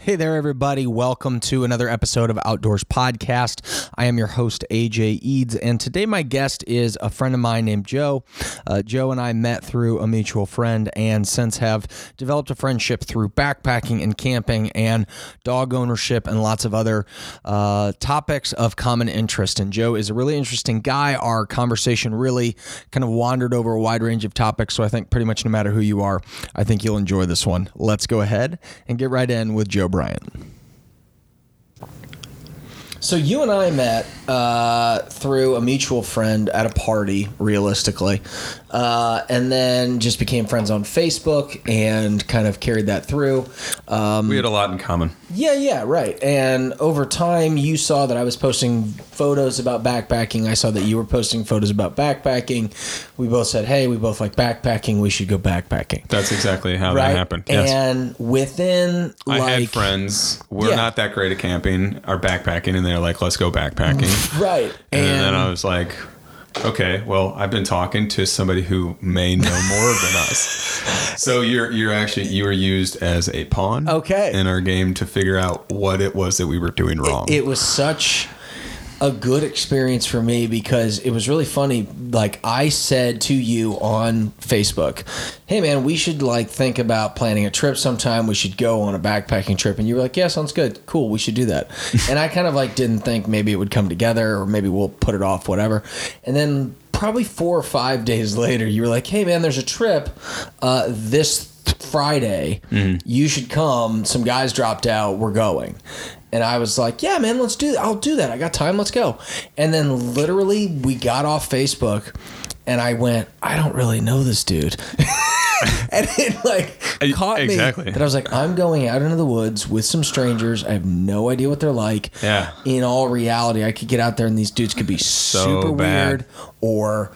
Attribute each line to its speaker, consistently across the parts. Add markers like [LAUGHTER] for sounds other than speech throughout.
Speaker 1: Hey there, everybody. Welcome to another episode of Outdoors Podcast. I am your host, AJ Eads, and today my guest is a friend of mine named Joe. Uh, Joe and I met through a mutual friend and since have developed a friendship through backpacking and camping and dog ownership and lots of other uh, topics of common interest. And Joe is a really interesting guy. Our conversation really kind of wandered over a wide range of topics, so I think pretty much no matter who you are, I think you'll enjoy this one. Let's go ahead and get right in with Joe Bryant. So you and I met uh, through a mutual friend at a party, realistically, uh, and then just became friends on Facebook and kind of carried that through. Uh,
Speaker 2: We had a lot in common.
Speaker 1: Yeah, yeah, right. And over time, you saw that I was posting photos about backpacking. I saw that you were posting photos about backpacking. We both said, "Hey, we both like backpacking. We should go backpacking."
Speaker 2: That's exactly how
Speaker 1: right.
Speaker 2: that happened.
Speaker 1: And within
Speaker 2: I
Speaker 1: like
Speaker 2: had friends. We're
Speaker 1: Yeah.
Speaker 2: not that great at camping or backpacking, and they're like, "Let's go
Speaker 1: [LAUGHS]
Speaker 2: backpacking."
Speaker 1: right,
Speaker 2: and,
Speaker 1: and,
Speaker 2: then I was like, "Okay, well, I've been talking to somebody who may know more than us."
Speaker 1: [LAUGHS]
Speaker 2: So you're you're actually you were used as a pawn,
Speaker 1: Okay.
Speaker 2: in our game to figure out what it was that we were doing wrong.
Speaker 1: it was such a good experience for me because it was really funny like i said to you on facebook hey man we should like think about planning a trip sometime we should go on a backpacking trip and you were like yeah sounds good cool we should do that and i kind of like didn't think maybe it would come together or maybe we'll put it off whatever and then probably four or five days [LAUGHS] later you were like hey man there's a trip uh, this Friday,
Speaker 2: Mm-hmm.
Speaker 1: you should come. Some guys dropped out. We're going. And I was like, yeah, man, let's do I'll do that. I got time. Let's go. And then literally, we got off Facebook and I went, I don't really know this dude. [LAUGHS] and it like
Speaker 2: E-
Speaker 1: caught me.
Speaker 2: exactly.
Speaker 1: That I was like, I'm going out into the woods with some strangers. I have no idea what they're like.
Speaker 2: Yeah.
Speaker 1: In all reality, I could get out there and these dudes could
Speaker 2: [LAUGHS]
Speaker 1: be super
Speaker 2: bad.
Speaker 1: weird or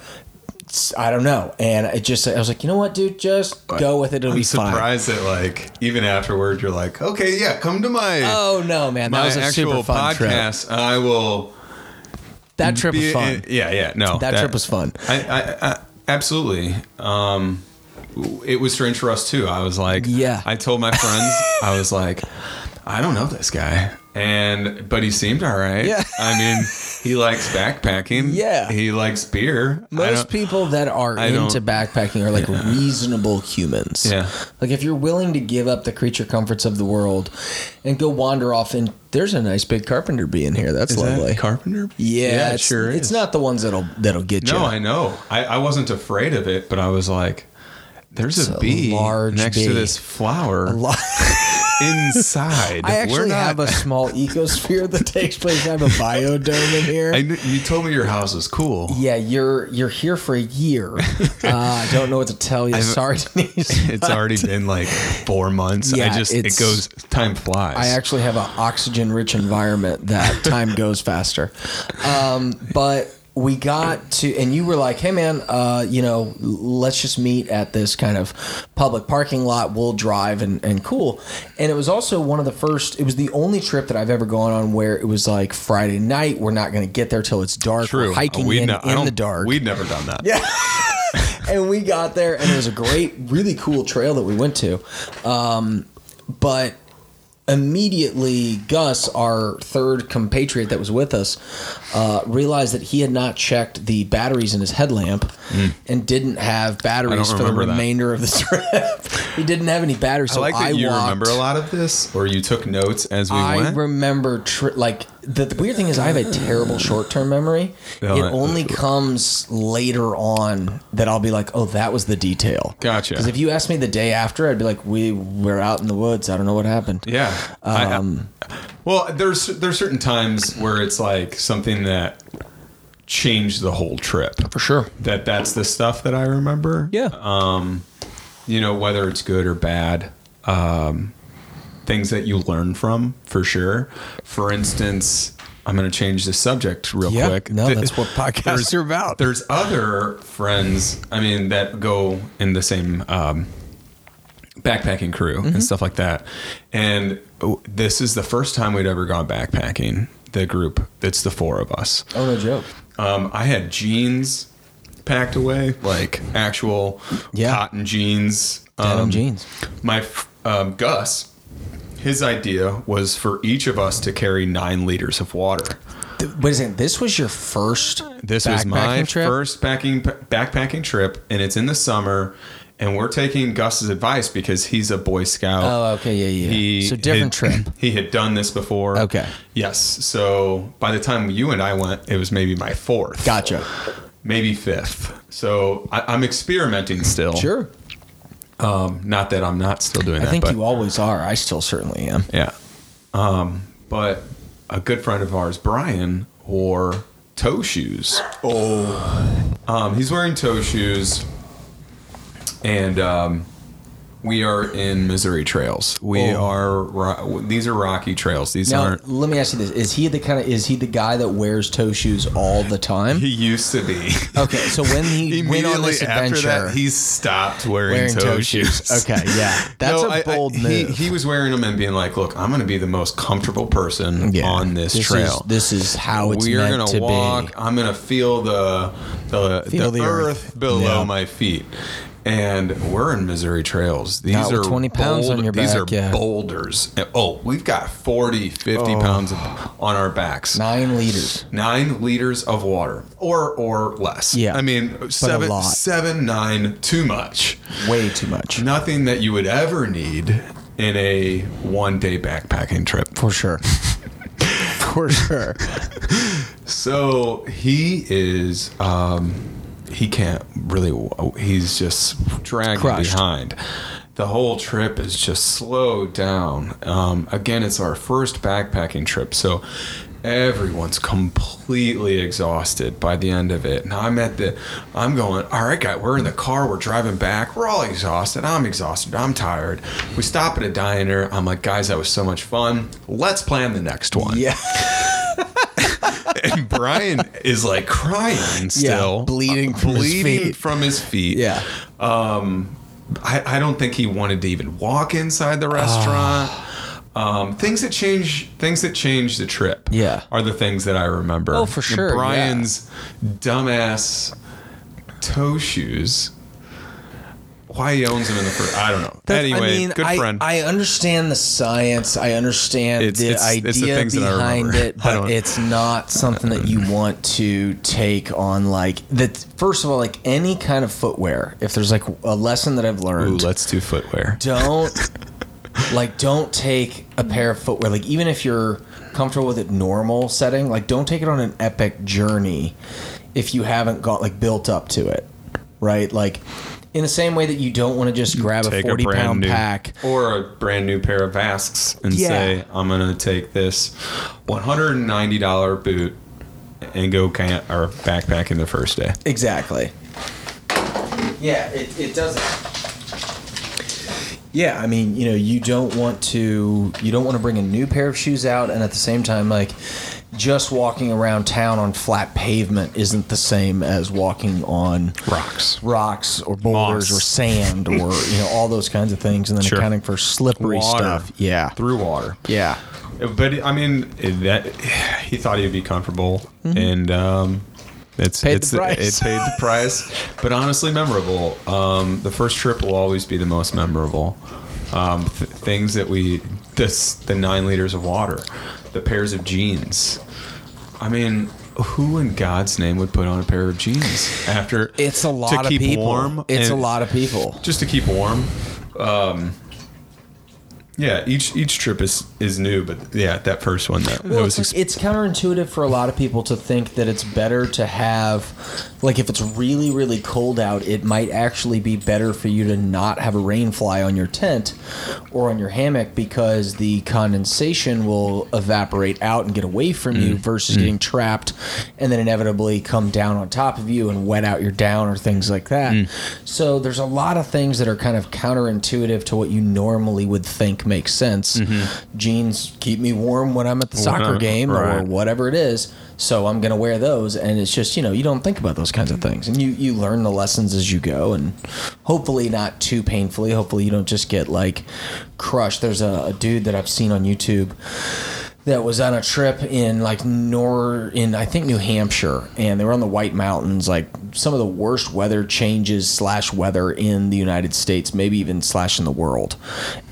Speaker 1: I don't know. And it just, I was like, you know what, dude, just go with it. It'll
Speaker 2: I'm
Speaker 1: be fine.
Speaker 2: surprised that like even afterward, you're like, "Okay, yeah, come to my."
Speaker 1: Oh no, man, that
Speaker 2: my
Speaker 1: was a super
Speaker 2: actual
Speaker 1: fun trip.
Speaker 2: podcast. I will.
Speaker 1: That trip was
Speaker 2: be-
Speaker 1: fun.
Speaker 2: yeah, yeah. No,
Speaker 1: that, trip was fun.
Speaker 2: I, I, I absolutely. Um, it was strange for us too. I was like,
Speaker 1: Yeah.
Speaker 2: I told
Speaker 1: [LAUGHS]
Speaker 2: my friends, I was like, I don't know this guy, and but he seemed all right.
Speaker 1: Yeah.
Speaker 2: I mean, he likes backpacking.
Speaker 1: Yeah.
Speaker 2: he likes beer. I
Speaker 1: Most
Speaker 2: don't-
Speaker 1: people that are
Speaker 2: I
Speaker 1: into
Speaker 2: don't-
Speaker 1: backpacking are like reasonable humans.
Speaker 2: Yeah.
Speaker 1: Like if you're willing to give up the creature comforts of the world and go wander off and there's a nice big carpenter bee in here. That's
Speaker 2: Is that
Speaker 1: lovely.
Speaker 2: Carpenter.
Speaker 1: yeah,
Speaker 2: it
Speaker 1: it's,
Speaker 2: sure is.
Speaker 1: it's not the ones that'll that'll get you.
Speaker 2: No,
Speaker 1: [LAUGHS]
Speaker 2: I know. I, I wasn't afraid of it, but I was like, there's
Speaker 1: It's
Speaker 2: a
Speaker 1: a
Speaker 2: bee
Speaker 1: large
Speaker 2: next
Speaker 1: bee.
Speaker 2: to this flower
Speaker 1: Lo-
Speaker 2: [LAUGHS] inside.
Speaker 1: [LAUGHS] I
Speaker 2: We're
Speaker 1: actually
Speaker 2: not-
Speaker 1: have a
Speaker 2: [LAUGHS]
Speaker 1: small ecosphere that takes place. I have a biodome in here.
Speaker 2: I kn- you told me your house was cool.
Speaker 1: yeah, you're you're here for a
Speaker 2: [LAUGHS]
Speaker 1: year. Uh, I don't know what to tell you. Sorry, Denise.
Speaker 2: It's already been like four months.
Speaker 1: Yeah,
Speaker 2: I just
Speaker 1: it's-
Speaker 2: it goes time flies.
Speaker 1: I actually have an oxygen rich environment that
Speaker 2: [LAUGHS]
Speaker 1: time goes faster. Um, but we got to, and you were like, hey man, uh, you know, let's just meet at this kind of public parking lot. We'll drive and, and cool. And it was also one of the first, it was the only trip that I've ever gone on where it was like Friday night. We're not going to get there till it's dark. We're hiking
Speaker 2: We'd
Speaker 1: in,
Speaker 2: no- I
Speaker 1: in the
Speaker 2: don't-
Speaker 1: dark.
Speaker 2: We'd never done that.
Speaker 1: Yeah. and we got there, and it was a great, really cool trail that we went to. Um, but immediately, Gus, our third compatriot that was with us, uh, realized that he had not checked the batteries in his headlamp and didn't have batteries for the [LAUGHS]
Speaker 2: Hmm. remember that.
Speaker 1: remainder of the trip. he didn't have any batteries,
Speaker 2: I
Speaker 1: so I,
Speaker 2: like that you
Speaker 1: walked.
Speaker 2: remember a lot of this, or you took notes as we
Speaker 1: I
Speaker 2: went.
Speaker 1: remember, tri- like, the, the weird thing is, I have a terrible short term memory.
Speaker 2: Yeah,
Speaker 1: it
Speaker 2: I-
Speaker 1: only comes later on that I'll be like, oh, that was the detail.
Speaker 2: Gotcha.
Speaker 1: Because if you asked me the day after, I'd be like, we were out in the woods. I don't know what happened.
Speaker 2: yeah.
Speaker 1: um,
Speaker 2: I, I- well, there's there's certain times where it's like something that changed the whole trip.
Speaker 1: For sure.
Speaker 2: That that's the stuff that I remember.
Speaker 1: Yeah.
Speaker 2: you know whether it's good or bad um, things that you learn from for sure for instance i'm going to change the subject real
Speaker 1: Yeah,
Speaker 2: quick
Speaker 1: no,
Speaker 2: Th-
Speaker 1: that's what podcasts
Speaker 2: [LAUGHS] there's-
Speaker 1: are about.
Speaker 2: there's other friends i mean that go in the same um, backpacking crew
Speaker 1: Mm-hmm.
Speaker 2: and stuff like that and oh, this is the first time we'd ever gone backpacking the group it's the four of us
Speaker 1: oh, no joke.
Speaker 2: um, I had jeans packed away, like actual
Speaker 1: Yeah.
Speaker 2: cotton jeans,
Speaker 1: Denim
Speaker 2: Um,
Speaker 1: jeans.
Speaker 2: My f- um, Gus, his idea was for each of us to carry nine liters of water.
Speaker 1: Th- Wait a second. This was your first.
Speaker 2: This was my
Speaker 1: backpacking trip?
Speaker 2: first backing, backpacking trip, and it's in the summer. And we're taking Gus's advice because he's a Boy Scout.
Speaker 1: Oh, okay, yeah, yeah.
Speaker 2: He
Speaker 1: so different
Speaker 2: had- [COUGHS]
Speaker 1: trip.
Speaker 2: He had done this before.
Speaker 1: Okay.
Speaker 2: Yes. So by the time you and I went, it was maybe my fourth.
Speaker 1: Gotcha.
Speaker 2: Maybe fifth. So I, I'm experimenting still.
Speaker 1: Sure.
Speaker 2: Not that I'm not still doing
Speaker 1: I
Speaker 2: that.
Speaker 1: think
Speaker 2: but,
Speaker 1: you always are. I still certainly am.
Speaker 2: Yeah. Um, but a good friend of ours, Brian, wore toe shoes. Oh. Um, he's wearing toe shoes, and um, we are in Missouri trails. We
Speaker 1: Oh.
Speaker 2: are ro- these are rocky trails. These
Speaker 1: Now,
Speaker 2: aren't.
Speaker 1: let me ask you this: Is he the kind of is he the guy that wears toe shoes all the time?
Speaker 2: He used to [LAUGHS] be.
Speaker 1: Okay, so when
Speaker 2: [LAUGHS]
Speaker 1: he went on this adventure,
Speaker 2: he stopped wearing,
Speaker 1: wearing
Speaker 2: toe, [LAUGHS] shoes.
Speaker 1: Okay, yeah, that's
Speaker 2: No, I- I-
Speaker 1: a bold
Speaker 2: he-
Speaker 1: move.
Speaker 2: He, was wearing them and being like, "Look, I'm going to be the most comfortable person
Speaker 1: Yeah.
Speaker 2: on this,
Speaker 1: is-
Speaker 2: trail.
Speaker 1: this is how it's
Speaker 2: we are
Speaker 1: meant
Speaker 2: gonna
Speaker 1: to
Speaker 2: walk.
Speaker 1: be.
Speaker 2: I'm going to feel the the,
Speaker 1: Feel
Speaker 2: the,
Speaker 1: the
Speaker 2: earth,
Speaker 1: earth.
Speaker 2: below
Speaker 1: Yeah.
Speaker 2: my feet." And we're in Missouri trails. These
Speaker 1: Not
Speaker 2: are
Speaker 1: with 20 pounds
Speaker 2: bold-
Speaker 1: on your
Speaker 2: These
Speaker 1: back,
Speaker 2: are
Speaker 1: yeah. Oh.
Speaker 2: boulders. And- Oh, we've got 40, 50 pounds of, on our backs
Speaker 1: Nine liters.
Speaker 2: nine liters of water or or less.
Speaker 1: Yeah.
Speaker 2: I mean seven
Speaker 1: lot.
Speaker 2: seven nine too much.
Speaker 1: Way too much.
Speaker 2: Nothing that you would ever need in a one day backpacking trip.
Speaker 1: For
Speaker 2: [LAUGHS]
Speaker 1: sure. For sure.
Speaker 2: So he is um he can't really he's just dragged
Speaker 1: Crushed.
Speaker 2: behind. The whole trip is just slowed down. Um, again, it's our first backpacking trip, so everyone's completely exhausted by the end of it. And I'm at the, I'm going, all right, guy, we're in the car, we're driving back, we're all exhausted. I'm exhausted, I'm tired. We stop at a diner. I'm like, guys, that was so much fun. Let's plan the next one.
Speaker 1: [LAUGHS] Yeah.
Speaker 2: And Brian is like crying still,
Speaker 1: bleeding from his
Speaker 2: bleeding
Speaker 1: feet.
Speaker 2: from his feet.
Speaker 1: Yeah.
Speaker 2: I, I don't think he wanted to even walk inside the restaurant.
Speaker 1: Ah.
Speaker 2: Um, things that change, things that change the trip,
Speaker 1: Yeah.
Speaker 2: are the things that I remember.
Speaker 1: Oh, for
Speaker 2: And
Speaker 1: sure, yeah.
Speaker 2: Brian's dumbass toe shoes. Why he owns them in the first? I don't know.
Speaker 1: That's-
Speaker 2: anyway, good
Speaker 1: I,
Speaker 2: friend.
Speaker 1: I understand the science. I understand
Speaker 2: It's-
Speaker 1: the
Speaker 2: it's-
Speaker 1: idea
Speaker 2: it's the things that I
Speaker 1: behind
Speaker 2: remember.
Speaker 1: it,
Speaker 2: [LAUGHS] I don't-
Speaker 1: but it's not something that you want to take on. Like that. First of all, like any kind of footwear. If there's like a lesson that I've
Speaker 2: Ooh,
Speaker 1: learned,
Speaker 2: let's do footwear.
Speaker 1: don't like don't take a pair of footwear like even if you're comfortable with it normal setting like don't take it on an epic journey if you haven't got like built up to it right like in the same way that you don't want to just grab a
Speaker 2: Take
Speaker 1: 40
Speaker 2: brand
Speaker 1: pound
Speaker 2: new,
Speaker 1: pack
Speaker 2: or a brand new pair of Vasks and
Speaker 1: Yeah.
Speaker 2: say, "I'm gonna take this 190 dollar boot and go camp or backpacking the first day."
Speaker 1: exactly yeah it, it doesn't yeah i mean you know you don't want to you don't want to bring a new pair of shoes out and at the same time like just walking around town on flat pavement isn't the same as walking on
Speaker 2: Rocks.
Speaker 1: rocks or boulders
Speaker 2: Moss.
Speaker 1: or
Speaker 2: [LAUGHS]
Speaker 1: sand or you know all those kinds of things and then
Speaker 2: Sure.
Speaker 1: accounting for slippery stuff yeah
Speaker 2: through water.
Speaker 1: yeah
Speaker 2: But I mean, that he thought he'd be comfortable, and um, it's
Speaker 1: Mm-hmm. Paid the
Speaker 2: it's
Speaker 1: price.
Speaker 2: it paid the price.
Speaker 1: [LAUGHS]
Speaker 2: But honestly, memorable. Um, the first trip will always be the most memorable. Um, th- things that we this the nine liters of water, the pairs of jeans. I mean. Who in God's name would put on a pair of jeans after
Speaker 1: it's a lot of people it's a
Speaker 2: and-
Speaker 1: lot of people
Speaker 2: just to keep warm. Um, yeah, each each trip is is new, but yeah, that first one that, that
Speaker 1: Well,
Speaker 2: was
Speaker 1: it's, like- it's counterintuitive for a lot of people to think that it's better to have, like, if it's really, really cold out, it might actually be better for you to not have a rain fly on your tent or on your hammock because the condensation will evaporate out and get away from
Speaker 2: Mm.
Speaker 1: you versus getting trapped and then inevitably come down on top of you and wet out your down or things like that.
Speaker 2: Mm.
Speaker 1: So there's a lot of things that are kind of counterintuitive to what you normally would think makes sense.
Speaker 2: Mm-hmm.
Speaker 1: Jeans keep me warm when I'm at the soccer
Speaker 2: Right.
Speaker 1: game or
Speaker 2: Right.
Speaker 1: whatever it is. So I'm gonna wear those, and it's just you know you don't think about those kinds of things, and you you learn the lessons as you go, and hopefully not too painfully. Hopefully you don't just get like crushed. There's a, a dude that I've seen on YouTube that was on a trip in like nor in I think New Hampshire, and they were on the White Mountains, like some of the worst weather changes slash weather in the United States, maybe even slash in the world.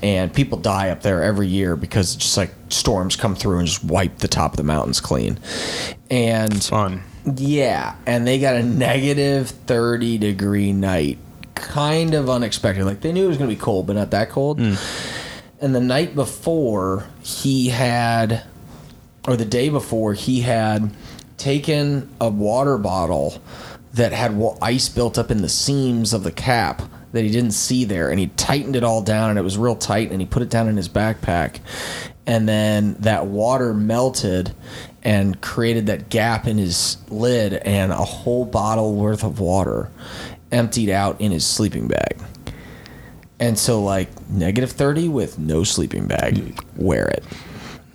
Speaker 1: And people die up there every year because it's just like storms come through and just wipe the top of the mountains clean. And
Speaker 2: Fun.
Speaker 1: yeah, and they got a negative 30 degree night. Kind of unexpected. Like they knew it was going to be cold, but not that cold. And the night before, he had, or the day before, he had taken a water bottle that had wa- ice built up in the seams of the cap that he didn't see there, and he tightened it all down, and it was real tight, and he put it down in his backpack, and then that water melted and created that gap in his lid, and a whole bottle worth of water emptied out in his sleeping bag. And so, like, negative 30 with no sleeping bag, wear it.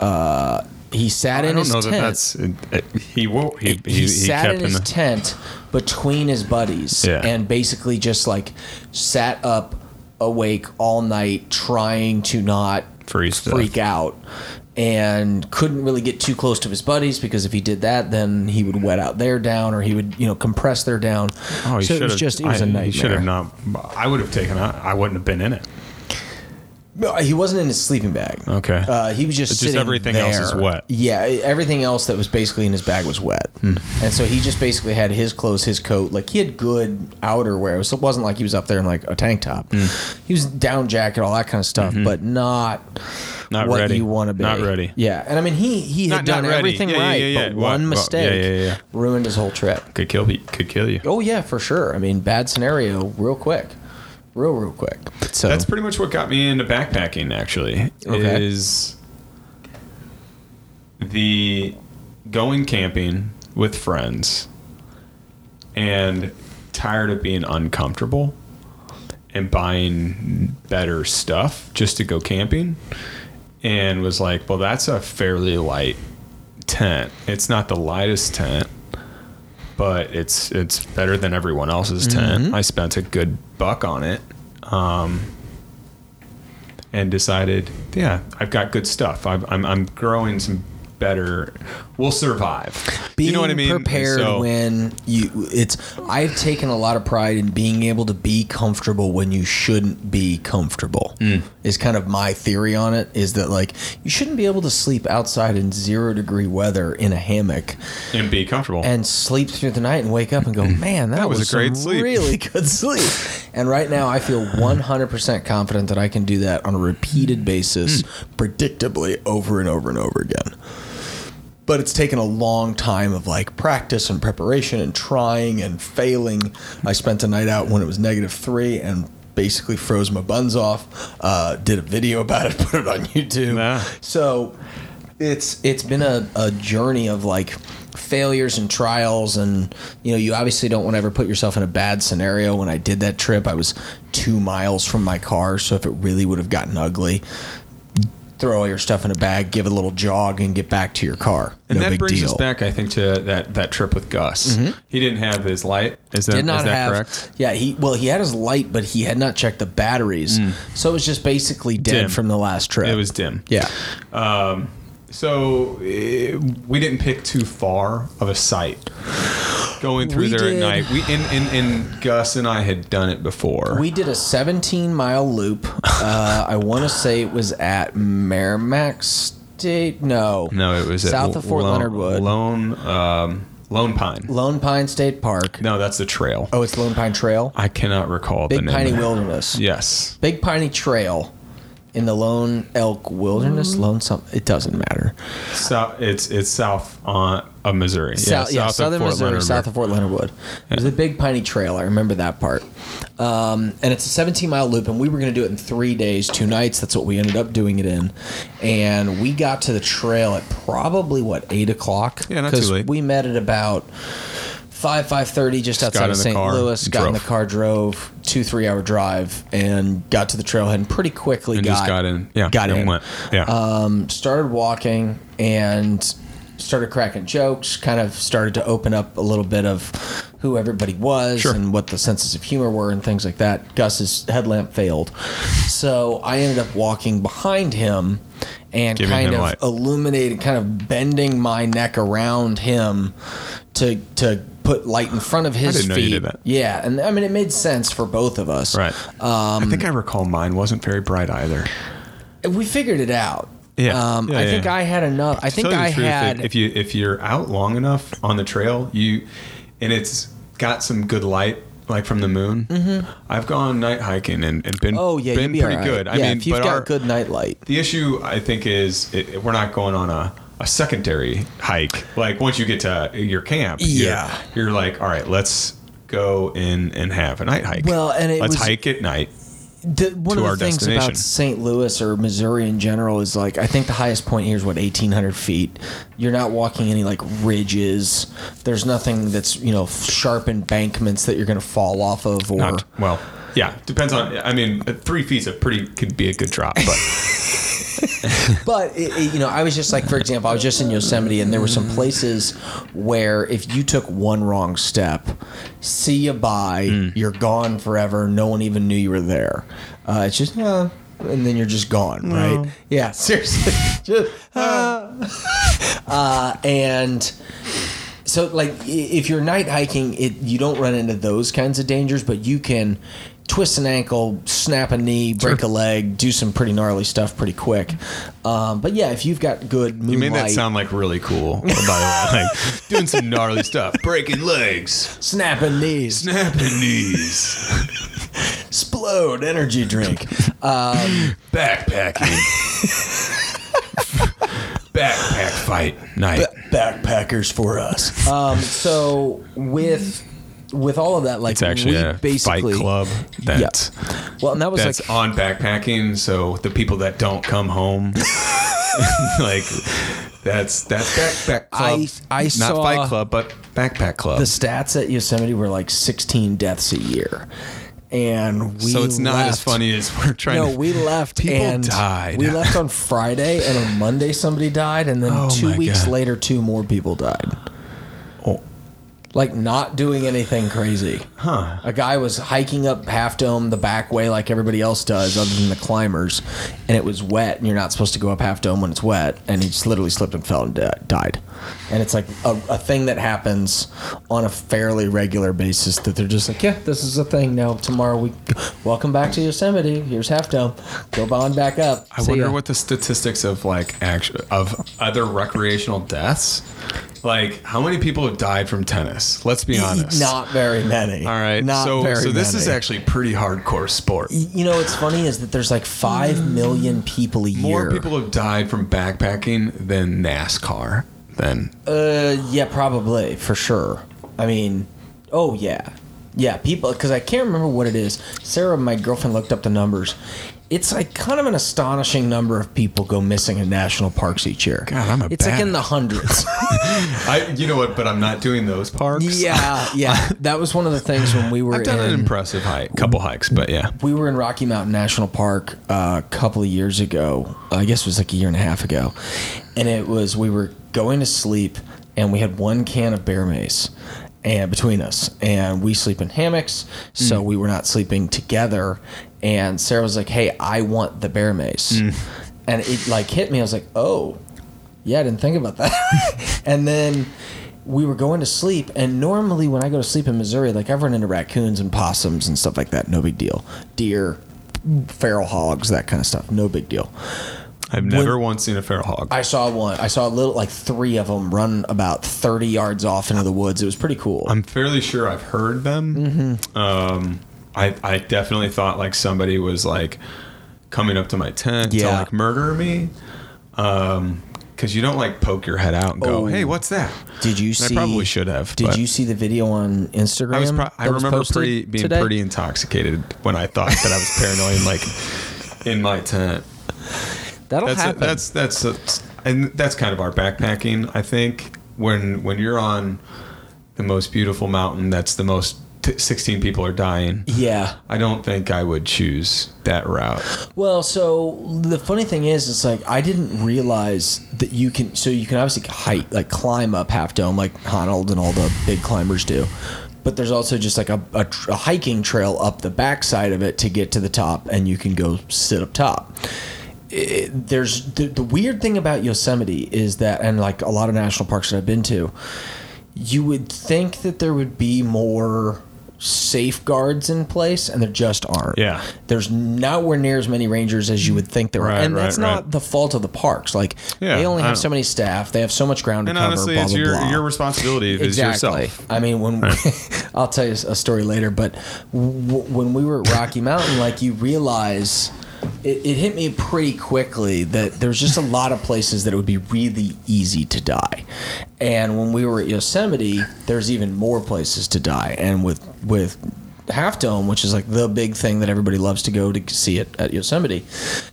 Speaker 1: Uh, he sat
Speaker 2: Mm. I
Speaker 1: in
Speaker 2: don't
Speaker 1: his
Speaker 2: know
Speaker 1: tent
Speaker 2: that that's. It, it, he won't. He,
Speaker 1: he, sat
Speaker 2: kept
Speaker 1: in his
Speaker 2: the-
Speaker 1: tent between his buddies
Speaker 2: Yeah.
Speaker 1: and basically just like sat up awake all night trying to not
Speaker 2: Freeze to
Speaker 1: freak out and couldn't really get too close to his buddies because if he did that then he would wet out their down or he would you know compress their down
Speaker 2: Oh, he
Speaker 1: so
Speaker 2: should
Speaker 1: it was
Speaker 2: have,
Speaker 1: just it was a
Speaker 2: I- He should have
Speaker 1: nightmare
Speaker 2: not. I would have taken. out. I wouldn't have been in it.
Speaker 1: No, he wasn't in his sleeping bag
Speaker 2: Okay.
Speaker 1: uh, he was just
Speaker 2: It's just
Speaker 1: sitting
Speaker 2: everything else
Speaker 1: there.
Speaker 2: is wet. Hmm.
Speaker 1: yeah e- everything else that was basically in his bag was wet and so he just basically had his clothes his coat like he had good outerwear so it wasn't like he was up there in like a tank top
Speaker 2: Hmm.
Speaker 1: he was down jacket all that kind of stuff but not
Speaker 2: Mm-hmm. Not
Speaker 1: what
Speaker 2: ready.
Speaker 1: you want to be
Speaker 2: Not ready.
Speaker 1: yeah and i mean he he had
Speaker 2: Not-
Speaker 1: done
Speaker 2: not ready.
Speaker 1: everything
Speaker 2: Yeah, yeah,
Speaker 1: right
Speaker 2: yeah,
Speaker 1: but
Speaker 2: yeah.
Speaker 1: one
Speaker 2: Well, well,
Speaker 1: mistake
Speaker 2: yeah, yeah, yeah.
Speaker 1: ruined his whole trip
Speaker 2: Could kill. you- Could kill you.
Speaker 1: oh yeah for sure i mean bad scenario real quick real real quick so
Speaker 2: That's pretty much what got me into backpacking. Actually,
Speaker 1: Okay.
Speaker 2: is the going camping with friends and tired of being uncomfortable and buying better stuff just to go camping and was like, well, that's a fairly light tent. It's not the lightest tent, but it's it's better than everyone else's
Speaker 1: Mm-hmm.
Speaker 2: tent. I spent a good buck on it, um, and decided, yeah, I've got good stuff. I've, I'm I'm growing some better. We'll survive.
Speaker 1: being
Speaker 2: you know what I mean?
Speaker 1: prepared
Speaker 2: So-
Speaker 1: when you it's i've taken a lot of pride in being able to be comfortable when you shouldn't be comfortable
Speaker 2: Hmm.
Speaker 1: is kind of my theory on it is that like you shouldn't be able to sleep outside in zero degree weather in a hammock
Speaker 2: and be comfortable.
Speaker 1: and sleep through the night and wake up and go man that, was, a great sleep really [LAUGHS] good sleep and right now i feel 100% confident that i can do that on a repeated basis predictably over and over and over again but it's taken a long time of like practice and preparation and trying and failing. I spent a night out when it was negative three and basically froze my buns off. Uh, did a video about it, [LAUGHS] put it on YouTube.
Speaker 2: Nah.
Speaker 1: So it's it's been a, a journey of like failures and trials and you know you obviously don't want to ever put yourself in a bad scenario when i did that trip i was two miles from my car so if it really would have gotten ugly throw all your stuff in a bag, give it a little jog, and get back to your car.
Speaker 2: And
Speaker 1: no
Speaker 2: that
Speaker 1: big
Speaker 2: brings
Speaker 1: deal. Mm-hmm.
Speaker 2: us back, I think, to that, that trip with Gus. He didn't have his light. Is that,
Speaker 1: Did not
Speaker 2: is that
Speaker 1: have.
Speaker 2: correct?
Speaker 1: Yeah, he well he had his light, but he had not checked the batteries, so it was just basically dead
Speaker 2: Dim.
Speaker 1: from the last trip.
Speaker 2: Mm. It was dim.
Speaker 1: Yeah.
Speaker 2: So eh, we didn't pick too far of a site. Going through
Speaker 1: We
Speaker 2: there
Speaker 1: did-
Speaker 2: at night, we and, and, and Gus and I had done it before.
Speaker 1: We did a 17 mile loop. Uh, I want to say it was at Merrimack State. No,
Speaker 2: no, it was at
Speaker 1: south of Fort
Speaker 2: Lo-
Speaker 1: Leonard Wood,
Speaker 2: Lone um, Lone Pine.
Speaker 1: Lone Pine State Park.
Speaker 2: no, that's the trail.
Speaker 1: Oh, it's Lone Pine Trail,
Speaker 2: I cannot recall the
Speaker 1: Big
Speaker 2: name.
Speaker 1: Piney
Speaker 2: of it.
Speaker 1: Wilderness.
Speaker 2: Yes,
Speaker 1: Big Piney Trail in the Lone Elk Wilderness. Lone something. It doesn't matter.
Speaker 2: so, it's it's south on of Missouri.
Speaker 1: South, yeah,
Speaker 2: south of
Speaker 1: southern
Speaker 2: Fort
Speaker 1: Missouri,
Speaker 2: Leonard
Speaker 1: south
Speaker 2: Wood.
Speaker 1: of Fort Leonard Wood. It was the Big Piney Trail. I remember that part. Um, and it's a 17 mile loop, and we were going to do it in three days, two nights. That's what we ended up doing it in. And we got to the trail at probably what eight o'clock.
Speaker 2: Yeah, not too
Speaker 1: 'Cause
Speaker 2: late.
Speaker 1: We met at about five five thirty, just outside
Speaker 2: in
Speaker 1: of
Speaker 2: the
Speaker 1: St.
Speaker 2: car
Speaker 1: Louis.
Speaker 2: and
Speaker 1: Got in the
Speaker 2: drove.
Speaker 1: car, drove two three hour drive, and got to the trailhead, and pretty quickly
Speaker 2: and
Speaker 1: got
Speaker 2: just got in. Yeah,
Speaker 1: got
Speaker 2: and
Speaker 1: in
Speaker 2: Went. Yeah.
Speaker 1: um, started walking and started cracking jokes kind of started to open up a little bit of who everybody was
Speaker 2: Sure.
Speaker 1: and what the senses of humor were and things like that gus's headlamp failed so i ended up walking behind him and
Speaker 2: Giving
Speaker 1: kind
Speaker 2: him
Speaker 1: of
Speaker 2: light.
Speaker 1: illuminating, kind of bending my neck around him to to put light in front of his
Speaker 2: didn't know you
Speaker 1: feet.
Speaker 2: did that.
Speaker 1: Yeah, and I mean it made sense for both of us.
Speaker 2: Right.
Speaker 1: um,
Speaker 2: I think I recall mine wasn't very bright either.
Speaker 1: we figured it out.
Speaker 2: Yeah.
Speaker 1: Um,
Speaker 2: Yeah,
Speaker 1: I
Speaker 2: yeah.
Speaker 1: think I had enough. I think
Speaker 2: Tell you the
Speaker 1: I
Speaker 2: truth, if-
Speaker 1: had.
Speaker 2: If, you if you're out long enough on the trail, you and it's got some good light. Like from the moon, I've gone night hiking and, and been
Speaker 1: Mm-hmm. oh yeah,
Speaker 2: been
Speaker 1: you'd be
Speaker 2: pretty
Speaker 1: all right.
Speaker 2: good. I
Speaker 1: yeah,
Speaker 2: mean,
Speaker 1: if you've
Speaker 2: but
Speaker 1: got
Speaker 2: our,
Speaker 1: good nightlight.
Speaker 2: the issue I think is it, it- we're not going on a, a secondary hike. Like once you get to your camp, you're-
Speaker 1: Yeah.
Speaker 2: you're, like, all right, let's go in and have a night hike.
Speaker 1: Well, and it
Speaker 2: let's
Speaker 1: was-
Speaker 2: hike at night.
Speaker 1: The, one
Speaker 2: to
Speaker 1: of
Speaker 2: our
Speaker 1: the things
Speaker 2: destination.
Speaker 1: about St. Louis or Missouri in general is like I think the highest point here is what eighteen hundred feet. You're not walking any like ridges. There's nothing that's you know sharp embankments that you're going to fall off of or
Speaker 2: Not well, yeah, depends on. I mean, three feet's a pretty could be a good
Speaker 1: [LAUGHS]
Speaker 2: drop, but
Speaker 1: But it, it- you know, I was just like, for example, I was just in Yosemite, and there were some places where if you took one wrong step, see you bye, you're gone forever. No one even knew you were there. Uh, it's just, uh, and then you're just gone, right? Yeah, [LAUGHS] seriously, just, uh. uh, and. So, like, i- if you're night hiking, it you don't run into those kinds of dangers, but you can twist an ankle, snap a knee, break a leg, do some pretty gnarly stuff pretty quick. Um, but yeah, if you've got good moonlight,
Speaker 2: you made that sound like really cool. By the way, [LAUGHS] like doing some gnarly stuff, breaking legs,
Speaker 1: snapping
Speaker 2: [LAUGHS]
Speaker 1: knees,
Speaker 2: snapping knees,
Speaker 1: explode energy drink.
Speaker 2: [LAUGHS] backpacking, [LAUGHS] backpack fight night.
Speaker 1: backpackers for us. Um, so with with all of that, like
Speaker 2: It's actually
Speaker 1: we
Speaker 2: a
Speaker 1: basically
Speaker 2: fight club that
Speaker 1: Well, and that was
Speaker 2: that's
Speaker 1: like
Speaker 2: on backpacking. So the people that don't come home, [LAUGHS] like that's that's backpack club.
Speaker 1: I- I
Speaker 2: not
Speaker 1: saw
Speaker 2: fight club, but backpack club.
Speaker 1: the stats at Yosemite were like 16 deaths a year. And we
Speaker 2: so it's not as
Speaker 1: left-
Speaker 2: funny as we're trying.
Speaker 1: No,
Speaker 2: to,
Speaker 1: we left
Speaker 2: People
Speaker 1: and
Speaker 2: died.
Speaker 1: we left on Friday and on Monday somebody died and then
Speaker 2: Oh
Speaker 1: two
Speaker 2: my
Speaker 1: weeks
Speaker 2: God.
Speaker 1: later two more people died.
Speaker 2: Oh.
Speaker 1: Like not doing anything crazy. Huh. A guy was hiking up Half Dome the back way like everybody else does other than the climbers and it was wet and you're not supposed to go up Half Dome when it's wet and he just literally slipped and fell and di- died. And it's like a, a thing that happens on a fairly regular basis that they're just like, yeah, this is a thing. Now tomorrow we welcome back to Yosemite. Here's Half Dome. Go on back up.
Speaker 2: I
Speaker 1: See
Speaker 2: wonder
Speaker 1: ya."
Speaker 2: what the statistics of like action of other recreational deaths. Like how many people have died from tennis? Let's be honest.
Speaker 1: Not very many.
Speaker 2: All right.
Speaker 1: Not
Speaker 2: so
Speaker 1: very
Speaker 2: so this
Speaker 1: many.
Speaker 2: is actually pretty hardcore sport.
Speaker 1: You know, what's funny is that there's like five million people a
Speaker 2: Mm. More
Speaker 1: year.
Speaker 2: people have died from backpacking than NASCAR. Than
Speaker 1: Uh, yeah, probably for sure. I mean, oh yeah, yeah. People, because I can't remember what it is. Sarah, my girlfriend, looked up the numbers. It's like kind of an astonishing number of people go missing in national parks each year.
Speaker 2: God, I'm a
Speaker 1: It's like in
Speaker 2: badass.
Speaker 1: the hundreds.
Speaker 2: I, you know what? But [LAUGHS] I'm not doing those parks.
Speaker 1: yeah, yeah. That was one of the things when we were
Speaker 2: [LAUGHS] I've done
Speaker 1: in
Speaker 2: an impressive hike, couple hikes, but yeah.
Speaker 1: we were in Rocky Mountain National Park uh, a couple of years ago. I guess it was like a year and a half ago, and it was we were going to sleep, and we had one can of bear mace, and between us, and we sleep in hammocks, so we were not sleeping together. And Sarah was like, "Hey, I want the bear mace," and it like hit me. I was like, "Oh, yeah, I didn't think about
Speaker 2: [LAUGHS]
Speaker 1: that. and then we were going to sleep, and normally when I go to sleep in Missouri, like I've run into raccoons and possums and stuff like that, no big deal. Deer, feral hogs, that kind of stuff, no big deal.
Speaker 2: I've never once seen a feral hog.
Speaker 1: I saw one. I saw a little, like three of them run about thirty yards off into the woods. It was pretty cool.
Speaker 2: I'm fairly sure I've heard them.
Speaker 1: Mm-hmm.
Speaker 2: Um, I, I definitely thought like somebody was like coming up to my tent to
Speaker 1: Yeah.
Speaker 2: like murder me. Um, because you don't like poke your head out and go,
Speaker 1: Oh.
Speaker 2: "Hey, what's that?"
Speaker 1: did you
Speaker 2: And
Speaker 1: see?
Speaker 2: I probably should have.
Speaker 1: Did
Speaker 2: but
Speaker 1: you see the video on Instagram?
Speaker 2: I was. Pro- I
Speaker 1: that was
Speaker 2: remember
Speaker 1: posted
Speaker 2: pretty being
Speaker 1: today?
Speaker 2: pretty intoxicated when I thought that I was paranoid, like in my tent.
Speaker 1: That'll
Speaker 2: that's
Speaker 1: happen.
Speaker 2: it. that's that's that's- and that's kind of our backpacking. I think when when you're on the most beautiful mountain, that's the most. T- 16 people are dying.
Speaker 1: yeah.
Speaker 2: I don't think I would choose that route.
Speaker 1: Well, so the funny thing is, it's like I didn't realize that you can. So you can obviously hike, like climb up Half Dome, like Honold and all the big climbers do. But there's also just like a, a, tr- a hiking trail up the backside of it to get to the top, and you can go sit up top. it, there's the, the weird thing about Yosemite is that, and like a lot of national parks that I've been to, you would think that there would be more safeguards in place, and there just aren't.
Speaker 2: Yeah.
Speaker 1: there's nowhere near as many rangers as you would think there are,
Speaker 2: Right,
Speaker 1: and that's
Speaker 2: right, right.
Speaker 1: not the fault of the parks. Like
Speaker 2: Yeah,
Speaker 1: they only
Speaker 2: I
Speaker 1: have
Speaker 2: don't-
Speaker 1: so many staff, they have so much ground to
Speaker 2: And
Speaker 1: cover.
Speaker 2: honestly,
Speaker 1: blah,
Speaker 2: it's
Speaker 1: blah,
Speaker 2: your
Speaker 1: blah.
Speaker 2: your responsibility. It's yourself.
Speaker 1: I mean, when [LAUGHS] I'll tell you a story later, but w- when we were at Rocky Mountain, like you realize. It, it hit me pretty quickly that there's just a lot of places that it would be really easy to die, and when we were at Yosemite, there's even more places to die. And with with Half Dome, which is like the big thing that everybody loves to go to see it at Yosemite,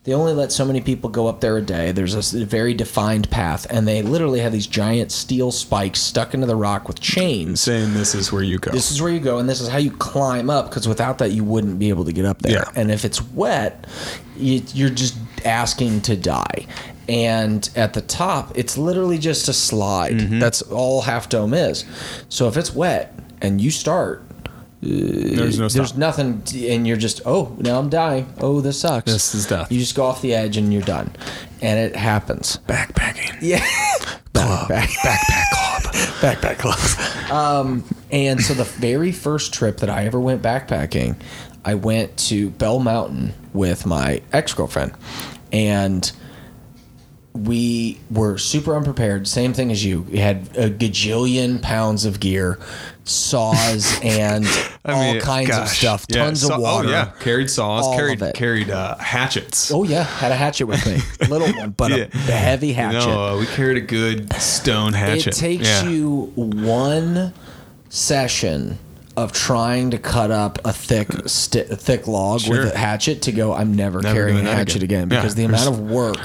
Speaker 1: they only let so many people go up there a day. There's a s- very defined path, and they literally have these giant steel spikes stuck into the rock with chains.
Speaker 2: Saying this is where you go.
Speaker 1: This is where you go, and this is how you climb up. Because without that, you wouldn't be able to get up there.
Speaker 2: Yeah.
Speaker 1: And if it's wet, you, you're just asking to die. And at the top, it's literally just a slide.
Speaker 2: Mm-hmm.
Speaker 1: That's all Half Dome is. So if it's wet and you start,
Speaker 2: there's no stop.
Speaker 1: there's nothing, t- and you're just oh now I'm dying. Oh this sucks.
Speaker 2: This is death.
Speaker 1: You just go off the edge and you're done, and it happens.
Speaker 2: backpacking.
Speaker 1: Yeah. [LAUGHS]
Speaker 2: Club.
Speaker 1: Backpack.
Speaker 2: Backpack club. Backpack
Speaker 1: [LAUGHS]
Speaker 2: club.
Speaker 1: And so the very first trip that I ever went backpacking, I went to Bell Mountain with my ex girlfriend, and we were super unprepared. Same thing as you. We had a gajillion pounds of gear,
Speaker 2: [LAUGHS]
Speaker 1: saws, and all kinds of
Speaker 2: gosh.
Speaker 1: stuff.
Speaker 2: Yeah,
Speaker 1: Tons
Speaker 2: saw-
Speaker 1: of water.
Speaker 2: Oh yeah, carried saws,
Speaker 1: All of
Speaker 2: carried
Speaker 1: it.
Speaker 2: carried uh, hatchets.
Speaker 1: Oh, yeah. Had a hatchet with me, little one, but
Speaker 2: [LAUGHS] Yeah.
Speaker 1: a heavy
Speaker 2: You know,
Speaker 1: hatchet.
Speaker 2: uh, we carried a good stone hatchet.
Speaker 1: It takes
Speaker 2: Yeah.
Speaker 1: you one session of trying to cut up a thick sti thick log
Speaker 2: Sure.
Speaker 1: with a hatchet to go I'm never, carrying a
Speaker 2: doing that
Speaker 1: hatchet
Speaker 2: again."
Speaker 1: again,
Speaker 2: Yeah,
Speaker 1: because the
Speaker 2: there's-
Speaker 1: amount of work.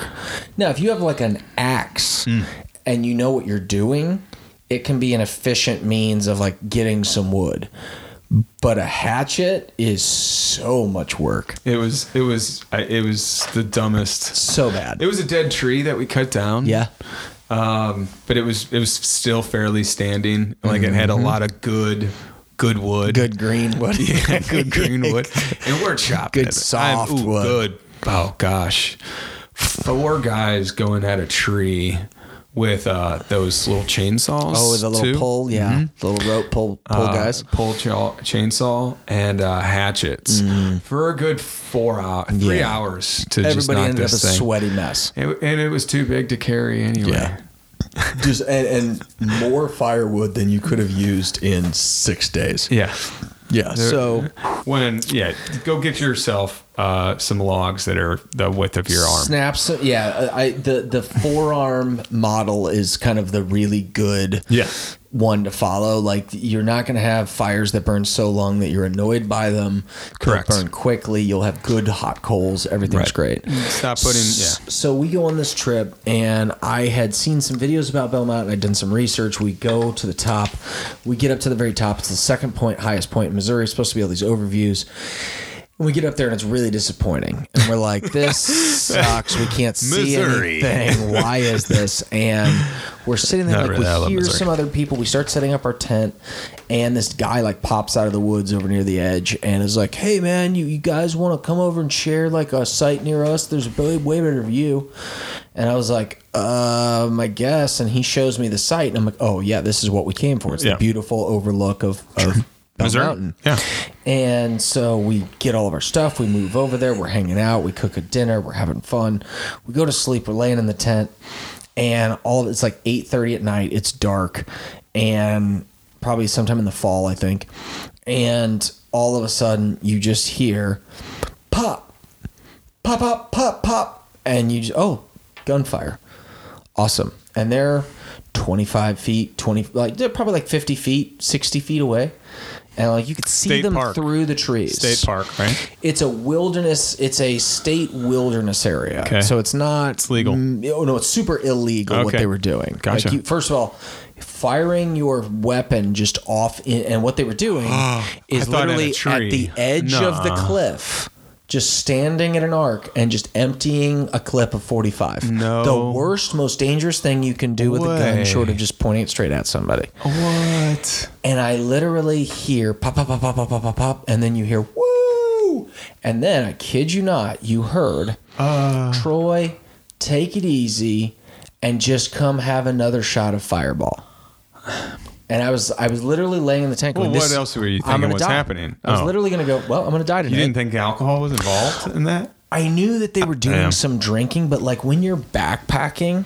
Speaker 1: Now, if you have like an axe
Speaker 2: Hmm.
Speaker 1: and you know what you're doing, it can be an efficient means of like getting some wood. But a hatchet is so much work.
Speaker 2: It was it was I, it was the dumbest.
Speaker 1: So bad.
Speaker 2: It was a dead tree that we cut down.
Speaker 1: yeah.
Speaker 2: Um, but it was it was still fairly standing. Like it had a lot of good good wood.
Speaker 1: Mm-hmm. Good green wood.
Speaker 2: yeah, [LAUGHS] good green wood. And we're chopping
Speaker 1: Good
Speaker 2: it.
Speaker 1: soft wood.
Speaker 2: Good. Oh gosh, four guys going at a tree with uh, those little chainsaws.
Speaker 1: [LAUGHS] Oh, the little
Speaker 2: too.
Speaker 1: pull, yeah. The little rope pull pull
Speaker 2: Mm-hmm. Uh,
Speaker 1: guys.
Speaker 2: pull chaw- chainsaw and uh, hatchets for a good four hours, three
Speaker 1: Mm. Yeah.
Speaker 2: hours to just
Speaker 1: Everybody
Speaker 2: knock
Speaker 1: ended up a
Speaker 2: this thing.
Speaker 1: sweaty mess.
Speaker 2: It, and it was too big to carry anyway.
Speaker 1: [LAUGHS] Yeah.
Speaker 3: just and, and more firewood than you could have used in six days.
Speaker 2: Yeah.
Speaker 1: Yeah. So
Speaker 2: When yeah, go get yourself uh, some logs that are the width of your arm.
Speaker 1: snaps. Yeah. I the the forearm model is kind of the really good.
Speaker 2: Yeah.
Speaker 1: One to follow. Like you're not going to have fires that burn so long that you're annoyed by them. They'll
Speaker 2: Correct.
Speaker 1: burn quickly. You'll have good hot coals. Everything's
Speaker 2: Right.
Speaker 1: great.
Speaker 2: Stop putting yeah.
Speaker 1: S- So we go on this trip, and I had seen some videos about Belmont, and I'd done some research. We go to the top, we get up to the very top. It's the second point, highest point in Missouri. It's supposed to be all these overviews. And we get up there, and it's really disappointing. And we're
Speaker 2: [LAUGHS]
Speaker 1: like, "This sucks. We can't see
Speaker 2: Missouri.
Speaker 1: anything. Why is this?" And we're sitting there,
Speaker 2: Not
Speaker 1: like
Speaker 2: really. I
Speaker 1: we
Speaker 2: love
Speaker 1: hear
Speaker 2: Missouri.
Speaker 1: some other people. We start setting up our tent, and this guy like pops out of the woods over near the edge and is like, "Hey man, you, you guys want to come over and share like a site near us? There's a way, way better view." And I was like, "Um, I guess." And he shows me the site, and I'm like, "Oh yeah, this is what we came for. It's
Speaker 2: Yeah.
Speaker 1: the beautiful overlook of, of Bell
Speaker 2: Missouri.
Speaker 1: Mountain."
Speaker 2: Yeah.
Speaker 1: And so we get all of our stuff. We move over there. We're hanging out. We cook a dinner. We're having fun. We go to sleep. We're laying in the tent, and all it's like eight thirty at night. It's dark, and probably sometime in the fall, I think. And all of a sudden, you just hear pop, pop, pop, pop, pop, and you just oh, gunfire, awesome. And they're twenty five feet, twenty like they're probably like fifty feet, sixty feet away. And like you could see
Speaker 2: State
Speaker 1: them
Speaker 2: park.
Speaker 1: through the trees.
Speaker 2: State park, right?
Speaker 1: It's a wilderness. It's a state wilderness area.
Speaker 2: Okay.
Speaker 1: So it's not it's
Speaker 2: legal.
Speaker 1: oh no, it's super illegal what
Speaker 2: Okay.
Speaker 1: they were doing.
Speaker 2: Gotcha.
Speaker 1: Like you, first of all, firing your weapon just off, in, and what they were
Speaker 2: [GASPS]
Speaker 1: doing is
Speaker 2: thought at a
Speaker 1: literally
Speaker 2: tree.
Speaker 1: at the edge of the
Speaker 2: Nah.
Speaker 1: cliff. Just standing at an arc and just emptying a clip of 45.
Speaker 2: No.
Speaker 1: The worst, most dangerous thing you can do with a
Speaker 2: Way.
Speaker 1: gun, short of just pointing it straight at somebody
Speaker 2: What?
Speaker 1: and I literally hear pop, pop,
Speaker 2: Oh,
Speaker 1: pop, pop, pop, pop, pop, pop, and then you hear woo, and then I kid you not, you heard
Speaker 2: Uh,
Speaker 1: Troy, take it easy and just come have another shot of Fireball. And I was I was literally laying in the tank.
Speaker 2: Well,
Speaker 1: going,
Speaker 2: what
Speaker 1: this-
Speaker 2: else were you
Speaker 1: I'm
Speaker 2: thinking
Speaker 1: gonna
Speaker 2: was
Speaker 1: die.
Speaker 2: happening?
Speaker 1: I was
Speaker 2: Oh.
Speaker 1: literally going to go. Well, I'm going to die today.
Speaker 2: You didn't think alcohol was involved in that?
Speaker 1: I knew that they were doing
Speaker 2: Yeah.
Speaker 1: some drinking, but like when you're backpacking,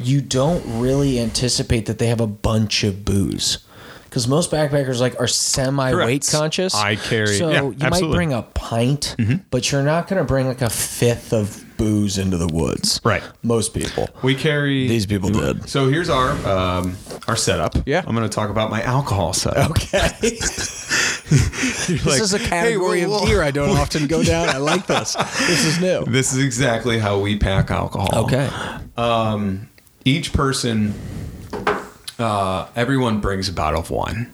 Speaker 1: you don't really anticipate that they have a bunch of booze. Because most backpackers like are semi weight
Speaker 2: Correct.
Speaker 1: conscious.
Speaker 2: I carry-
Speaker 1: so
Speaker 2: yeah,
Speaker 1: you might
Speaker 2: absolutely. Mm-hmm.
Speaker 1: bring a pint, but you're not going to bring like a fifth of booze into the woods.
Speaker 2: Right.
Speaker 1: Most people.
Speaker 2: We carry
Speaker 3: These people did.
Speaker 2: So here's our um, our setup.
Speaker 1: Yeah.
Speaker 2: I'm going to talk about my alcohol
Speaker 1: [LAUGHS]
Speaker 2: setup.
Speaker 1: Okay. this is a category
Speaker 2: whoa,
Speaker 1: of
Speaker 2: whoa."
Speaker 1: deer I don't often go down. I like [LAUGHS] this. This is new.
Speaker 2: This is exactly how we pack alcohol.
Speaker 1: Okay.
Speaker 2: Each person, uh, everyone brings a bottle of wine.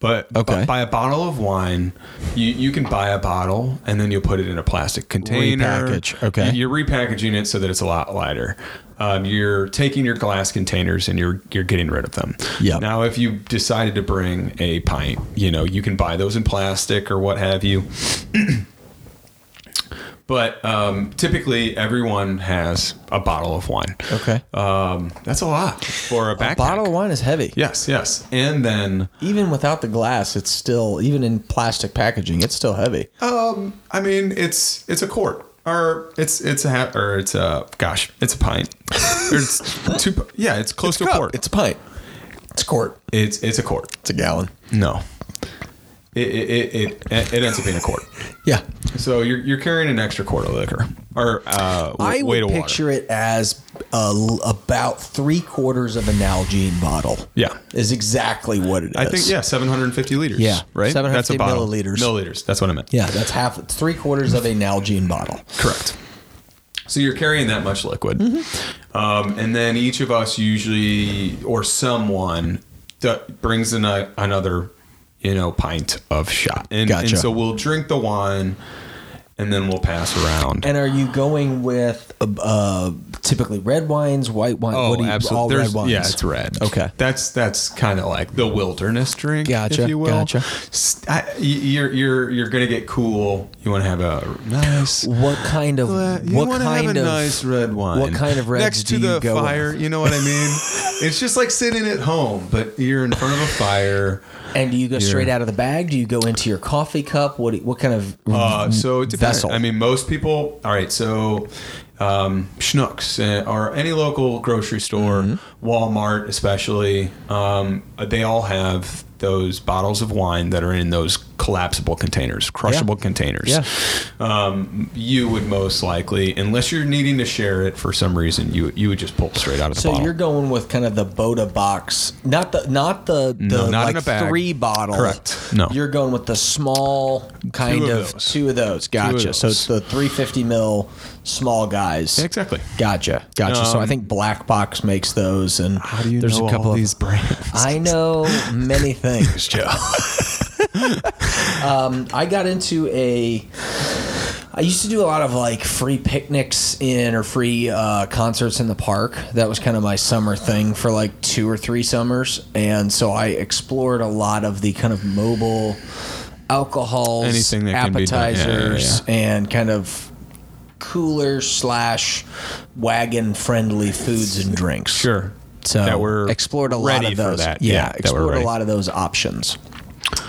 Speaker 2: But b-
Speaker 1: Okay.
Speaker 2: by a bottle of wine, you, you can buy a bottle and then you'll put it in a plastic container.
Speaker 1: Repackage, okay.
Speaker 2: You- You're repackaging it so that it's a lot lighter. Um, you're taking your glass containers and you're you're getting rid of them.
Speaker 3: Yep.
Speaker 2: Now, if you decided to bring a pint, you know you can buy those in plastic or what have you. [CLEARS THROAT] but um, typically, everyone has a bottle of wine.
Speaker 1: Okay.
Speaker 2: Um, that's a lot for a backpack.
Speaker 1: a bottle of wine is heavy.
Speaker 2: Yes, yes. And then,
Speaker 1: Even without the glass, it's still even in plastic packaging, it's still heavy.
Speaker 2: I mean, it's it's a quart, or it's it's a ha- or it's a gosh, it's a [LAUGHS] pint. Or it's two. pi- Yeah, it's close to a quart.
Speaker 3: It's a pint. It's a quart.
Speaker 2: It's it's a quart.
Speaker 3: It's a gallon.
Speaker 2: No, it it it, it, it ends up being a quart.
Speaker 3: Yeah.
Speaker 2: So you're you're carrying an extra quart of liquor or uh, w-
Speaker 1: I
Speaker 2: weight
Speaker 1: would
Speaker 2: of water.
Speaker 1: picture it as uh, l- about three quarters of a Nalgene bottle.
Speaker 2: Yeah.
Speaker 1: is exactly what it is.
Speaker 2: I think yeah, 750 liters.
Speaker 1: Yeah,
Speaker 2: right.
Speaker 1: 750 milliliters.
Speaker 2: Milliliters. That's what I meant.
Speaker 1: yeah, that's half, three quarters of a Nalgene bottle.
Speaker 2: Correct. So you're carrying that much liquid,
Speaker 1: Mm-hmm.
Speaker 2: um, and then each of us usually, or someone, that brings in a, another, you know, pint of shot, and,
Speaker 1: Gotcha.
Speaker 2: and so we'll drink the wine, and then we'll pass around.
Speaker 1: And are you going with uh, uh, typically red wines, white wine? what do you, All
Speaker 2: Oh, There's-
Speaker 1: red wines.
Speaker 2: Yeah, it's red.
Speaker 1: Okay.
Speaker 2: That's that's kind of like the wilderness drink,
Speaker 1: Gotcha,
Speaker 2: if you will.
Speaker 1: gotcha.
Speaker 2: S- I- y- you're you're you're gonna get cool. You want to have a nice
Speaker 1: What kind of?
Speaker 2: Uh, you
Speaker 1: what
Speaker 2: want to
Speaker 1: kind
Speaker 2: have a
Speaker 1: of?
Speaker 2: nice red wine.
Speaker 1: what kind of reds
Speaker 2: next
Speaker 1: do
Speaker 2: to
Speaker 1: you
Speaker 2: the
Speaker 1: go
Speaker 2: fire?
Speaker 1: with?
Speaker 2: You know what
Speaker 1: [LAUGHS]
Speaker 2: I mean? it's just like sitting at home, but you're in front of a fire.
Speaker 1: and do you go straight out of the bag? Do you go into your coffee cup? What? do- What kind of?
Speaker 2: Uh, so it depends.
Speaker 1: Mm-hmm. Vessel.
Speaker 2: I mean, most people. All right, so um, Schnucks uh, or any local grocery store,
Speaker 1: Mm-hmm.
Speaker 2: Walmart especially, um, they all have those bottles of wine that are in those collapsible containers, crushable containers.
Speaker 1: Yeah.
Speaker 2: Um, you would most likely, unless you're needing to share it for some reason, you you would just pull it straight out of the
Speaker 1: So
Speaker 2: bottle.
Speaker 1: you're going with kind of the Boda box, not the not the, the
Speaker 2: No, not
Speaker 1: like
Speaker 2: in a bag.
Speaker 1: three bottle.
Speaker 2: Correct. No.
Speaker 1: you're going with the small kind
Speaker 2: Two
Speaker 1: of,
Speaker 2: of those.
Speaker 1: two of those. Gotcha. So it's the 350 mil small guys.
Speaker 2: exactly.
Speaker 1: Gotcha. Gotcha. so
Speaker 2: Um,
Speaker 1: I think Black Box makes those, and there's a couple of
Speaker 2: these brands? [LAUGHS]
Speaker 1: I know many things, Joe. um, [LAUGHS] I got into a. I used to do a lot of like free picnics in or free uh, concerts in the park. That was kind of my summer thing for like two or three summers, and so I explored a lot of the kind of mobile alcohols,
Speaker 2: Anything that can be done. Yeah, yeah,
Speaker 1: appetizers, and kind of cooler slash wagon friendly foods and drinks.
Speaker 2: Sure.
Speaker 1: So
Speaker 2: That we're
Speaker 1: explored a lot
Speaker 2: ready
Speaker 1: of
Speaker 2: for
Speaker 1: those.
Speaker 2: that.
Speaker 1: Yeah,
Speaker 2: Yeah, that we're
Speaker 1: explored a
Speaker 2: ready.
Speaker 1: lot of those options.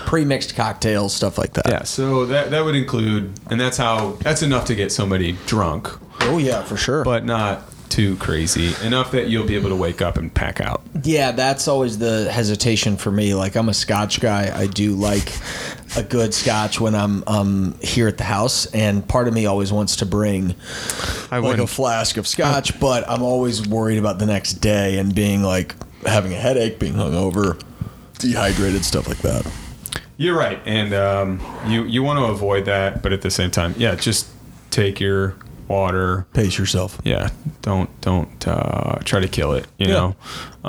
Speaker 1: Pre-mixed cocktails, stuff like that.
Speaker 2: Yeah, so that that would include, and that's how that's enough to get somebody drunk,
Speaker 1: Oh yeah, for sure.
Speaker 2: but not too crazy enough that you'll be able to wake up and pack out.
Speaker 1: yeah, that's always the hesitation for me. Like I'm a Scotch guy. I do like a good Scotch when I'm um here at the house, and part of me always wants to bring
Speaker 2: I
Speaker 1: like a flask of Scotch, but I'm always worried about the next day and being like having a headache, being hungover, dehydrated, stuff like that.
Speaker 2: You're right, and um, you you want to avoid that, but at the same time, yeah, just take your water.
Speaker 3: Pace yourself.
Speaker 2: Yeah, don't don't uh, try to kill it. You
Speaker 1: Yeah.
Speaker 2: know,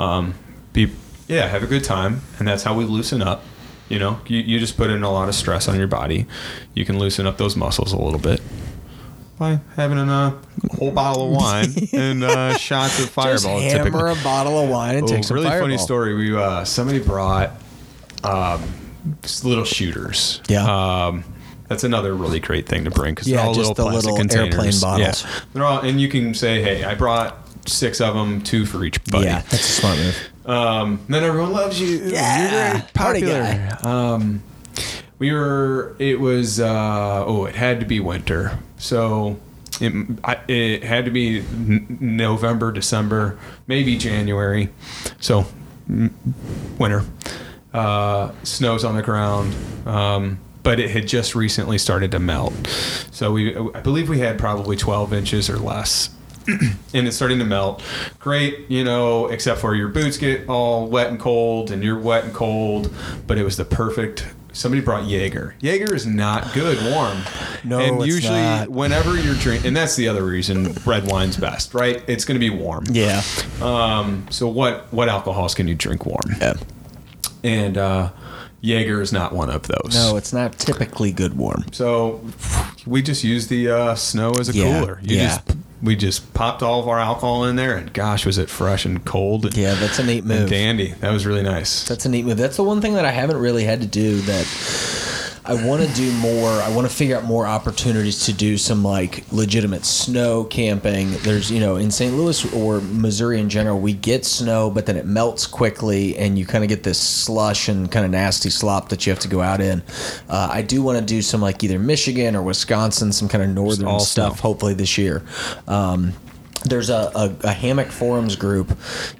Speaker 2: um, be yeah, have a good time, and that's how we loosen up. You know, you, you just put in a lot of stress on your body. You can loosen up those muscles a little bit by having a uh, whole bottle of
Speaker 1: [LAUGHS]
Speaker 2: wine and uh, shots of
Speaker 1: Just
Speaker 2: Fireball.
Speaker 1: hammer
Speaker 2: typically.
Speaker 1: a bottle of wine and
Speaker 2: Oh,
Speaker 1: take some
Speaker 2: really funny
Speaker 1: Fireball.
Speaker 2: story. We uh, somebody brought um, s- little shooters.
Speaker 1: Yeah.
Speaker 2: Um, That's another really great thing to bring because
Speaker 1: Yeah,
Speaker 2: they're all
Speaker 1: just
Speaker 2: little
Speaker 1: the
Speaker 2: plastic
Speaker 1: little
Speaker 2: containers.
Speaker 1: airplane bottles.
Speaker 2: Yeah. They're all, and you can say, "Hey, I brought six of them, two for each buddy."
Speaker 1: Yeah, that's a smart move.
Speaker 2: Then everyone loves you.
Speaker 1: Yeah,
Speaker 2: You're very
Speaker 1: party
Speaker 2: popular. Um, we were. It was. Uh, oh, it had to be winter. So it I, it had to be n- November, December, maybe January. So mm, winter. Uh, snow's on the ground. Um, but it had just recently started to melt. So we, I believe we had probably 12 inches or less [CLEARS THROAT] and it's starting to melt. Great, you know, except for your boots get all wet and cold, and you're wet and cold. But it was the perfect. Somebody brought Jaeger. Jaeger is not good warm.
Speaker 1: No,
Speaker 2: and
Speaker 1: it's
Speaker 2: usually
Speaker 1: not.
Speaker 2: whenever you're drinking, and that's the other reason red wine's best, right? It's going to be warm.
Speaker 1: Yeah.
Speaker 2: Um. So what what alcohols can you drink warm?
Speaker 1: yeah.
Speaker 2: And uh, Jaeger is not one of those.
Speaker 1: No, it's not typically good warm.
Speaker 2: So we just used the uh, snow as a
Speaker 1: Yeah,
Speaker 2: cooler. You
Speaker 1: yeah.
Speaker 2: just we just popped all of our alcohol in there, and gosh, was it fresh and cold? And,
Speaker 1: Yeah, that's a neat
Speaker 2: and
Speaker 1: move.
Speaker 2: dandy. That was really nice.
Speaker 1: That's a neat move. That's the one thing that I haven't really had to do that I want to do more. I want to figure out more opportunities to do some like legitimate snow camping. There's, you know, in St. Louis or Missouri in general, we get snow, but then it melts quickly and you kind of get this slush and kind of nasty slop that you have to go out in. Uh, I do want to do some like either Michigan or Wisconsin, some kind of northern
Speaker 2: all
Speaker 1: stuff,
Speaker 2: snow.
Speaker 1: hopefully this year. Um, there's a, a, a hammock forums group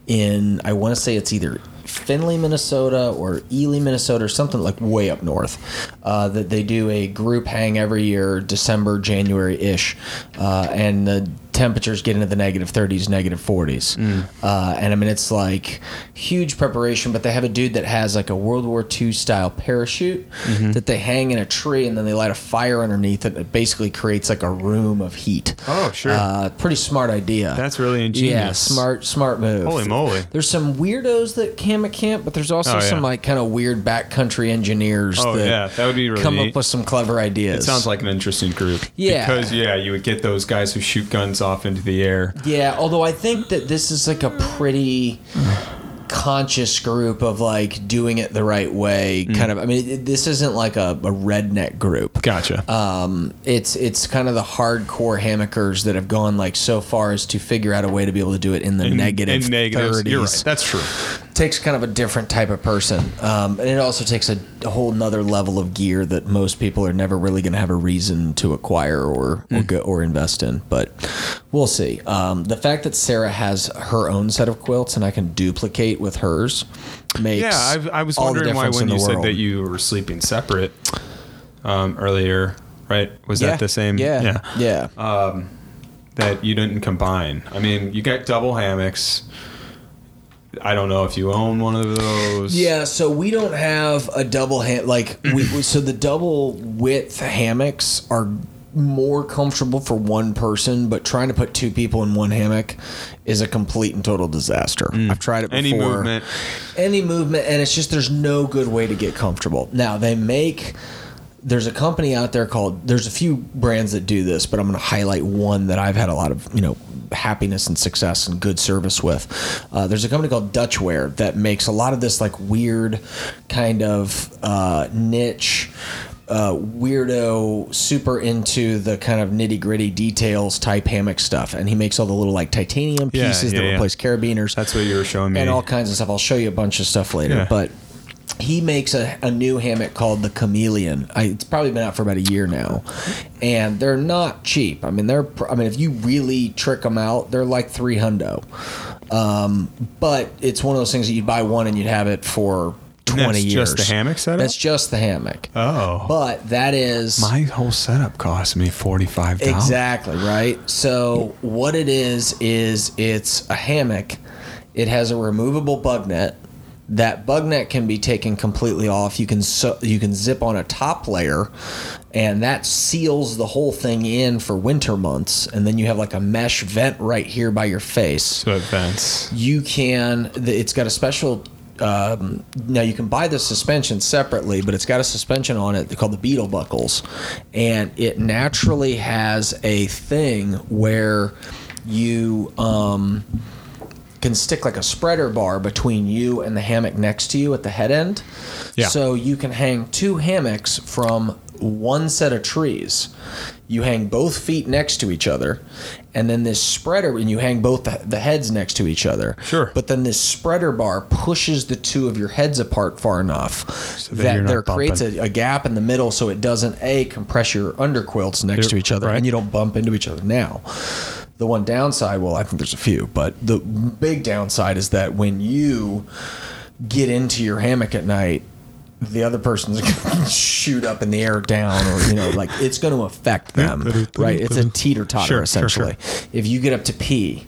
Speaker 1: in I want to say it's either Findlay, Minnesota, or Ely, Minnesota, or something like way up north. Uh, that they do a group hang every year, December, January ish, uh, and the temperatures get into the negative 30s, negative 40s,
Speaker 2: Mm.
Speaker 1: uh, and I mean it's like huge preparation. But they have a dude that has like a World War II style parachute
Speaker 2: Mm-hmm.
Speaker 1: that they hang in a tree, and then they light a fire underneath it. It basically creates like a room of heat.
Speaker 2: Oh, sure.
Speaker 1: Uh, pretty smart idea.
Speaker 2: That's really ingenious.
Speaker 1: Yeah, smart, smart move.
Speaker 2: Holy moly.
Speaker 1: There's some weirdos that camp at camp, but there's also
Speaker 2: Oh, yeah.
Speaker 1: some like kind of weird backcountry engineers
Speaker 2: Oh,
Speaker 1: that,
Speaker 2: yeah, that would be really
Speaker 1: come
Speaker 2: neat.
Speaker 1: up with some clever ideas.
Speaker 2: It sounds like an interesting group.
Speaker 1: Yeah.
Speaker 2: Because yeah, you would get those guys who shoot guns off into the air.
Speaker 1: Yeah, although I think that this is like a pretty conscious group of like doing it the right way
Speaker 2: Mm.
Speaker 1: kind of i mean it, this isn't like a, a redneck group
Speaker 2: Gotcha.
Speaker 1: um, it's it's kind of the hardcore hammockers that have gone like so far as to figure out a way to be able to do it in the negative
Speaker 2: and negatives.
Speaker 1: 30s.
Speaker 2: You're right. That's true.
Speaker 1: takes kind of a different type of person, um, and it also takes a, a whole nother level of gear that most people are never really going to have a reason to acquire or
Speaker 2: Hmm.
Speaker 1: or, go, or invest in. But we'll see. Um, the fact that Sarah has her own set of quilts and I can duplicate with hers makes
Speaker 2: Yeah, I've, I was
Speaker 1: all the
Speaker 2: wondering why
Speaker 1: difference
Speaker 2: when
Speaker 1: in
Speaker 2: you
Speaker 1: the
Speaker 2: said
Speaker 1: world.
Speaker 2: that you were sleeping separate um, earlier, right? Was
Speaker 1: yeah,
Speaker 2: that the same?
Speaker 1: Yeah,
Speaker 2: Yeah.
Speaker 1: yeah,
Speaker 2: that you didn't combine. I mean, you got double hammocks. I don't know if you own one of those. Mm-hmm.
Speaker 1: Yeah, so we don't have a double ham like we we- so the double width hammocks are more comfortable for one person, but trying to put two people in one hammock is a complete and total disaster. I've tried it before.
Speaker 2: Mm. Any movement.
Speaker 1: Any movement and it's just there's no good way to get comfortable. Now they make there's a company out there called there's a few brands that do this but i'm going to highlight one that i've had a lot of you know happiness and success and good service with uh, there's a company called dutchware that makes a lot of this like weird kind of uh, niche uh, weirdo super into the kind of nitty gritty details type hammock stuff and he makes all the little like titanium
Speaker 2: Yeah,
Speaker 1: pieces
Speaker 2: yeah,
Speaker 1: that
Speaker 2: yeah.
Speaker 1: replace carabiners
Speaker 2: That's what you were showing me.
Speaker 1: and all kinds of stuff. I'll show you a bunch of stuff later.
Speaker 2: Yeah.
Speaker 1: But he makes a, a new hammock called the Chameleon. I, it's probably been out for about a year now, and they're not cheap. I mean, they're pr- I mean, if you really trick them out, they're like three hundo. Um, but it's one of those things that you buy one and you'd have it for
Speaker 2: And
Speaker 1: twenty
Speaker 2: that's
Speaker 1: years.
Speaker 2: just the hammock setup?
Speaker 1: That's just the hammock.
Speaker 2: Oh.
Speaker 1: but that is
Speaker 2: My whole setup cost me forty five dollars.
Speaker 1: Exactly, right? So what it is is it's a hammock. It has a removable bug net. That bug net can be taken completely off. You can so, you can zip on a top layer and that seals the whole thing in for winter months and then you have like a mesh vent right here by your face
Speaker 2: So it vents.
Speaker 1: you can th- it's got a special um, now you can buy the suspension separately but it's got a suspension on it called the beetle buckles and it naturally has a thing where you um, can stick like a spreader bar between you and the hammock next to you at the head end
Speaker 2: Yeah.
Speaker 1: so you can hang two hammocks from one set of trees. You hang both feet next to each other, and then this spreader, and you hang both the, the heads next to each other.
Speaker 2: Sure.
Speaker 1: But then this spreader bar pushes the two of your heads apart far enough
Speaker 2: that
Speaker 1: that,
Speaker 2: you're not
Speaker 1: there creates
Speaker 2: bumping.
Speaker 1: a, a gap in the middle so it doesn't, A, compress your underquilts next
Speaker 2: You're-
Speaker 1: to each other,
Speaker 2: right.
Speaker 1: and you don't bump into each other now. The one downside, well, I think there's a few, but the big downside is that when you get into your hammock at night, the other person's [LAUGHS] gonna shoot up in the air down or you know like it's going to affect them right it's a teeter totter
Speaker 2: Sure, sure, sure.
Speaker 1: essentially if you get up to pee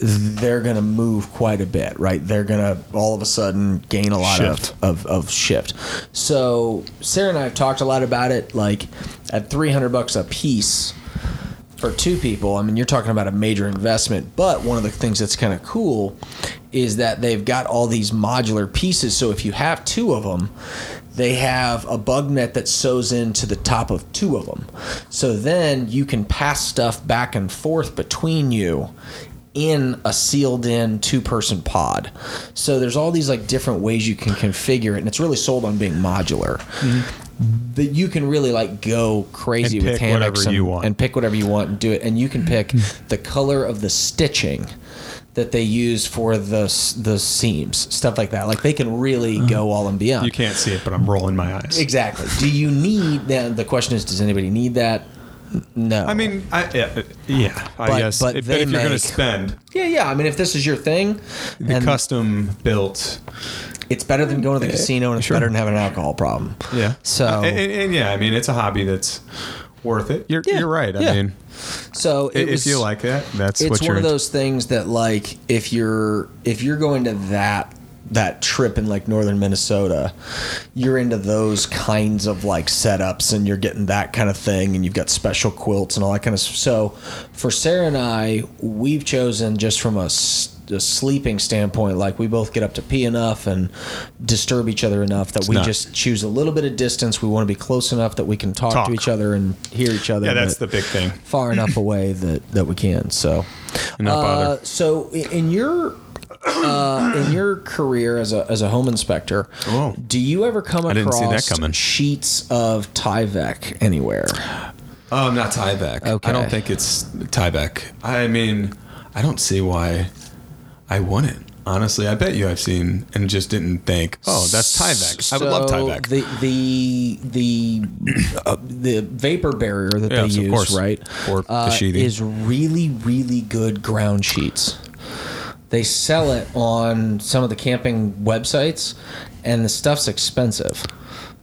Speaker 1: they're going to move quite a bit right they're going to all of a sudden gain a lot
Speaker 2: Shift.
Speaker 1: Of, of of shift so sarah and i have talked a lot about it like at 300 bucks a piece for two people, I mean, you're talking about a major investment. But one of the things that's kind of cool is that they've got all these modular pieces. So if you have two of them, they have a bug net that sews into the top of two of them. So then you can pass stuff back and forth between you in a sealed in two person pod. So there's all these like different ways you can configure it and it's really sold on being modular. That you can really like go crazy
Speaker 2: Mm-hmm. And
Speaker 1: with
Speaker 2: pick whatever
Speaker 1: hammocks and,
Speaker 2: you want.
Speaker 1: and pick whatever you want and do it and you can pick
Speaker 2: Mm-hmm.
Speaker 1: the color of the stitching that they use for the s- the seams stuff like that like they can really go all and beyond
Speaker 2: Uh-huh. You can't see it, but I'm rolling my eyes.
Speaker 1: exactly do you need now the question is does anybody need that no
Speaker 2: I mean, I, yeah, uh, yeah,
Speaker 1: But-
Speaker 2: I guess.
Speaker 1: but
Speaker 2: if,
Speaker 1: they
Speaker 2: if you're going to
Speaker 1: make-
Speaker 2: spend
Speaker 1: yeah yeah i mean if this is your thing
Speaker 2: the
Speaker 1: and
Speaker 2: custom built,
Speaker 1: it's better than going to the casino and it's
Speaker 2: Sure.
Speaker 1: better than having an alcohol problem
Speaker 2: yeah.
Speaker 1: So-
Speaker 2: Uh, and, and- and yeah, I mean, it's a hobby that's worth it. You're,
Speaker 1: Yeah,
Speaker 2: you're right. I
Speaker 1: yeah.
Speaker 2: mean,
Speaker 1: so
Speaker 2: i-
Speaker 1: it
Speaker 2: if
Speaker 1: was,
Speaker 2: you like that, that's
Speaker 1: it's
Speaker 2: what
Speaker 1: one
Speaker 2: you're.
Speaker 1: of those things that like if you're if you're going to that that trip in like northern Minnesota, you're into those kinds of like setups and you're getting that kind of thing and you've got special quilts and all that kind of stuff. So for Sarah and I, we've chosen just from a, s- a sleeping standpoint, like we both get up to pee enough and disturb each other enough that we
Speaker 2: not-
Speaker 1: just choose a little bit of distance. We want to be close enough that we can talk,
Speaker 2: Talk.
Speaker 1: to each other and hear each other.
Speaker 2: yeah, that's
Speaker 1: but-
Speaker 2: the big thing.
Speaker 1: [LAUGHS] far enough away that that we can. So,
Speaker 2: And not bother.
Speaker 1: Uh, so i- in your uh, in your career as a as a home inspector,
Speaker 2: Oh.
Speaker 1: do you ever come
Speaker 2: didn't see that
Speaker 1: across
Speaker 2: coming.
Speaker 1: sheets of Tyvek anywhere?
Speaker 2: Um, not Tyvek.
Speaker 1: Okay.
Speaker 2: I don't think it's Tyvek. I mean, I don't see why I wouldn't. Honestly, I bet you I've seen and just didn't think, oh, that's Tyvek. I would love
Speaker 1: So
Speaker 2: Tyvek.
Speaker 1: The the the uh, the vapor barrier that
Speaker 2: Yeah,
Speaker 1: they
Speaker 2: of
Speaker 1: use,
Speaker 2: course.
Speaker 1: right? uh,
Speaker 2: Or the sheathing.
Speaker 1: is really really good ground sheets. They sell it on some of the camping websites, and the stuff's expensive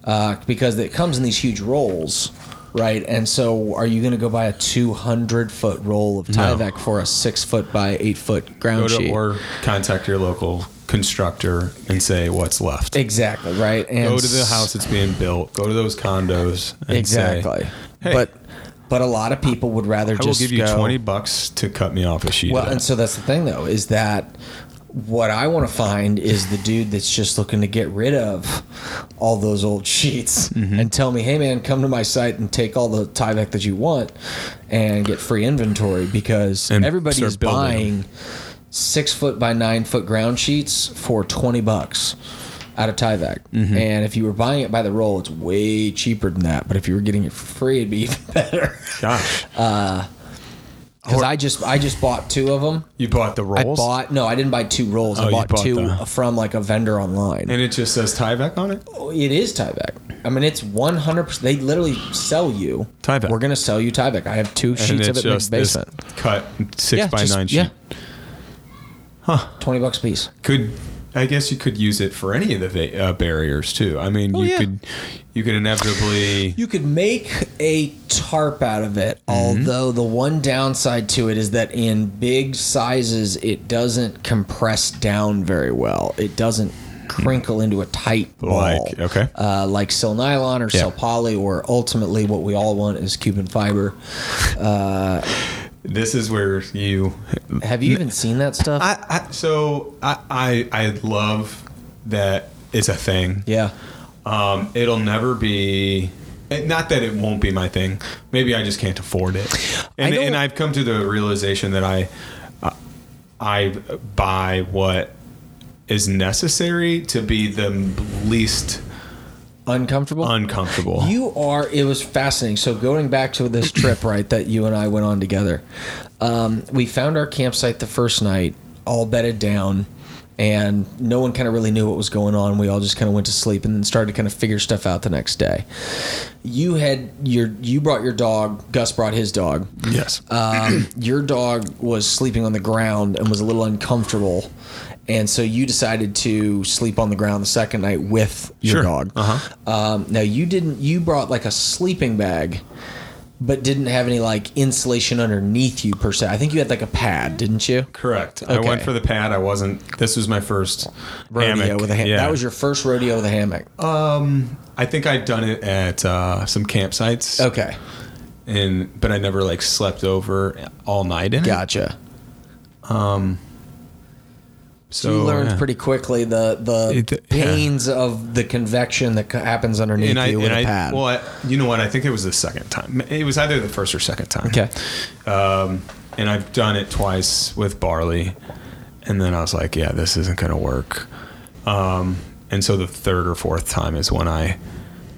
Speaker 1: uh, because it comes in these huge rolls. Right, and so are you going to go buy a two hundred foot roll of Tyvek for a six foot by eight foot ground
Speaker 2: Go to
Speaker 1: sheet?
Speaker 2: or contact your local constructor and say what's left.
Speaker 1: exactly right. And
Speaker 2: Go to the
Speaker 1: s-
Speaker 2: house that's being built. Go to those condos. And
Speaker 1: Exactly.
Speaker 2: Say, hey,
Speaker 1: but but a lot of people would rather
Speaker 2: I will
Speaker 1: just
Speaker 2: give you
Speaker 1: go,
Speaker 2: twenty bucks to cut me off a sheet.
Speaker 1: Well,
Speaker 2: of
Speaker 1: and
Speaker 2: that.
Speaker 1: so that's the thing though is that what I want to find is the dude that's just looking to get rid of all those old sheets
Speaker 2: Mm-hmm.
Speaker 1: and tell me, "Hey man, come to my site and take all the Tyvek that you want and get free inventory because
Speaker 2: And
Speaker 1: everybody
Speaker 2: start
Speaker 1: is
Speaker 2: building them.
Speaker 1: buying six foot by nine foot ground sheets for 20 bucks out of Tyvek.
Speaker 2: Mm-hmm.
Speaker 1: And if you were buying it by the roll, it's way cheaper than that. But if you were getting it for free, it'd be [LAUGHS] even better.
Speaker 2: Gosh,
Speaker 1: Because I just I just bought two of them.
Speaker 2: you bought the rolls.
Speaker 1: I bought no, I didn't buy two rolls.
Speaker 2: Oh,
Speaker 1: I
Speaker 2: you
Speaker 1: bought,
Speaker 2: bought
Speaker 1: two
Speaker 2: the-
Speaker 1: from like a vendor online.
Speaker 2: and it just says Tyvek on it.
Speaker 1: it is Tyvek. I mean, it's one hundred percent. They literally sell you
Speaker 2: Tyvek.
Speaker 1: We're gonna sell you Tyvek. I have two
Speaker 2: and
Speaker 1: sheets of it
Speaker 2: it's
Speaker 1: in the
Speaker 2: just this
Speaker 1: basement.
Speaker 2: cut six by
Speaker 1: just-
Speaker 2: nine sheet.
Speaker 1: yeah. Twenty bucks a piece.
Speaker 2: could I guess you could use it for any of the va- uh, barriers too. I mean, you
Speaker 1: Oh, yeah.
Speaker 2: could you could inevitably
Speaker 1: You could make a tarp out of it,
Speaker 2: Mm-hmm.
Speaker 1: although the one downside to it is that in big sizes, it doesn't compress down very well. It doesn't crinkle into a tight ball.
Speaker 2: Like, okay.
Speaker 1: Uh, like silk nylon or
Speaker 2: Yeah.
Speaker 1: silk poly, or ultimately what we all want is Cuban fiber.
Speaker 2: this is where you
Speaker 1: Have
Speaker 2: Mm.
Speaker 1: you even seen that stuff?
Speaker 2: I, I so I, I I love that it's a thing.
Speaker 1: yeah.
Speaker 2: Um, it'll never be. and Not that it won't be my thing. Maybe I just can't afford it. And,
Speaker 1: don't-
Speaker 2: and I've come to the realization that I, I buy what is necessary to be the least
Speaker 1: uncomfortable.
Speaker 2: uncomfortable.
Speaker 1: You are. It was fascinating. So going back to this trip, right, that you and I went on together, um, we found our campsite the first night, all bedded down, and no one kind of really knew what was going on. We all just kind of went to sleep and then started to kind of figure stuff out the next day. You had your. You brought your dog. Gus brought his dog.
Speaker 2: yes.
Speaker 1: [CLEARS THROAT] Um, your dog was sleeping on the ground and was a little uncomfortable. And so you decided to sleep on the ground the second night with your
Speaker 2: Sure.
Speaker 1: dog. Uh-huh. Um, now you didn't. You brought like a sleeping bag, but didn't have any like insulation underneath you per se. I think you had like a pad, didn't you?
Speaker 2: Correct. I
Speaker 1: Okay.
Speaker 2: went for the pad. I wasn't. This was my first
Speaker 1: Rodeo
Speaker 2: hammock.
Speaker 1: with a hammock.
Speaker 2: Yeah.
Speaker 1: That was your first rodeo with a hammock.
Speaker 2: I think I'd done it at uh, some campsites.
Speaker 1: okay,
Speaker 2: And but I never like slept over all night in it.
Speaker 1: gotcha.
Speaker 2: So
Speaker 1: you learned
Speaker 2: yeah.
Speaker 1: pretty quickly the the
Speaker 2: It- yeah.
Speaker 1: pains of the convection that c- happens underneath
Speaker 2: And I,
Speaker 1: you with
Speaker 2: and
Speaker 1: a
Speaker 2: I
Speaker 1: pad.
Speaker 2: well, I, you know what? I think it was the second time. It was either the first or second time.
Speaker 1: okay,
Speaker 2: Um, and I've done it twice with barley, and then I was like, yeah, this isn't gonna work. Um, and so the third or fourth time is when I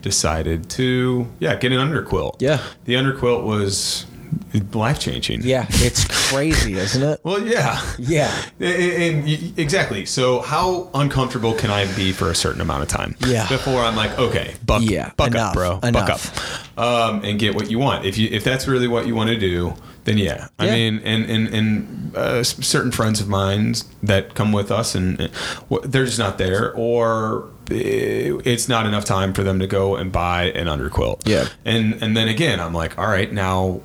Speaker 2: decided to yeah get an underquilt.
Speaker 1: Yeah.
Speaker 2: the underquilt was life changing.
Speaker 1: yeah, it's crazy, isn't it?
Speaker 2: Well, yeah.
Speaker 1: Yeah.
Speaker 2: And- And and- exactly. So, how uncomfortable can I be for a certain amount of time?
Speaker 1: Yeah.
Speaker 2: Before I'm like, okay, buck,
Speaker 1: Yeah,
Speaker 2: buck
Speaker 1: enough,
Speaker 2: up, bro,
Speaker 1: enough.
Speaker 2: buck up, um, and get what you want. If you if that's really what you want to do, then yeah. I
Speaker 1: Yeah.
Speaker 2: mean, and and and uh, s- certain friends of mine that come with us, and uh, wh- they're just not there, or uh, it's not enough time for them to go and buy an underquilt.
Speaker 1: Yeah.
Speaker 2: And and then again, I'm like, all right, now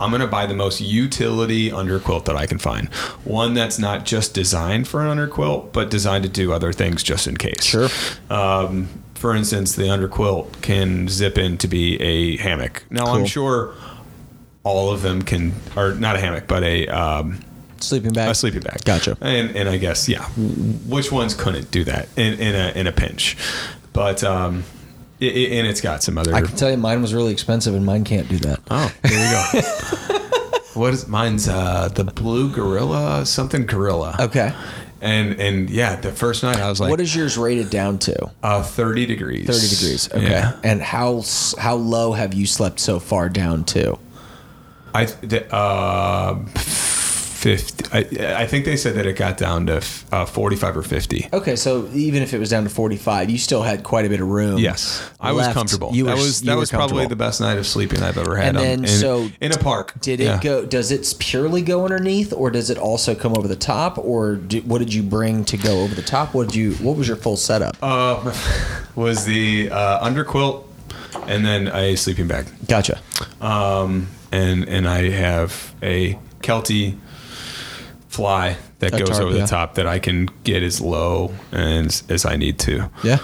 Speaker 2: I'm gonna buy the most utility underquilt that I can find. One that's not just designed for an underquilt, but designed to do other things just in case.
Speaker 1: Sure.
Speaker 2: Um, for instance, the underquilt can zip in to be a hammock. Now I'm
Speaker 1: Cool.
Speaker 2: sure all of them can, or not a hammock, but a um,
Speaker 1: Sleeping bag.
Speaker 2: a sleeping bag.
Speaker 1: Gotcha.
Speaker 2: And and I guess yeah, which ones couldn't do that in, in a in a pinch? But um, i i and it's got some other.
Speaker 1: I can tell you mine was really expensive and mine can't do that.
Speaker 2: Oh, there you go. [LAUGHS] what is mine's uh the blue gorilla something gorilla
Speaker 1: Okay.
Speaker 2: and and yeah the first night i was like
Speaker 1: what is yours rated down to?
Speaker 2: uh 30 degrees
Speaker 1: 30 degrees. Okay.
Speaker 2: Yeah.
Speaker 1: And how s- how low have you slept so far down to?
Speaker 2: i th- uh 50 I, I think they said that it got down to f- uh 45 or 50
Speaker 1: Okay, so even if it was down to 45, you still had quite a bit of room.
Speaker 2: Yes, I was
Speaker 1: left.
Speaker 2: comfortable.
Speaker 1: You
Speaker 2: that
Speaker 1: were-
Speaker 2: was
Speaker 1: you
Speaker 2: that
Speaker 1: were
Speaker 2: was probably
Speaker 1: comfortable.
Speaker 2: the best night of sleeping I've ever had.
Speaker 1: And
Speaker 2: on-
Speaker 1: then,
Speaker 2: in,
Speaker 1: so
Speaker 2: in a park,
Speaker 1: Did it
Speaker 2: Yeah.
Speaker 1: go? Does it purely go underneath, or does it also come over the top, or do, what did you bring to go over the top? What did you? What was your full setup?
Speaker 2: Uh, [LAUGHS] Was the uh, underquilt and then a sleeping bag.
Speaker 1: gotcha.
Speaker 2: um, and and I have a Kelty fly that
Speaker 1: A
Speaker 2: goes
Speaker 1: tarp,
Speaker 2: over the
Speaker 1: yeah.
Speaker 2: top that I can get as low and as I need to.
Speaker 1: Yeah.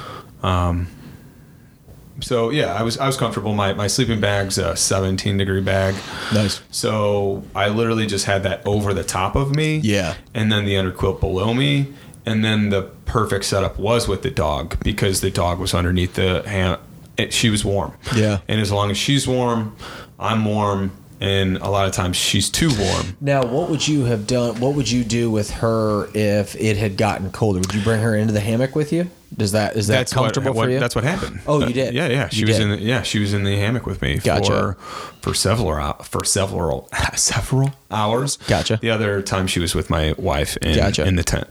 Speaker 2: So yeah, I was I was comfortable. My my sleeping bag's a 17 degree bag.
Speaker 1: Nice.
Speaker 2: So I literally just had that over the top of me.
Speaker 3: Yeah.
Speaker 2: And then the underquilt below me. And then the perfect setup was with the dog because the dog was underneath the ham. It, she was warm.
Speaker 3: Yeah.
Speaker 2: And as long as she's warm, I'm warm. And a lot of times she's too warm.
Speaker 1: Now, what would you have done? What would you do with her if it had gotten colder? Would you bring her into the hammock with you? Does that is that comfortable
Speaker 2: what, what-
Speaker 1: for you?
Speaker 2: That's what happened.
Speaker 1: Oh, you
Speaker 2: Uh,
Speaker 1: did?
Speaker 2: Yeah, yeah. She
Speaker 1: You
Speaker 2: was
Speaker 1: did.
Speaker 2: in. The, yeah, she was in the hammock with me
Speaker 1: Gotcha.
Speaker 2: for for several hou- for several [LAUGHS] several hours.
Speaker 1: Gotcha.
Speaker 2: The other time she was with my wife in
Speaker 1: Gotcha.
Speaker 2: in the tent.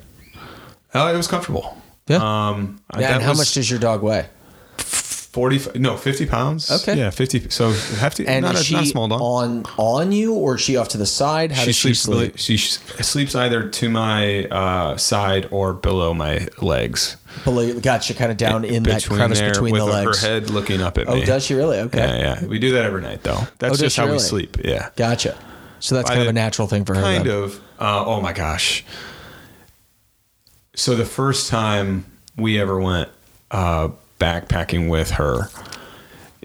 Speaker 2: Oh, it was comfortable.
Speaker 1: yeah.
Speaker 2: Um,
Speaker 1: yeah and how
Speaker 2: was
Speaker 1: much does your dog weigh?
Speaker 2: forty? No, fifty pounds.
Speaker 1: Okay.
Speaker 2: Yeah, fifty. So hefty.
Speaker 1: And
Speaker 2: not,
Speaker 1: is
Speaker 2: a,
Speaker 1: she
Speaker 2: not a small dog.
Speaker 1: on on you, or is she off to the side? How
Speaker 2: she
Speaker 1: does she
Speaker 2: sleeps.
Speaker 1: sleep?
Speaker 2: li- She s- sleeps either to my uh, side or below my legs.
Speaker 1: Below, gotcha, kind of down in that crevice
Speaker 2: there
Speaker 1: between
Speaker 2: with
Speaker 1: the legs.
Speaker 2: her head looking up at
Speaker 1: oh,
Speaker 2: me.
Speaker 1: does she really? Okay,
Speaker 2: Yeah, yeah. We do that every night, though.
Speaker 1: Oh,
Speaker 2: That's
Speaker 1: does
Speaker 2: just
Speaker 1: she
Speaker 2: how we
Speaker 1: really?
Speaker 2: sleep. Yeah.
Speaker 1: gotcha. So that's
Speaker 2: I
Speaker 1: kind of a
Speaker 2: did-
Speaker 1: natural thing for her.
Speaker 2: Kind
Speaker 1: then.
Speaker 2: of. Uh, oh my gosh. So the first time we ever went uh, backpacking with her,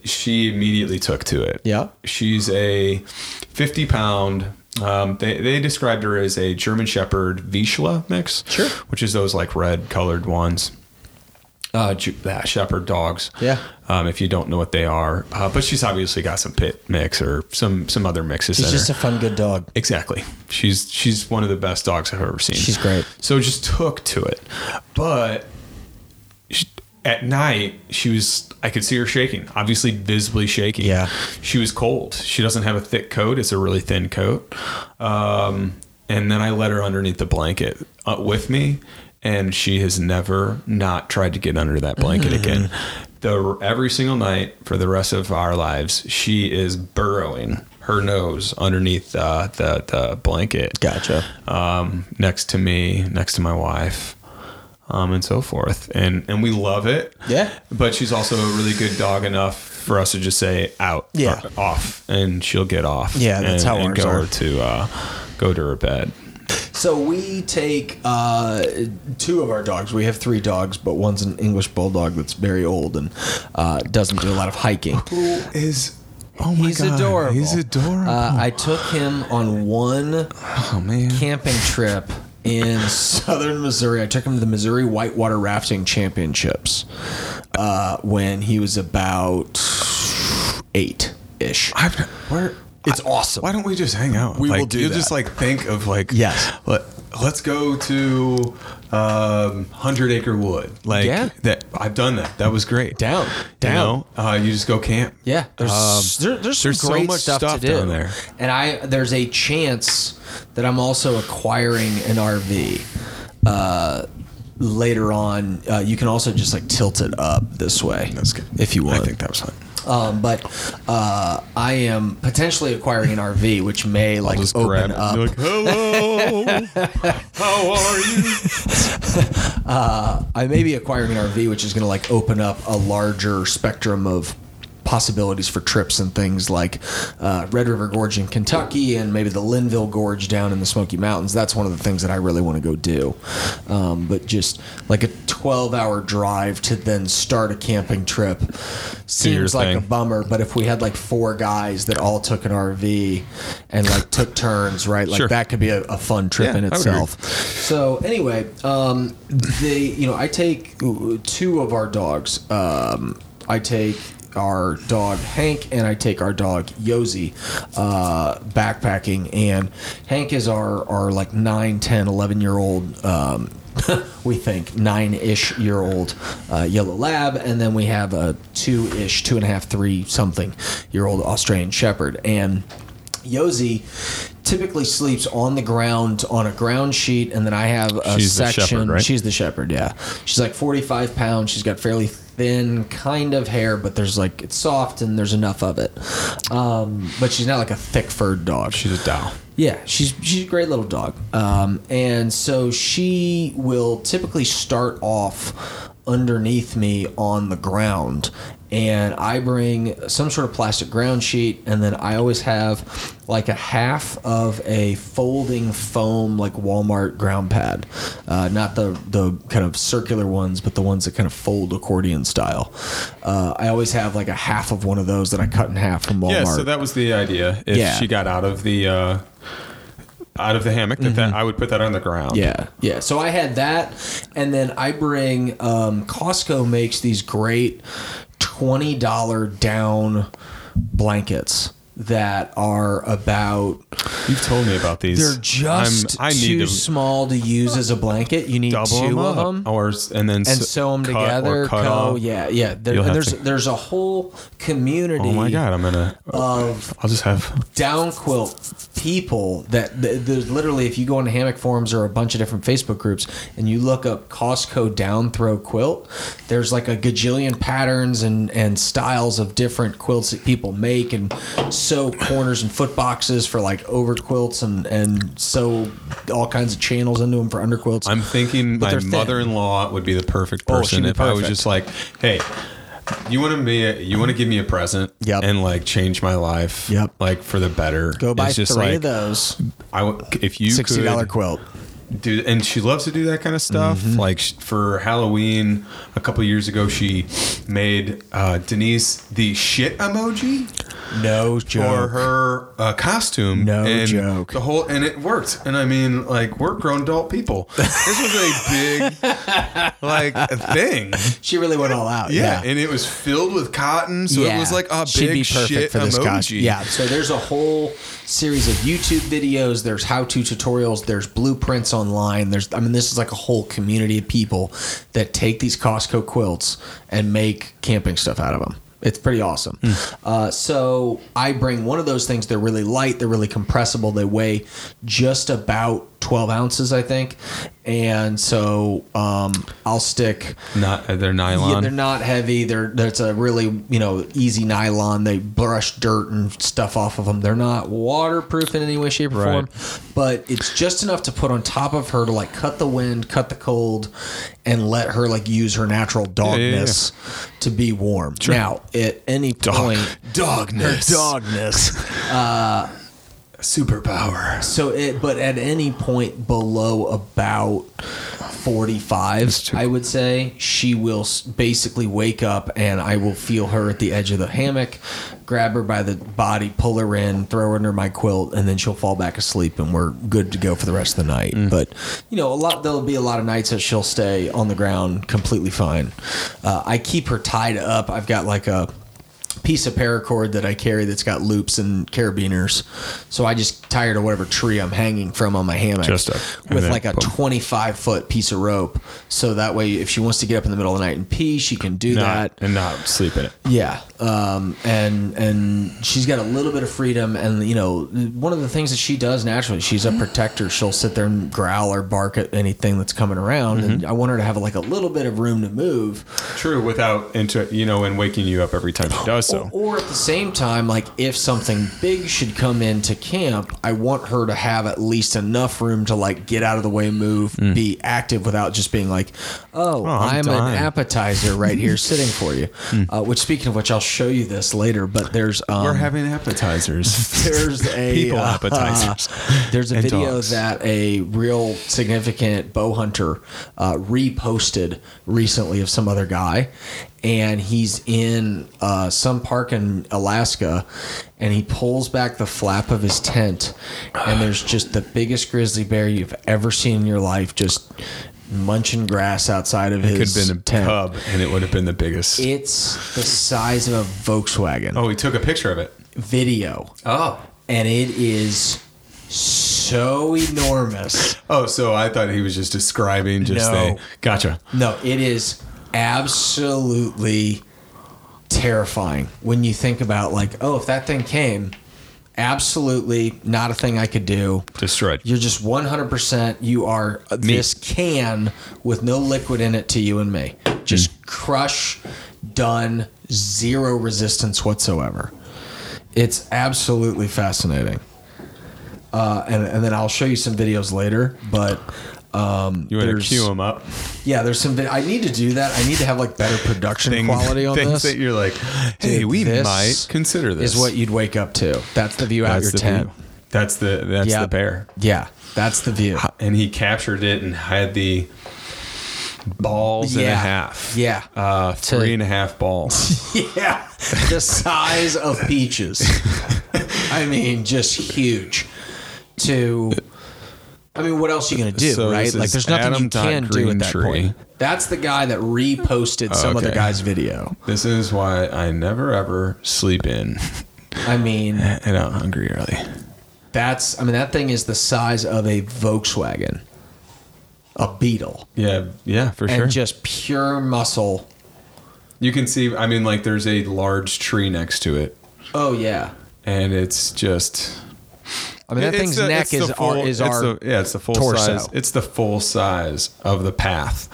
Speaker 2: she immediately took to it.
Speaker 1: Yeah.
Speaker 2: She's a 50 pound. Um, they, they described her as a German Shepherd Vizsla mix,
Speaker 1: Sure.
Speaker 2: which is those like red colored ones, uh, Ju- ah, Shepherd dogs.
Speaker 1: Yeah.
Speaker 2: Um, if you don't know what they are, uh, but she's obviously got some pit mix or some some other mixes.
Speaker 1: She's
Speaker 2: in
Speaker 1: just
Speaker 2: her.
Speaker 1: a fun, good dog.
Speaker 2: Exactly. She's she's one of the best dogs I've ever seen.
Speaker 1: She's great.
Speaker 2: So just took to it, but she, at night, she was, I could see her shaking, obviously visibly shaking.
Speaker 1: Yeah.
Speaker 2: She was cold. She doesn't have a thick coat, it's a really thin coat. Um, and then I let her underneath the blanket uh, with me, and she has never not tried to get under that blanket
Speaker 1: Mm-hmm.
Speaker 2: again. The, every single night for the rest of our lives, she is burrowing her nose underneath uh, the, the blanket
Speaker 1: Gotcha.
Speaker 2: um, next to me, next to my wife, um, and so forth. And and we love it.
Speaker 1: Yeah.
Speaker 2: But she's also a really good dog enough for us to just say out,
Speaker 1: Yeah.
Speaker 2: or off, and she'll get off.
Speaker 1: Yeah, that's
Speaker 2: and,
Speaker 1: how
Speaker 2: and
Speaker 1: ours
Speaker 2: go
Speaker 1: are.
Speaker 2: to uh, go to her bed.
Speaker 1: So we take
Speaker 3: uh, two of our dogs. We have three dogs, but one's an English bulldog that's very old and uh,
Speaker 1: doesn't do a lot of
Speaker 2: [LAUGHS]
Speaker 1: hiking.
Speaker 2: Who is? Oh my
Speaker 1: He's adorable.
Speaker 2: adorable.
Speaker 1: Uh, I took him on one
Speaker 2: oh man.
Speaker 1: camping trip in southern Missouri. I took him to the Missouri Whitewater Rafting Championships uh, when he was about eight ish.
Speaker 2: I've, where
Speaker 1: It's awesome.
Speaker 2: Why don't we just hang out?
Speaker 3: We
Speaker 2: Like,
Speaker 3: will do
Speaker 2: You'll
Speaker 3: that.
Speaker 2: just like think of like
Speaker 3: Yes.
Speaker 2: Let, let's go to um, Hundred Acre Wood. Like
Speaker 1: Yeah.
Speaker 2: that. I've done that. That was great.
Speaker 1: Down,
Speaker 2: You,
Speaker 1: down.
Speaker 2: know, uh, you just go camp.
Speaker 1: Yeah, there's
Speaker 2: Um,
Speaker 1: there- there's, some
Speaker 2: there's so
Speaker 1: great
Speaker 2: much
Speaker 1: stuff,
Speaker 2: stuff
Speaker 1: to do
Speaker 2: down there.
Speaker 1: and I there's a chance that I'm also acquiring an RV uh, later on. Uh, you can also just like tilt it up this way
Speaker 2: That's good.
Speaker 1: if you want.
Speaker 2: I think that was fun.
Speaker 1: Um, but uh, I am potentially acquiring an RV, which may like
Speaker 2: Just
Speaker 1: open
Speaker 2: grab it.
Speaker 1: up.
Speaker 2: You're like,
Speaker 1: [LAUGHS]
Speaker 2: hello. How are you?
Speaker 1: I may be acquiring an RV, which is going to like open up a larger spectrum of possibilities for trips and things like uh, Red River Gorge in Kentucky and maybe the Linville Gorge down in the Smoky Mountains. That's one of the things that I really want to go do. Um, but just like a 12 hour drive to then start a camping trip seems like a
Speaker 2: thing.
Speaker 1: bummer. But if we had like four guys that all took an RV and like took turns, right? Like
Speaker 2: Sure.
Speaker 1: that could be a, a fun trip
Speaker 2: Yeah,
Speaker 1: in
Speaker 2: I would
Speaker 1: itself. So anyway, um, they you know I take two of our dogs. Um, I take our dog Hank and I take our dog Yosi uh, backpacking and Hank is our our like 9, 10, 11 year old um, [LAUGHS] we think nine ish year old uh, yellow lab, and then we have a two ish, two and a half, three something year old Australian Shepherd. And Yosi typically sleeps on the ground on a ground sheet, and then I have a
Speaker 2: She's the
Speaker 1: section.
Speaker 2: shepherd, right?
Speaker 1: She's the shepherd, yeah. She's like 45 pounds. She's got fairly thin kind of hair, but there's like it's soft and there's enough of it. Um, but she's not like a thick furred dog.
Speaker 2: She's a doll.
Speaker 1: Yeah, she's she's a great little dog. Um, and so she will typically start off underneath me on the ground. And I bring some sort of plastic ground sheet, and then I always have like a half of a folding foam, like Walmart ground pad, uh, not the the kind of circular ones, but the ones that kind of fold accordion style. Uh, I always have like a half of one of those that I cut in half from Walmart.
Speaker 2: Yeah, so that was the idea. If
Speaker 1: Yeah.
Speaker 2: she got out of the uh, out of the hammock, that, that I would put that on the ground.
Speaker 1: Mm-hmm. Yeah, yeah. So I had that, and then I bring um, Costco makes these great twenty dollar down blankets that are about
Speaker 2: You've told me about these.
Speaker 1: they're just
Speaker 2: I'm- I need
Speaker 1: too
Speaker 2: to
Speaker 1: small to use as a blanket. You need
Speaker 2: double
Speaker 1: two
Speaker 2: them
Speaker 1: of
Speaker 2: up,
Speaker 1: them
Speaker 2: or s- and then
Speaker 1: and sew them together.
Speaker 2: cut
Speaker 1: co,
Speaker 2: off.
Speaker 1: yeah, yeah. There,
Speaker 2: You'll
Speaker 1: and
Speaker 2: have
Speaker 1: there's
Speaker 2: to-
Speaker 1: there's a whole community.
Speaker 2: Oh my god, I'm gonna. I'll just have.
Speaker 1: down quilt people that th- there's literally if you go on hammock forums or a bunch of different Facebook groups and you look up Costco down throw quilt, there's like a gajillion patterns and and styles of different quilts that people make and sew corners and foot boxes for like over quilts and and sew all kinds of channels into them for under quilts.
Speaker 2: I'm thinking
Speaker 1: But
Speaker 2: my
Speaker 1: they're thin.
Speaker 2: mother-in-law would be the perfect
Speaker 1: Oh,
Speaker 2: person
Speaker 1: she'd be
Speaker 2: if I was
Speaker 1: perfect.
Speaker 2: just like, hey. You want to be a, you want to give me a present,
Speaker 1: Yep.
Speaker 2: and like change my life,
Speaker 1: Yep.
Speaker 2: like for the better.
Speaker 1: Go buy
Speaker 2: It's just
Speaker 1: three
Speaker 2: like,
Speaker 1: of those.
Speaker 2: I w- if you
Speaker 3: sixty dollar
Speaker 2: could
Speaker 3: quilt.
Speaker 2: do, and she loves to do that kind of stuff.
Speaker 3: Mm-hmm.
Speaker 2: Like sh- for Halloween, a couple years ago, she made uh, Denise the shit emoji.
Speaker 3: No
Speaker 2: for
Speaker 3: joke.
Speaker 2: her uh, costume.
Speaker 3: No
Speaker 2: and
Speaker 3: joke.
Speaker 2: The whole and it worked. And I mean, like we're grown adult people. This was a
Speaker 3: [LAUGHS]
Speaker 2: big like thing.
Speaker 1: She really went all out.
Speaker 2: Yeah. and it was filled with cotton, so it was like a
Speaker 3: She'd
Speaker 2: big
Speaker 3: be perfect
Speaker 2: shit
Speaker 3: for this
Speaker 2: emoji.
Speaker 3: costume. Yeah.
Speaker 1: So there's a whole series of YouTube videos. There's how-to tutorials. There's blueprints online. There's I mean, this is like a whole community of people that take these Costco quilts and make camping stuff out of them. It's pretty awesome.
Speaker 2: Hmm.
Speaker 1: Uh, so I bring one of those things. They're really light. They're really compressible. They weigh just about 12 ounces, I think. And so um, I'll stick.
Speaker 2: Not uh, they're nylon.
Speaker 1: Yeah, they're not heavy. They're that's a really you know easy nylon. They brush dirt and stuff off of them. They're not waterproof in any way, shape, or
Speaker 2: Right.
Speaker 1: form. But it's just enough to put on top of her to like cut the wind, cut the cold, and let her like use her natural
Speaker 2: yeah, yeah.
Speaker 1: dogness to be warm. Now at any point,
Speaker 2: dogness. [LAUGHS]
Speaker 3: Dogness.
Speaker 2: Uh,
Speaker 3: [LAUGHS]
Speaker 2: Superpower.
Speaker 1: So, it, but at any point below about 45, I would say, she will s- basically wake up and I will feel her at the edge of the hammock, grab her by the body, pull her in, throw her under my quilt, and then she'll fall back asleep and we're good to go for the rest of the night.
Speaker 2: Mm.
Speaker 1: But, you know, a lot, there'll be a lot of nights that she'll stay on the ground completely fine. Uh, I keep her tied up. I've got like a, piece of paracord that I carry that's got loops and carabiners. So I just tie her to whatever tree I'm hanging from on my hammock
Speaker 2: Just up. And
Speaker 1: with
Speaker 2: then
Speaker 1: like a
Speaker 2: boom.
Speaker 1: 25 foot piece of rope. So that way, if she wants to get up in the middle of the night and pee, she can do that.
Speaker 2: and not sleep in it.
Speaker 1: Yeah, um, and and she's got a little bit of freedom, and you know, one of the things that she does naturally, she's a protector. She'll sit there and growl or bark at anything that's coming around, and I want her to have like a little bit of room to move.
Speaker 2: True, without into you know, and waking you up every time she does so.
Speaker 1: Or, or at the same time, like if something big should come into camp, I want her to have at least enough room to like get out of the way, move, be active without just being like, "Oh,
Speaker 2: Mm. I'm
Speaker 1: I'm, an
Speaker 2: dying." Mm.
Speaker 1: appetizer right
Speaker 2: [LAUGHS]
Speaker 1: here sitting for you." Uh, which, speaking of which, I'll show you this later. But there's um,
Speaker 2: We're having [LAUGHS] appetizers.
Speaker 1: there's a
Speaker 2: People
Speaker 1: uh,
Speaker 2: appetizers.
Speaker 1: [LAUGHS] there's a
Speaker 2: And
Speaker 1: video
Speaker 2: dogs.
Speaker 1: that a real significant bow hunter uh, reposted recently of some other guy, and he's in uh, some park in Alaska, and he pulls back the flap of his tent, and there's just the biggest grizzly bear you've ever seen in your life, just munching grass outside of
Speaker 2: Could
Speaker 1: his
Speaker 2: have been a
Speaker 1: tent.
Speaker 2: cub, and it would have been the biggest.
Speaker 1: It's the size of a Volkswagen
Speaker 2: oh, he took a picture of it.
Speaker 1: video,
Speaker 2: Oh,
Speaker 1: and it is so enormous.
Speaker 2: Oh, so I thought he was just describing just
Speaker 1: No.
Speaker 2: a gotcha.
Speaker 1: No, it is absolutely terrifying when you think about like, oh, if that thing came, absolutely not a thing I could do.
Speaker 2: Destroyed.
Speaker 1: You're just 100%. You are
Speaker 2: Uh,
Speaker 1: this can with no liquid in it to you and me. Just
Speaker 2: Mm.
Speaker 1: crush, done, zero resistance whatsoever. It's absolutely fascinating. Uh, and, and then I'll show you some videos later, but um,
Speaker 2: You want to
Speaker 1: there's-
Speaker 2: cue him up?
Speaker 1: yeah, there's some. vid- I need to do that. I need to have like better production quality on
Speaker 2: [LAUGHS]
Speaker 1: this.
Speaker 2: things that you're like, hey,
Speaker 1: Dude,
Speaker 2: we
Speaker 1: this
Speaker 2: might consider this.
Speaker 1: Is what you'd wake up to. That's the view out your
Speaker 2: the
Speaker 1: tent.
Speaker 2: view. That's the that's
Speaker 1: Yeah.
Speaker 2: the bear,
Speaker 1: Yeah, that's the view.
Speaker 2: and he captured it and had the balls and a
Speaker 1: Yeah.
Speaker 2: half.
Speaker 1: Yeah.
Speaker 2: uh,
Speaker 1: To-
Speaker 2: three and a half
Speaker 1: [LAUGHS]
Speaker 2: balls.
Speaker 1: Yeah, the size of peaches. [LAUGHS] I mean, just huge. To, I mean, what else are you gonna do,
Speaker 2: So
Speaker 1: right?
Speaker 2: this
Speaker 1: Like,
Speaker 2: is
Speaker 1: there's nothing
Speaker 2: Adam
Speaker 1: you
Speaker 2: dot
Speaker 1: can do at that
Speaker 2: Greentree.
Speaker 1: point. That's the guy that reposted some
Speaker 2: Oh, okay.
Speaker 1: other guy's video.
Speaker 2: this is why I never ever sleep in
Speaker 1: I mean,
Speaker 2: and I'm hungry early.
Speaker 1: that's. I mean, that thing is the size of a Volkswagen, a Beetle.
Speaker 2: Yeah, yeah, for
Speaker 1: and
Speaker 2: sure.
Speaker 1: just pure muscle.
Speaker 2: you can see. I mean, like there's a large tree next to it,
Speaker 1: Oh yeah.
Speaker 2: and it's just
Speaker 1: I mean that
Speaker 2: It's
Speaker 1: thing's
Speaker 2: the-
Speaker 1: neck
Speaker 2: it's the
Speaker 1: is our
Speaker 2: full-
Speaker 1: is
Speaker 2: it's
Speaker 1: our
Speaker 2: the- yeah, it's the full
Speaker 1: torso.
Speaker 2: size. It's the full size of the path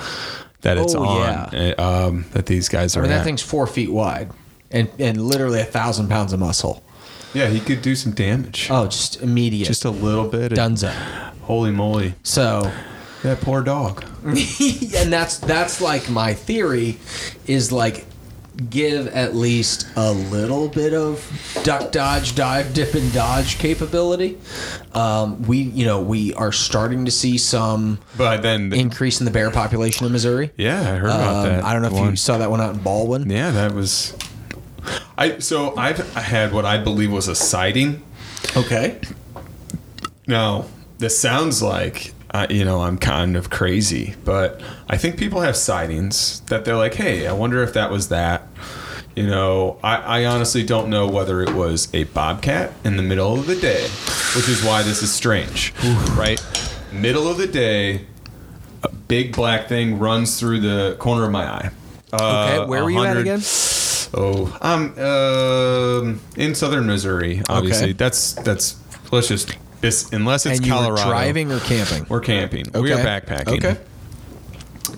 Speaker 2: that it's
Speaker 1: Oh,
Speaker 2: on.
Speaker 1: yeah.
Speaker 2: uh, Um, that these guys are.
Speaker 1: I mean that
Speaker 2: at.
Speaker 1: thing's four feet wide and and literally a thousand pounds of muscle.
Speaker 2: Yeah, he could do some damage.
Speaker 1: Oh, just immediate.
Speaker 2: just a little bit. of-
Speaker 1: dunzo.
Speaker 2: holy moly,
Speaker 1: So
Speaker 2: that poor dog.
Speaker 1: [LAUGHS] and that's that's like my theory is like give at least a little bit of duck dodge dive dip and dodge capability um, we you know we are starting to see some
Speaker 2: But then,
Speaker 1: increase in the bear population in missouri
Speaker 2: yeah, I heard about
Speaker 1: Um,
Speaker 2: that.
Speaker 1: I don't know if
Speaker 2: one.
Speaker 1: you saw that one out in Baldwin.
Speaker 2: Yeah, that was I so I've I had what I believe was a sighting.
Speaker 3: Okay.
Speaker 2: Now, this sounds like uh, you know I'm kind of crazy, but I think people have sightings that they're like, "Hey, I wonder if that was that." You know, I, I honestly don't know whether it was a bobcat in the middle of the day, which is why this is strange, right? Middle of the day, a big black thing runs through the corner of my eye. Uh,
Speaker 1: Okay, where were you at
Speaker 2: 100
Speaker 1: again?
Speaker 2: Oh, I'm um, in southern Missouri. Obviously,
Speaker 1: Okay.
Speaker 2: that's that's. Let's just this unless it's
Speaker 1: And you
Speaker 2: Colorado.
Speaker 1: were driving or camping?
Speaker 2: We're camping. We are
Speaker 1: Okay.
Speaker 2: backpacking.
Speaker 1: Okay.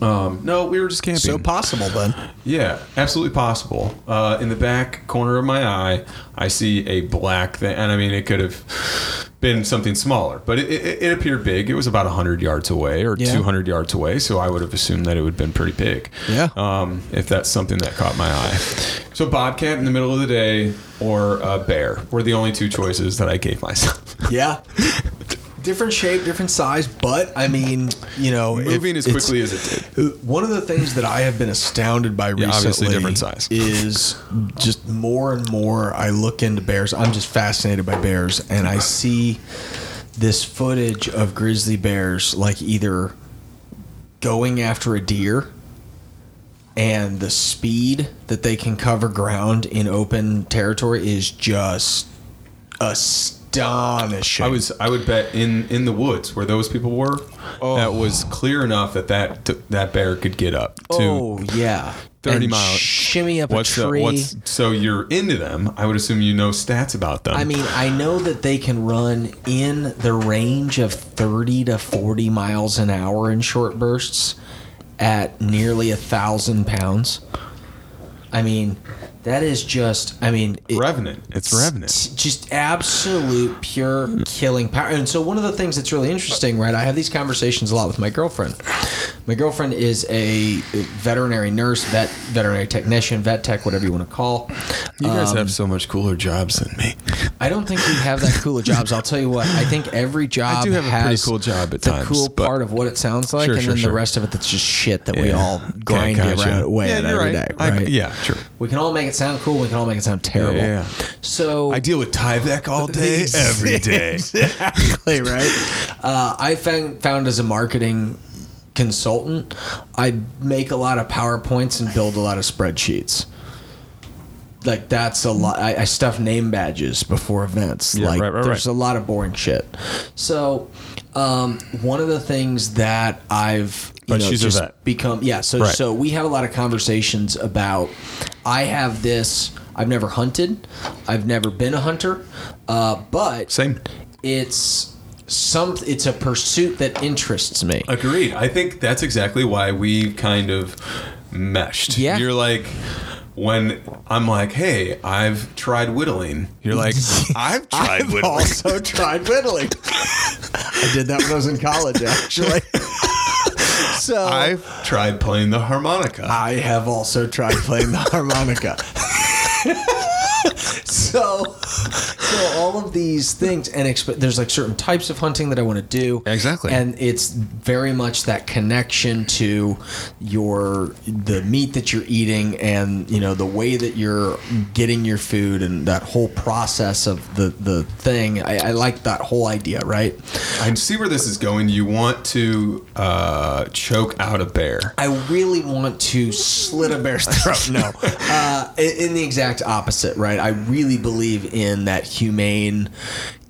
Speaker 2: Um, no, we were just camping.
Speaker 3: So possible then.
Speaker 2: yeah, absolutely possible. Uh, in the back corner of my eye, I see a black thing, and I mean it could have been something smaller, but it, it, it appeared big. It was about hundred yards away or
Speaker 1: Yeah.
Speaker 2: two hundred yards away, so I would have assumed that it would have been pretty big
Speaker 3: Yeah.
Speaker 2: um, if that's something that caught my eye. So bobcat in the middle of the day or a bear were the only two choices that I gave myself.
Speaker 3: Yeah. [LAUGHS] different shape, different size, but I mean, you know,
Speaker 2: [LAUGHS]
Speaker 3: if
Speaker 2: Moving as
Speaker 3: it's-
Speaker 2: quickly as it did.
Speaker 3: One of the things that I have been astounded by recently,
Speaker 2: obviously different size.
Speaker 3: is just more and more I look into bears. I'm just fascinated by bears, and I see this footage of grizzly bears like either going after a deer and the speed that they can cover ground in open territory is just astonishing.
Speaker 2: I was I would bet in in the woods where those people were, that was clear enough that that that bear could get up to
Speaker 1: Oh yeah,
Speaker 2: 30
Speaker 1: And
Speaker 2: miles.
Speaker 1: Shimmy up
Speaker 2: what's
Speaker 1: a
Speaker 2: the,
Speaker 1: tree.
Speaker 2: what's so you're into them. I would assume you know stats about them.
Speaker 1: I mean, I know that they can run in the range of 30 to 40 miles an hour in short bursts at nearly a thousand pounds. I mean, that is just, I mean, it-
Speaker 2: revenant. It's revenant.
Speaker 1: t- just absolute pure killing power. And so one of the things that's really interesting, right? I have these conversations a lot with my girlfriend. My girlfriend is a veterinary nurse, vet, veterinary technician, vet tech, whatever you want to call.
Speaker 2: You guys have so much cooler jobs than me.
Speaker 1: I don't think we have that cool of jobs. I'll tell you what. I think every job
Speaker 2: do have a
Speaker 1: has
Speaker 2: pretty cool job at
Speaker 1: the
Speaker 2: times,
Speaker 1: cool
Speaker 2: but-
Speaker 1: part of what it sounds like,
Speaker 2: Sure,
Speaker 1: and
Speaker 2: sure,
Speaker 1: then
Speaker 2: sure.
Speaker 1: the rest of it that's just shit that we
Speaker 2: Yeah.
Speaker 1: all grind
Speaker 2: Okay, gotcha.
Speaker 1: around away
Speaker 2: Yeah,
Speaker 1: at
Speaker 2: you're
Speaker 1: every day.
Speaker 2: right. I-
Speaker 1: Right?
Speaker 2: yeah, sure.
Speaker 1: We can all make it sound cool. We can all make it sound terrible.
Speaker 2: Yeah, yeah,
Speaker 1: So
Speaker 2: I deal with Tyvek all [LAUGHS] day, every day.
Speaker 1: exactly right. Uh, I found found as a marketing consultant, I make a lot of powerpoints and build a lot of spreadsheets. Like that's a lot. I, I stuff name badges before events.
Speaker 2: Yeah,
Speaker 1: like
Speaker 2: right, right,
Speaker 1: there's
Speaker 2: right.
Speaker 1: a lot of boring shit. So, um, one of the things that I've you
Speaker 2: But Oh, she's a
Speaker 1: just
Speaker 2: vet.
Speaker 1: become yeah. So
Speaker 2: Right.
Speaker 1: so we have a lot of conversations about. I have this. I've never hunted. I've never been a hunter. Uh, but
Speaker 2: Same.
Speaker 1: it's some it's a pursuit that interests me
Speaker 2: Agreed. I think that's exactly why we kind of meshed.
Speaker 1: Yeah.
Speaker 2: You're like, when I'm like, hey, I've tried whittling.
Speaker 1: [LAUGHS]
Speaker 2: You're like, I've tried
Speaker 3: I've
Speaker 2: whittling.
Speaker 3: also tried whittling. I did that when I was in college, actually. so I,
Speaker 2: I've tried playing the harmonica.
Speaker 1: Ah.
Speaker 3: have also tried playing the harmonica.
Speaker 1: so so all of these things and exp- there's like certain types of hunting that i want to do
Speaker 2: Exactly.
Speaker 1: and it's very much that connection to your the meat that you're eating and you know the way that you're getting your food and that whole process of the the thing i, I like that whole idea right
Speaker 2: I see where this is going. You want to uh, choke out a bear.
Speaker 1: I really want to slit a bear's throat. No, uh, in, in the exact opposite, right? I really believe in that humane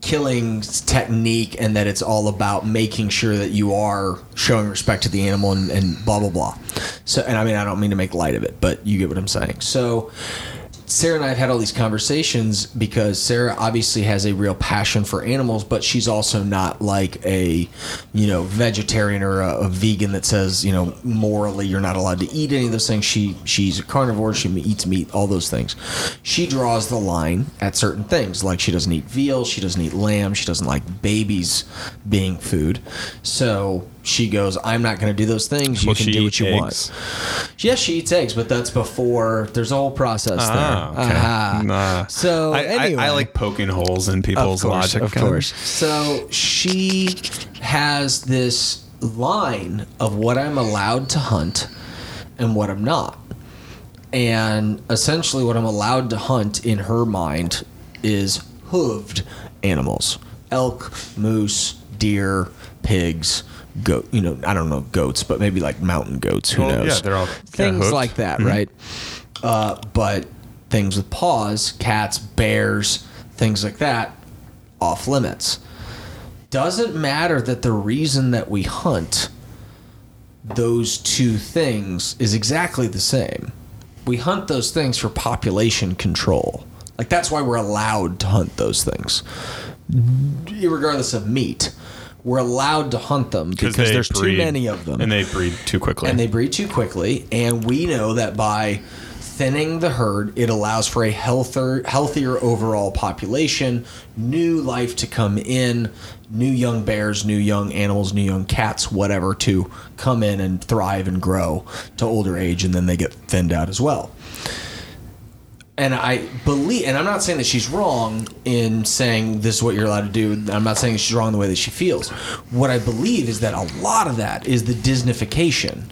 Speaker 1: killing technique, and that it's all about making sure that you are showing respect to the animal and, and blah blah blah. So, and I mean, I don't mean to make light of it, but you get what I'm saying. So. Sarah and I have had all these conversations because Sarah obviously has a real passion for animals, but she's also not like a, you know, vegetarian or a, a vegan that says, you know, morally you're not allowed to eat any of those things. She she's a carnivore. She eats meat, all those things. She draws the line at certain things, like she doesn't eat veal, she doesn't eat lamb, she doesn't like babies being food. So she goes, I'm not going to do those things. You
Speaker 2: Will
Speaker 1: can
Speaker 2: she
Speaker 1: do
Speaker 2: eat
Speaker 1: what you
Speaker 2: eggs?
Speaker 1: want. Yes, she eats eggs, but that's before. There's a whole process
Speaker 2: Ah,
Speaker 1: there.
Speaker 2: okay.
Speaker 1: Aha.
Speaker 2: Nah.
Speaker 1: uh-huh. So
Speaker 2: I, I-
Speaker 1: anyway,
Speaker 2: I, like poking holes in people's
Speaker 1: of course,
Speaker 2: logic.
Speaker 1: Of
Speaker 2: kind
Speaker 1: course. So she has this line of what I'm allowed to hunt and what I'm not. and essentially what I'm allowed to hunt in her mind is hooved animals, elk, moose, deer, pigs, goat. You know, I don't know goats, but maybe like mountain goats. Who
Speaker 2: Well, yeah,
Speaker 1: knows?
Speaker 2: they're all kinda
Speaker 1: things
Speaker 2: hoofed.
Speaker 1: like that, right? Uh, but things with paws, cats, bears, things like that, off limits. Doesn't matter that the reason that we hunt those two things is exactly the same. We hunt those things for population control. Like that's why we're allowed to hunt those things, regardless of meat. We're allowed to hunt them because
Speaker 2: they
Speaker 1: there's too
Speaker 2: breed-
Speaker 1: many of them,
Speaker 2: and they breed too quickly.
Speaker 1: and they breed too quickly. And we know that by thinning the herd, it allows for a healthier, healthier overall population, new life to come in, new young bears, new young animals, new young cats, whatever, to come in and thrive and grow to older age, and then they get thinned out as well. And I believe, and I'm not saying that she's wrong in saying this is what you're allowed to do. I'm not saying she's wrong in the way that she feels. What I believe is that a lot of that is the Disneyfication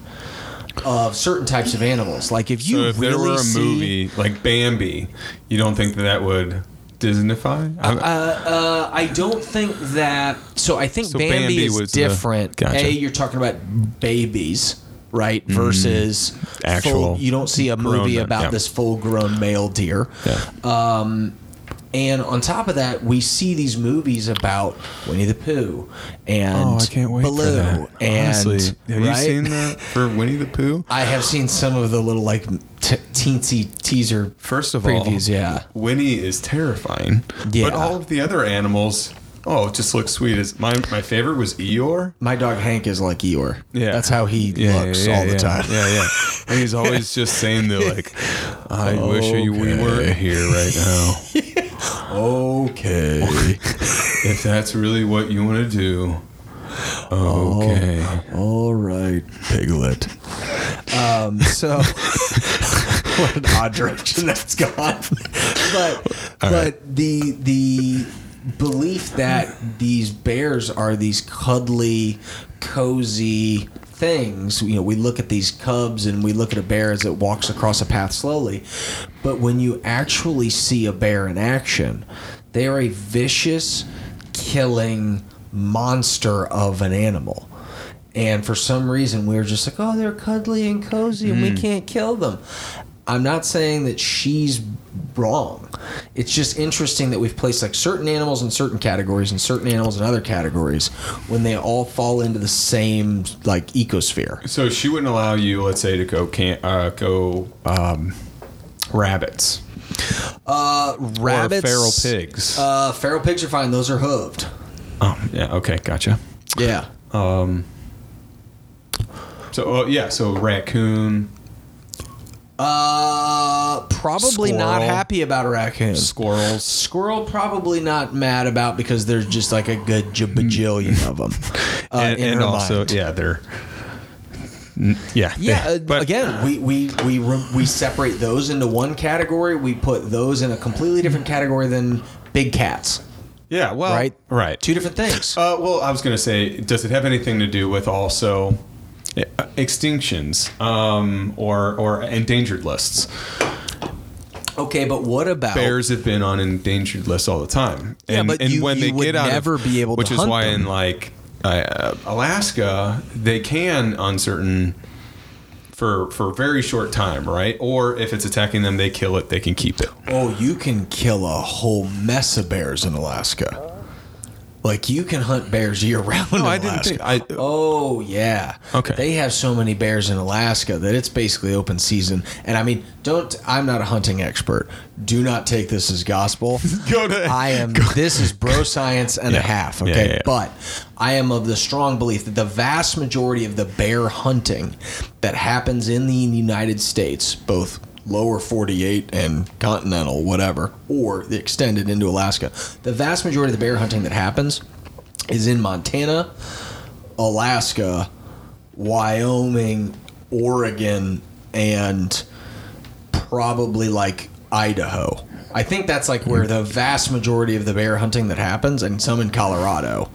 Speaker 1: of certain types of animals. Like if you
Speaker 2: so if
Speaker 1: really
Speaker 2: there were a
Speaker 1: see,
Speaker 2: movie like Bambi, you don't think that that would Disneyfy? I-
Speaker 1: Uh, I don't think that. So I think
Speaker 2: So
Speaker 1: Bambi,
Speaker 2: Bambi
Speaker 1: is
Speaker 2: was the-
Speaker 1: different.
Speaker 2: Gotcha. Mm-hmm.
Speaker 1: A, you're talking about babies, right? Versus
Speaker 2: Actual
Speaker 1: Full, you don't see a movie
Speaker 2: grown-
Speaker 1: about
Speaker 2: yeah.
Speaker 1: this full-grown male deer.
Speaker 2: yeah.
Speaker 1: And on top of that, we see these movies about Winnie the Pooh and
Speaker 2: Oh,
Speaker 1: Baloo and
Speaker 2: Honestly, have you
Speaker 1: right?
Speaker 2: seen that for Winnie the Pooh?
Speaker 1: I have seen some of the little like t- teensy teaser.
Speaker 2: First of
Speaker 1: Previews,
Speaker 2: all,
Speaker 1: yeah.
Speaker 2: Winnie is terrifying.
Speaker 1: Yeah.
Speaker 2: But all of the other animals, oh, it just looks sweet. As my my favorite was Eeyore.
Speaker 1: My dog Hank is like Eeyore.
Speaker 2: Yeah.
Speaker 1: that's how he
Speaker 2: Yeah,
Speaker 1: looks
Speaker 2: yeah,
Speaker 1: all the
Speaker 2: yeah,
Speaker 1: time.
Speaker 2: [LAUGHS] Yeah, yeah. And he's
Speaker 1: [LAUGHS]
Speaker 2: always just saying the like, I wish you we were here right now.
Speaker 1: Okay.
Speaker 2: if that's really what you want to do,
Speaker 1: Oh,
Speaker 2: okay.
Speaker 1: All right,
Speaker 2: [LAUGHS]
Speaker 1: piglet. Um, so, what an odd direction that's gone. [LAUGHS] but but the the belief that these bears are these cuddly, cozy things. You know, we look at these cubs and we look at a bear as it walks across a path slowly, but when you actually see a bear in action, they are a vicious, killing monster of an animal. And for some reason, we were just like, oh, they're cuddly and cozy and we
Speaker 2: Mm.
Speaker 1: can't kill them. I'm not saying that she's wrong. It's just interesting that we've placed like certain animals in certain categories and certain animals in other categories when they all fall into the same like ecosphere.
Speaker 2: So she wouldn't allow you, let's say, to go can uh, go um, rabbits
Speaker 1: Uh, rabbits,
Speaker 2: or feral pigs.
Speaker 1: Uh, feral pigs are fine. Those are hooved.
Speaker 2: oh, yeah. Okay, gotcha.
Speaker 1: Yeah.
Speaker 2: So uh, yeah, so raccoon,
Speaker 1: Uh, probably not
Speaker 2: Squirrel.
Speaker 1: happy about a raccoon.
Speaker 2: squirrels.
Speaker 1: Squirrel probably not mad about because there's just like a good jabajillion of them. Uh,
Speaker 2: Mm. and
Speaker 1: in
Speaker 2: and
Speaker 1: her
Speaker 2: also,
Speaker 1: mind.
Speaker 2: yeah, they're n- yeah,
Speaker 1: Yeah,
Speaker 2: they-
Speaker 1: uh, again, we we we re- we separate those into one category. We put those in a completely different category than big cats,
Speaker 2: yeah, well,
Speaker 1: right?
Speaker 2: right.
Speaker 1: Two different things.
Speaker 2: Uh, well, I was going to say, does it have anything to do with also uh, extinctions um, or or endangered lists?
Speaker 1: okay, but what about
Speaker 2: bears have been on endangered lists all the time. And,
Speaker 1: Yeah, but
Speaker 2: and
Speaker 1: you-
Speaker 2: when
Speaker 1: you
Speaker 2: they
Speaker 1: would
Speaker 2: get out,
Speaker 1: never
Speaker 2: of,
Speaker 1: be able to
Speaker 2: which is
Speaker 1: hunt
Speaker 2: why
Speaker 1: them.
Speaker 2: in like uh, Alaska they can on certain for for a very short time, right? Or if it's attacking them, they kill it. They can keep it.
Speaker 3: Oh, you can kill a whole mess of bears in Alaska.
Speaker 1: like you can hunt bears year round? in Alaska.
Speaker 2: I
Speaker 1: Oh yeah.
Speaker 2: Okay.
Speaker 1: They have so many bears in Alaska that it's basically open season. And I mean, don't I'm not a hunting expert. Do not take this as gospel.
Speaker 2: [LAUGHS] go to
Speaker 1: I am this is bro science and a
Speaker 2: Yeah.
Speaker 1: half,
Speaker 2: Yeah,
Speaker 1: okay?
Speaker 2: yeah, yeah.
Speaker 1: But I am of the strong belief that the vast majority of the bear hunting that happens in the United States, both lower 48 and continental whatever or the extended into Alaska, the vast majority of the bear hunting that happens is in Montana, Alaska, Wyoming, Oregon, and probably like Idaho. I think that's like where the vast majority of the bear hunting that happens, and some in Colorado,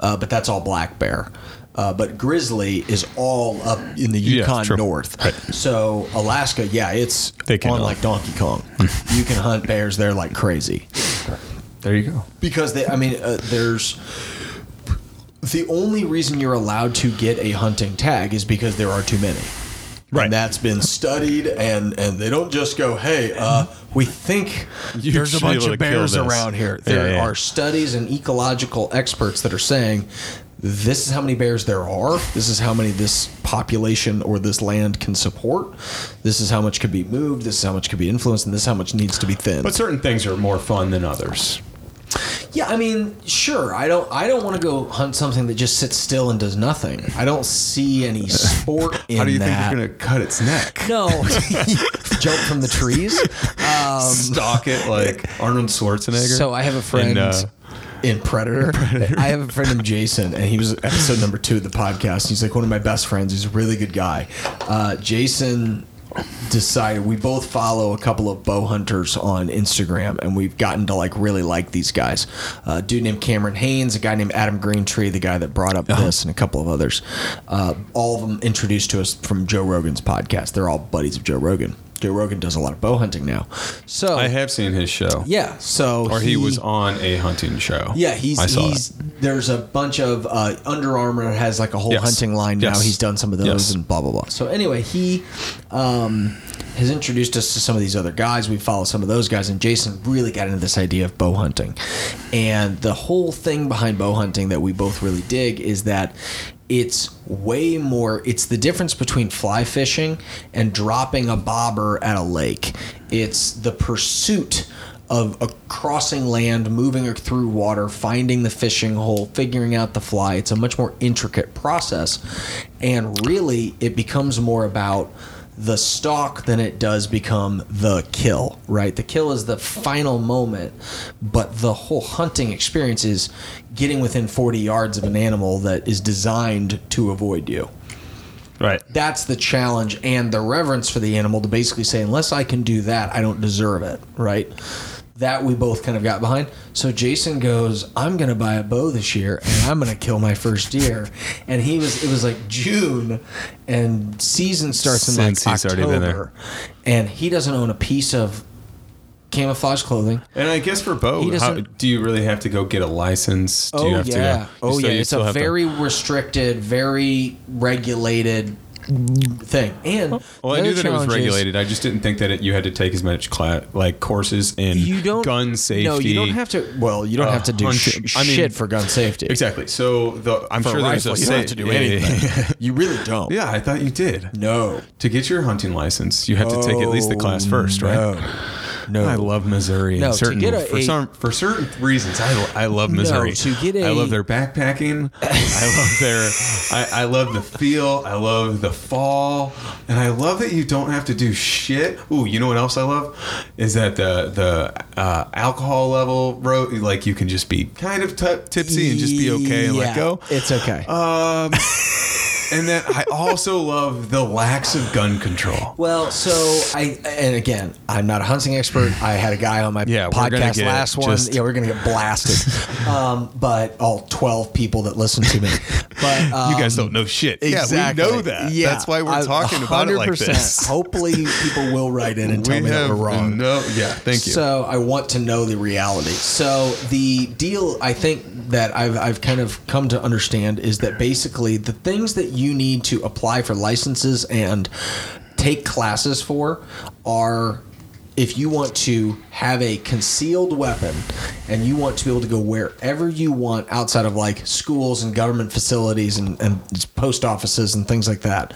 Speaker 1: uh, but that's all black bear. Uh, but grizzly is all up in the
Speaker 2: Yeah,
Speaker 1: Yukon
Speaker 2: true.
Speaker 1: North.
Speaker 2: Right.
Speaker 1: So Alaska, yeah, it's
Speaker 2: They can
Speaker 1: on
Speaker 2: hunt.
Speaker 1: like Donkey
Speaker 2: [LAUGHS]
Speaker 1: Kong. you can hunt bears there like crazy
Speaker 2: There you go.
Speaker 1: because they. I mean, uh, there's the only reason you're allowed to get a hunting tag is because there are too many.
Speaker 2: Right.
Speaker 1: And that's been studied, and and they don't just go, hey, uh, we think
Speaker 2: You
Speaker 1: there's a
Speaker 2: should be
Speaker 1: bunch
Speaker 2: able
Speaker 1: of
Speaker 2: to kill
Speaker 1: bears
Speaker 2: this."
Speaker 1: around here.
Speaker 2: Yeah,
Speaker 1: There
Speaker 2: yeah.
Speaker 1: are studies and ecological experts that are saying. This is how many bears there are. This is how many this population or this land can support. This is how much could be moved. This is how much could be influenced, and this is how much needs to be thinned.
Speaker 2: But certain things are more fun than others.
Speaker 1: Yeah, I mean, sure. I don't. I don't want to go hunt something that just sits still and does nothing. I don't see any sport in
Speaker 2: [LAUGHS] How do you
Speaker 1: that.
Speaker 2: think you're going to cut
Speaker 1: [LAUGHS]
Speaker 2: its neck?
Speaker 4: No, jump from the
Speaker 2: [LAUGHS]
Speaker 4: trees. Um,
Speaker 2: Stalk it like Arnold Schwarzenegger?
Speaker 4: so I have a friend.
Speaker 2: And, uh,
Speaker 1: in Predator. I have a friend named Jason, and he was episode number two of the podcast. He's like one of my best friends. He's a really good guy. Uh, Jason decided we both follow a couple of bow hunters on Instagram, and we've gotten to like really like these guys. A dude named Cameron Haynes, a guy named Adam Greentree, the guy that brought up
Speaker 4: Uh-huh.
Speaker 1: this, and a couple of others. Uh, all of them introduced to us from Joe Rogan's podcast. They're all buddies of Joe Rogan. Joe Rogan does a lot of bow hunting now. So
Speaker 2: I have seen his show.
Speaker 1: yeah, so
Speaker 2: Or he, was on a hunting show.
Speaker 1: yeah, he's
Speaker 2: I saw
Speaker 1: he's
Speaker 2: it.
Speaker 1: there's a bunch of uh, Under Armour has like a whole
Speaker 2: Yes.
Speaker 1: hunting line now.
Speaker 2: Yes.
Speaker 1: He's done some of those
Speaker 2: Yes.
Speaker 1: and blah blah blah. So anyway, he um, has introduced us to some of these other guys. We follow some of those guys, and Jason really got into this idea of bow hunting, and the whole thing behind bow hunting that we both really dig is that. It's way more. It's the difference between fly fishing and dropping a bobber at a lake. It's the pursuit of a crossing land, moving through water, finding the fishing hole, figuring out the fly. It's a much more intricate process. And really, it becomes more about the stalk than it does become the kill, right? The kill is the final moment, but the whole hunting experience is getting within 40 yards of an animal that is designed to avoid you
Speaker 2: Right.
Speaker 1: that's the challenge and the reverence for the animal to basically say, unless I can do that, I don't deserve it, right? That we both kind of got behind. So Jason goes, I'm gonna buy a bow this year and I'm gonna kill my first deer. And he was it was like June and season starts in
Speaker 2: Since
Speaker 1: like
Speaker 2: he's already been there.
Speaker 1: October. And he doesn't own a piece of camouflage clothing.
Speaker 2: And I guess for both,
Speaker 1: He
Speaker 2: how,
Speaker 1: doesn't-
Speaker 2: do you really have to go get a license? Do you have to go,
Speaker 1: oh
Speaker 2: so
Speaker 1: yeah,
Speaker 2: you
Speaker 1: it's
Speaker 2: still
Speaker 1: a
Speaker 2: have to-
Speaker 1: very restricted, very regulated thing. And
Speaker 2: Well,
Speaker 4: the
Speaker 2: I knew
Speaker 4: other
Speaker 2: that it was
Speaker 4: challenge is-
Speaker 2: regulated. I just didn't think that it, you had to take as much cla- like courses in
Speaker 4: You don't
Speaker 2: gun safety.
Speaker 4: No, you don't have to.
Speaker 1: Well, you don't
Speaker 2: Uh,
Speaker 1: have to do
Speaker 2: on
Speaker 1: sh-
Speaker 2: sh- I mean-
Speaker 1: shit for gun safety.
Speaker 2: Exactly. So the I'm
Speaker 1: For
Speaker 2: sure
Speaker 1: a
Speaker 2: there's
Speaker 1: rifle,
Speaker 2: a
Speaker 1: you
Speaker 2: sa-
Speaker 1: don't have to do
Speaker 2: [LAUGHS] yeah, yeah, yeah.
Speaker 1: anything. you really don't.
Speaker 2: Yeah, I thought you did.
Speaker 1: No.
Speaker 2: To get your hunting license, you have to take at least the class first, right?
Speaker 1: Oh, No.
Speaker 2: I love Missouri.
Speaker 4: No,
Speaker 2: No,
Speaker 4: to
Speaker 2: certain,
Speaker 4: get a-
Speaker 2: for
Speaker 4: a-
Speaker 2: some for certain reasons, I, I love Missouri.
Speaker 4: to get
Speaker 2: I
Speaker 4: a-
Speaker 2: love their backpacking. I
Speaker 4: [LAUGHS]
Speaker 2: love their. I, I love the feel. I love the fall, and I love that you don't have to do shit. Ooh, you know what else I love is that the the uh, alcohol level, bro. Like you can just be kind of t- tipsy and just be okay and
Speaker 1: Yeah,
Speaker 2: let go.
Speaker 1: It's okay.
Speaker 2: Um, and then I also love the lax of gun control.
Speaker 1: well, so I and again, I'm not a hunting expert. I had a guy on my
Speaker 2: Yeah, we're gonna
Speaker 1: podcast
Speaker 2: get
Speaker 1: last one.
Speaker 2: just-
Speaker 1: yeah, we're gonna get blasted.
Speaker 2: [LAUGHS]
Speaker 1: um, but all 12 people that listen to me. But um,
Speaker 2: [LAUGHS] you guys don't know shit.
Speaker 1: Exactly.
Speaker 2: Yeah, we know that.
Speaker 1: Yeah.
Speaker 2: That's why we're
Speaker 1: I-
Speaker 2: talking about it like
Speaker 1: 100%.
Speaker 2: this.
Speaker 1: Hopefully, people will write in and tell me that we're wrong.
Speaker 2: No, yeah, thank you.
Speaker 1: So I want to know the reality. So the deal I think that I've, I've kind of come to understand is that basically the things that you need to apply for licenses and take classes for are if you want to have a concealed weapon and you want to be able to go wherever you want outside of like schools and government facilities and, and post offices and things like that,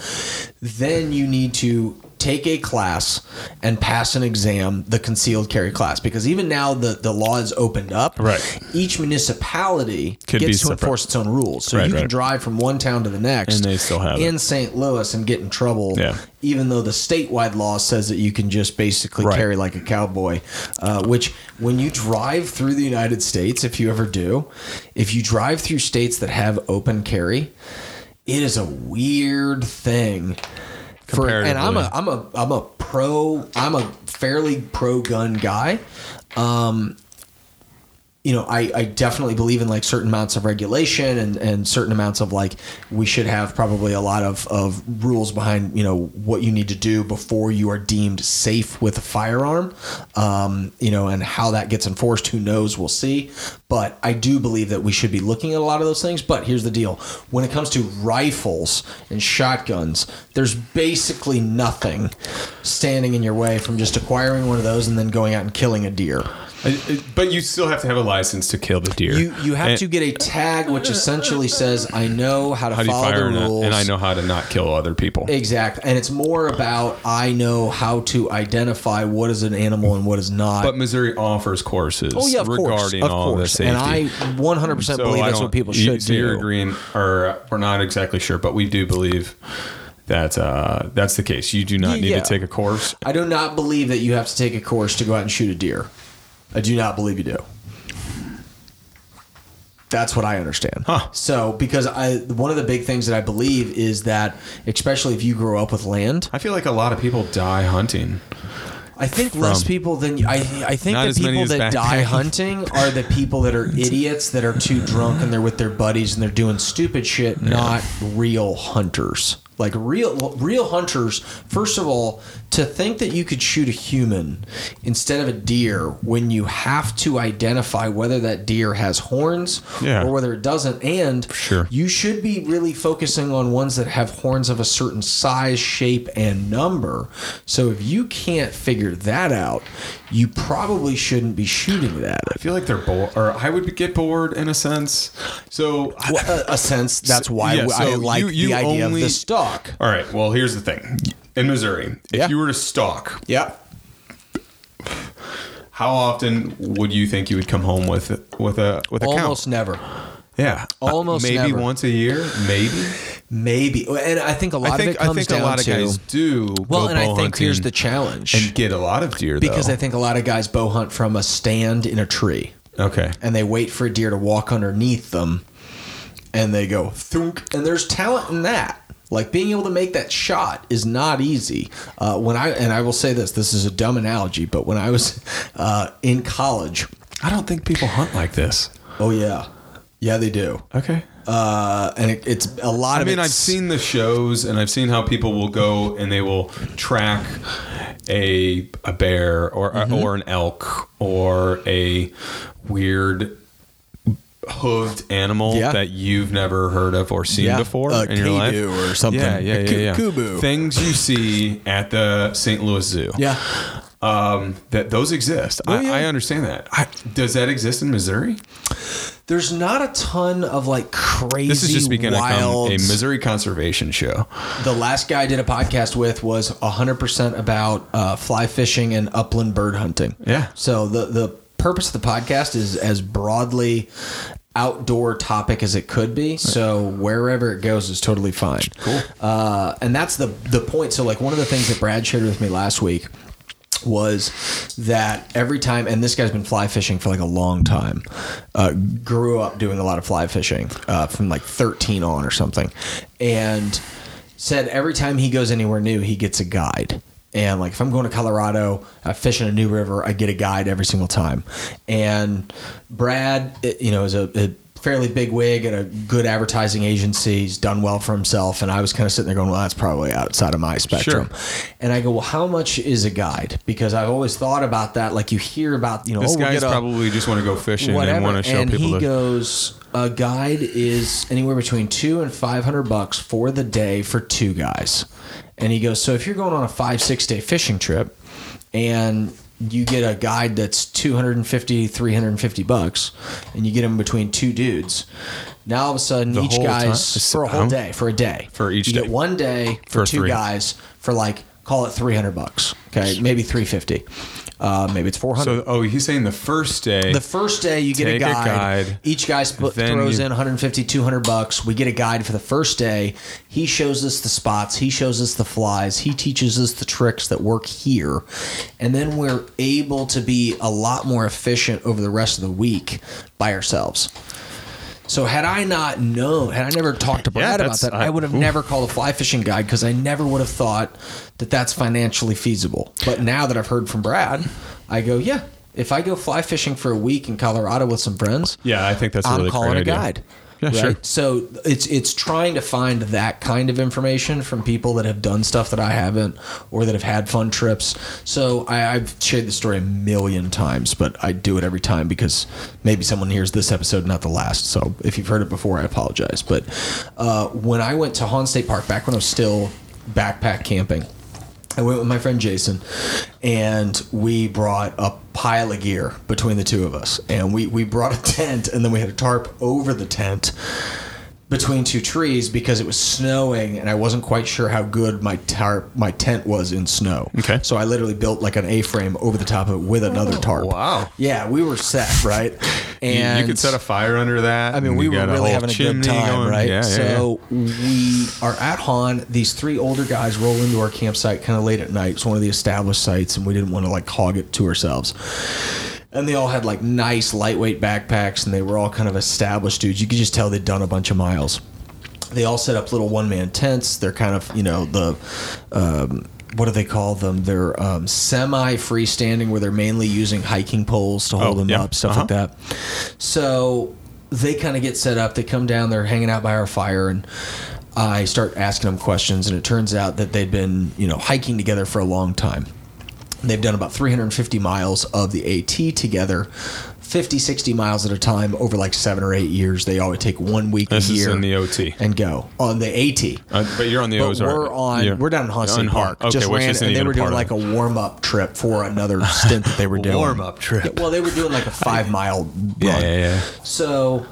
Speaker 1: then you need to take a class and pass an exam, the concealed carry class, because even now the, the law is opened up.
Speaker 2: Right.
Speaker 1: Each municipality
Speaker 2: Could be
Speaker 1: gets to
Speaker 2: separate.
Speaker 1: enforce its own rules. So
Speaker 2: Right,
Speaker 1: you can
Speaker 2: right.
Speaker 1: drive from one town to the next
Speaker 2: And they still have it.
Speaker 1: in St. Louis and get in trouble.
Speaker 2: Yeah.
Speaker 1: Even though the statewide law says that you can just basically
Speaker 2: Right.
Speaker 1: carry like a cowboy, uh, which when you drive through the United States, if you ever do, if you drive through states that have open carry, it is a weird thing. For, and I'm a I'm a I'm a pro I'm a fairly pro gun guy. Um, you know, I, I definitely believe in like certain amounts of regulation and, and certain amounts of like we should have probably a lot of, of rules behind, you know, what you need to do before you are deemed safe with a firearm. Um, you know, and how that gets enforced, who knows, we'll see. But I do believe that we should be looking at a lot of those things. But here's the deal. When it comes to rifles and shotguns, there's basically nothing standing in your way from just acquiring one of those and then going out and killing a deer.
Speaker 2: I- I- But you still have to have a license to kill the deer.
Speaker 1: You you have
Speaker 2: And-
Speaker 1: to get a tag which essentially says I know how to
Speaker 2: how do you
Speaker 1: follow
Speaker 2: fire
Speaker 1: the
Speaker 2: and, I-
Speaker 1: rules
Speaker 2: and I know how to not kill other people.
Speaker 1: exactly, and it's more about I know how to identify what is an animal and what is not.
Speaker 2: But Missouri offers courses
Speaker 1: oh yeah, of
Speaker 2: regarding
Speaker 1: course, of
Speaker 2: all
Speaker 1: course,
Speaker 2: the safety.
Speaker 1: and I 100 percent
Speaker 2: So
Speaker 1: believe
Speaker 2: I
Speaker 1: that's
Speaker 2: don't-
Speaker 1: what people
Speaker 2: you-
Speaker 1: should
Speaker 2: so
Speaker 1: do.
Speaker 2: You're agreeing, or we're not exactly sure, but we do believe that uh, that's the case. You do not need
Speaker 1: Yeah.
Speaker 2: to take a course.
Speaker 1: I do not believe that you have to take a course to go out and shoot a deer. I do not believe you do. That's what I understand.
Speaker 2: Huh.
Speaker 1: So, because I one of the big things that I believe is that, especially if you grow up with land,
Speaker 2: I feel like a lot of people die hunting.
Speaker 1: I think less
Speaker 2: from-
Speaker 1: people than I. I think
Speaker 2: Not
Speaker 1: the
Speaker 2: as many
Speaker 1: people
Speaker 2: as
Speaker 1: that
Speaker 2: back
Speaker 1: die
Speaker 2: then.
Speaker 1: hunting are the people
Speaker 2: [LAUGHS]
Speaker 1: that are idiots that are too drunk and they're with their buddies and they're doing stupid shit. Not real hunters. Like real real hunters. First of all, to think that you could shoot a human instead of a deer when you have to identify whether that deer has horns
Speaker 2: Yeah.
Speaker 1: or whether it doesn't, and
Speaker 2: Sure.
Speaker 1: you should be really focusing on ones that have horns of a certain size, shape, and number. So if you can't figure that out, you probably shouldn't be shooting that.
Speaker 2: I feel like they're bored, or I would get bored in a sense. So I-
Speaker 1: Well, a, a sense that's why
Speaker 2: Yeah,
Speaker 1: I
Speaker 2: so
Speaker 1: like
Speaker 2: you- you
Speaker 1: the idea
Speaker 2: only-
Speaker 1: of the stock.
Speaker 2: All right. Well, here's the thing. In Missouri, if
Speaker 1: Yeah.
Speaker 2: you were to stalk,
Speaker 1: Yeah.
Speaker 2: how often would you think you would come home with with a with a
Speaker 1: Almost never.
Speaker 2: count? Yeah, Uh,
Speaker 1: almost
Speaker 2: maybe
Speaker 1: never.
Speaker 2: once a year, maybe.
Speaker 1: Maybe. And I think a lot
Speaker 2: I think
Speaker 1: of it comes
Speaker 2: I think
Speaker 1: down
Speaker 2: a lot of
Speaker 1: to
Speaker 2: guys do.
Speaker 1: Well,
Speaker 2: go
Speaker 1: and I
Speaker 2: bow
Speaker 1: think here's
Speaker 2: hunting
Speaker 1: the challenge.
Speaker 2: and get a lot of deer
Speaker 1: because
Speaker 2: though.
Speaker 1: I think a lot of guys bow hunt from a stand in a tree.
Speaker 2: okay.
Speaker 1: and they wait for a deer to walk underneath them and they go thunk and there's talent in that like being able to make that shot is not easy uh, when i and i will say this this is a dumb analogy but when i was uh, in college
Speaker 2: I don't think people hunt like this.
Speaker 1: oh yeah yeah they do
Speaker 2: Okay.
Speaker 1: uh, and it, it's a lot
Speaker 2: I
Speaker 1: of
Speaker 2: mean,
Speaker 1: it's-
Speaker 2: I've seen the shows, and I've seen how people will go and they will track a a bear or uh,
Speaker 1: Mm-hmm.
Speaker 2: or an elk or a weird hooved animal
Speaker 1: Yeah.
Speaker 2: that you've never heard of or seen
Speaker 1: Yeah,
Speaker 2: before
Speaker 1: a
Speaker 2: in your life,
Speaker 1: kudu or something.
Speaker 2: Yeah, yeah,
Speaker 1: A
Speaker 2: yeah,
Speaker 1: ku-
Speaker 2: yeah.
Speaker 1: kubu.
Speaker 2: Things you see at the St. Louis Zoo.
Speaker 1: yeah Oh,
Speaker 2: um, that those exist. I,
Speaker 1: yeah.
Speaker 2: I understand that. I, does that exist in Missouri?
Speaker 1: there's not a ton of like crazy
Speaker 2: This is just speaking
Speaker 1: wild
Speaker 2: of a Missouri conservation show.
Speaker 1: the last guy I did a podcast with was 100% about uh, fly fishing and upland bird hunting.
Speaker 2: Yeah.
Speaker 1: So the the purpose of the podcast is as broadly outdoor topic as it could be. So wherever it goes is totally fine. Cool. Uh, and that's the the point. So like one of the things that Brad shared with me last week was that every time and this guy's been fly fishing for like a long time uh, grew up doing a lot of fly fishing uh, from like 13 on or something and said every time he goes anywhere new he gets a guide and like if i'm going to colorado i fish in a new river i get a guide every single time and brad eh, you know is a, a fairly big wig at a good advertising agency he's done well for himself and i was kind of sitting there going well that's probably outside of my spectrum and I go, well, how much is a guide? Because I've always thought about that. Like you hear about, you know,
Speaker 2: This
Speaker 1: oh, we'll
Speaker 2: guy's
Speaker 1: get a-
Speaker 2: probably just want to go fishing
Speaker 1: whatever.
Speaker 2: and want to show
Speaker 1: and
Speaker 2: people
Speaker 1: he
Speaker 2: that
Speaker 1: goes, a guide is anywhere between two and five hundred bucks for the day for two guys. And he goes, so if you're going on a five six day fishing trip, and you get a guide that's 250 350 bucks and you get them between two dudes now all of a sudden each
Speaker 2: whole
Speaker 1: guy's
Speaker 2: time?
Speaker 1: for a whole
Speaker 2: Huh?
Speaker 1: day for a day
Speaker 2: For each
Speaker 1: you get
Speaker 2: day.
Speaker 1: one day for,
Speaker 2: For
Speaker 1: two
Speaker 2: three.
Speaker 1: guys for like call it 300 bucks okay maybe 350 uh, maybe it's 400
Speaker 2: So, oh, he's saying the first day.
Speaker 1: the first day you get a
Speaker 2: Take a
Speaker 1: guide,
Speaker 2: guide.
Speaker 1: each guy sp-
Speaker 2: Then
Speaker 1: throws
Speaker 2: you-
Speaker 1: in 150 200 bucks we get a guide for the first day he shows us the spots he shows us the flies he teaches us the tricks that work here and then we're able to be a lot more efficient over the rest of the week by ourselves so had I not known, had I never talked to Brad about
Speaker 2: that's-
Speaker 1: that, I,
Speaker 2: I-
Speaker 1: would have
Speaker 2: oof.
Speaker 1: never called a fly fishing guide because I never would have thought that that's financially feasible. But now that I've heard from Brad, I go, yeah, If I go fly fishing for a week in Colorado with some friends,
Speaker 2: Yeah, I think that's a
Speaker 1: I'm
Speaker 2: really great
Speaker 1: calling a
Speaker 2: idea.
Speaker 1: guide.
Speaker 2: Yeah, sure.
Speaker 1: So it's it's trying to find that kind of information from people that have done stuff that I haven't or that have had fun trips. So I, I've shared this story a million times, but I do it every time because maybe someone hears this episode, not the last. So if you've heard it before, I apologize. But uh, when I went to Han State Park back when I was still backpack camping, I went with my friend Jason, and we brought a pile of gear between the two of us. And we, we brought a tent, and then we had a tarp over the tent between two trees because it was snowing, and I wasn't quite sure how good my tarp my tent was in snow.
Speaker 2: Okay.
Speaker 1: So I literally built like an A-frame over the top of it with another tarp.
Speaker 2: wow.
Speaker 1: Yeah, we were set right.
Speaker 2: [LAUGHS] You-
Speaker 1: And
Speaker 2: you could set a fire under that.
Speaker 1: I mean,
Speaker 2: and
Speaker 1: we
Speaker 2: you
Speaker 1: were
Speaker 2: got a
Speaker 1: really
Speaker 2: whole
Speaker 1: having a good
Speaker 2: chimney
Speaker 1: time,
Speaker 2: going.
Speaker 1: right?
Speaker 2: Yeah, yeah,
Speaker 1: so we are at Han. These three older guys roll into our campsite kind of late at night. It's one of the established sites, and we didn't want to like hog it to ourselves. And they all had like nice lightweight backpacks, and they were all kind of established dudes. You could just tell they'd done a bunch of miles. They all set up little one man tents. They're kind of you know the. Um, what do they call them? They're um, semi freestanding, where they're mainly using hiking poles to hold them
Speaker 2: yeah.
Speaker 1: up, stuff
Speaker 2: Uh-huh.
Speaker 1: like that that. So they kind of get set up. They come down. They're hanging out by our fire, and I start asking them questions. And it turns out that they'd been, you know, hiking together for a long time. They've done about 350 miles of the AT together, 50, 60 miles at a time over like seven or eight years. They always take one week
Speaker 2: This
Speaker 1: a
Speaker 2: is
Speaker 1: year
Speaker 2: in the OT.
Speaker 1: and go on the AT.
Speaker 2: Uh, but you're on the
Speaker 1: But
Speaker 2: Ozark.
Speaker 1: we're on.
Speaker 2: You're-
Speaker 1: We're down in Hudson
Speaker 2: on Har-
Speaker 1: Park.
Speaker 2: Okay,
Speaker 1: just
Speaker 2: which
Speaker 1: ran,
Speaker 2: isn't
Speaker 1: and they
Speaker 2: even
Speaker 1: were doing
Speaker 2: part of
Speaker 1: like
Speaker 2: it.
Speaker 1: a warm up trip for
Speaker 2: [LAUGHS]
Speaker 1: another stint that they were doing.
Speaker 2: Warm-up trip.
Speaker 1: Yeah, well, they were doing like a five mile run.
Speaker 2: Yeah, yeah, yeah.
Speaker 1: So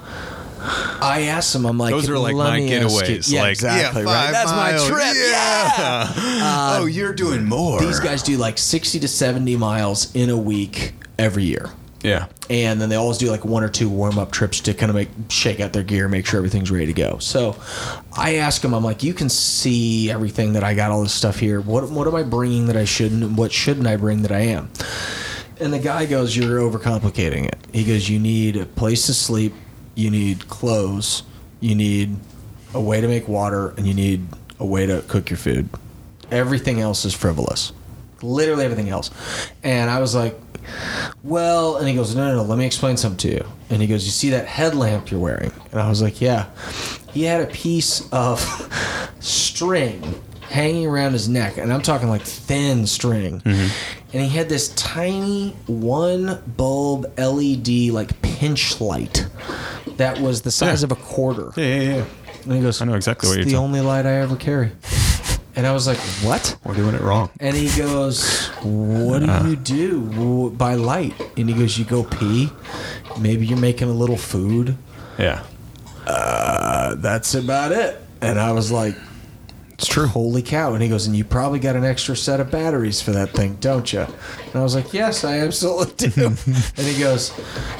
Speaker 1: I asked them. I'm like,
Speaker 2: Those are like
Speaker 1: "Let
Speaker 2: my
Speaker 1: me ask you-"
Speaker 2: getaways.
Speaker 1: Yeah,
Speaker 2: like,
Speaker 1: exactly.
Speaker 2: yeah,
Speaker 1: right.
Speaker 2: five
Speaker 1: That's
Speaker 2: miles.
Speaker 1: my trip.
Speaker 2: Yeah.
Speaker 1: yeah.
Speaker 3: oh, you're doing more.
Speaker 1: These guys do like 60 to 70 miles in a week every year.
Speaker 2: Yeah.
Speaker 1: and then they always do like one or two warm up trips to kind of make shake out their gear, make sure everything's ready to go. So I ask them, I'm like, you can see everything that I got, all this stuff here. What what am I bringing that I shouldn't? and What shouldn't I bring that I am? And the guy goes, you're overcomplicating it. He goes, you need a place to sleep, you need clothes, you need a way to make water, and you need a way to cook your food. Everything else is frivolous. Literally everything else. And I was like, well, and he goes, no, no, no, let me explain something to you. And he goes, you see that headlamp you're wearing? And I was like, yeah. He had a piece of [LAUGHS] string hanging around his neck, and I'm talking like thin string.
Speaker 2: Mm-hmm.
Speaker 1: And he had this tiny one bulb LED like pinch light that was the size
Speaker 2: Yeah.
Speaker 1: of a quarter.
Speaker 2: Yeah, yeah, yeah.
Speaker 1: And he goes,
Speaker 2: I know exactly
Speaker 1: "It's
Speaker 2: what you're
Speaker 1: the
Speaker 2: talking-
Speaker 1: only light I ever
Speaker 2: [LAUGHS]
Speaker 1: carry. And I was like, what?
Speaker 2: We're doing it wrong.
Speaker 1: And he goes, What do you do w- by light? And he goes, You go pee. Maybe you're making a little food.
Speaker 2: Yeah.
Speaker 1: Uh, That's about it. And I was like, It's true. Holy cow. And he goes, And you probably got an extra set of batteries for that thing, don't you? And I was like, Yes, I absolutely [LAUGHS] do. and he goes,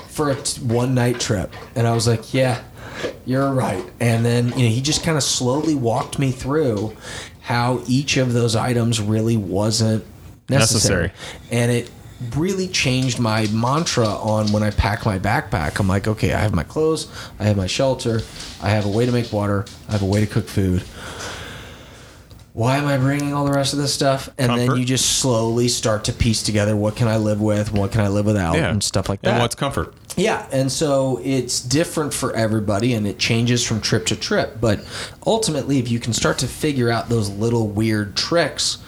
Speaker 1: For a t- one night trip. And I was like, Yeah, you're right. And then, you know, he just kind of slowly walked me through how each of those items really wasn't necessary.
Speaker 2: Necessary.
Speaker 1: And it really changed my mantra on when I pack my backpack. I'm like, okay, I have my clothes, I have my shelter, I have a way to make water, I have a way to cook food. Why am I bringing all the rest of this stuff? And then
Speaker 2: Comfort.
Speaker 1: you just slowly start to piece together what can I live with, what can I live without,
Speaker 2: Yeah.
Speaker 1: oh, and stuff like that.
Speaker 2: And what's comfort?
Speaker 1: Yeah, and so it's different for everybody and it changes from trip to trip. But ultimately, if you can start to figure out those little weird tricks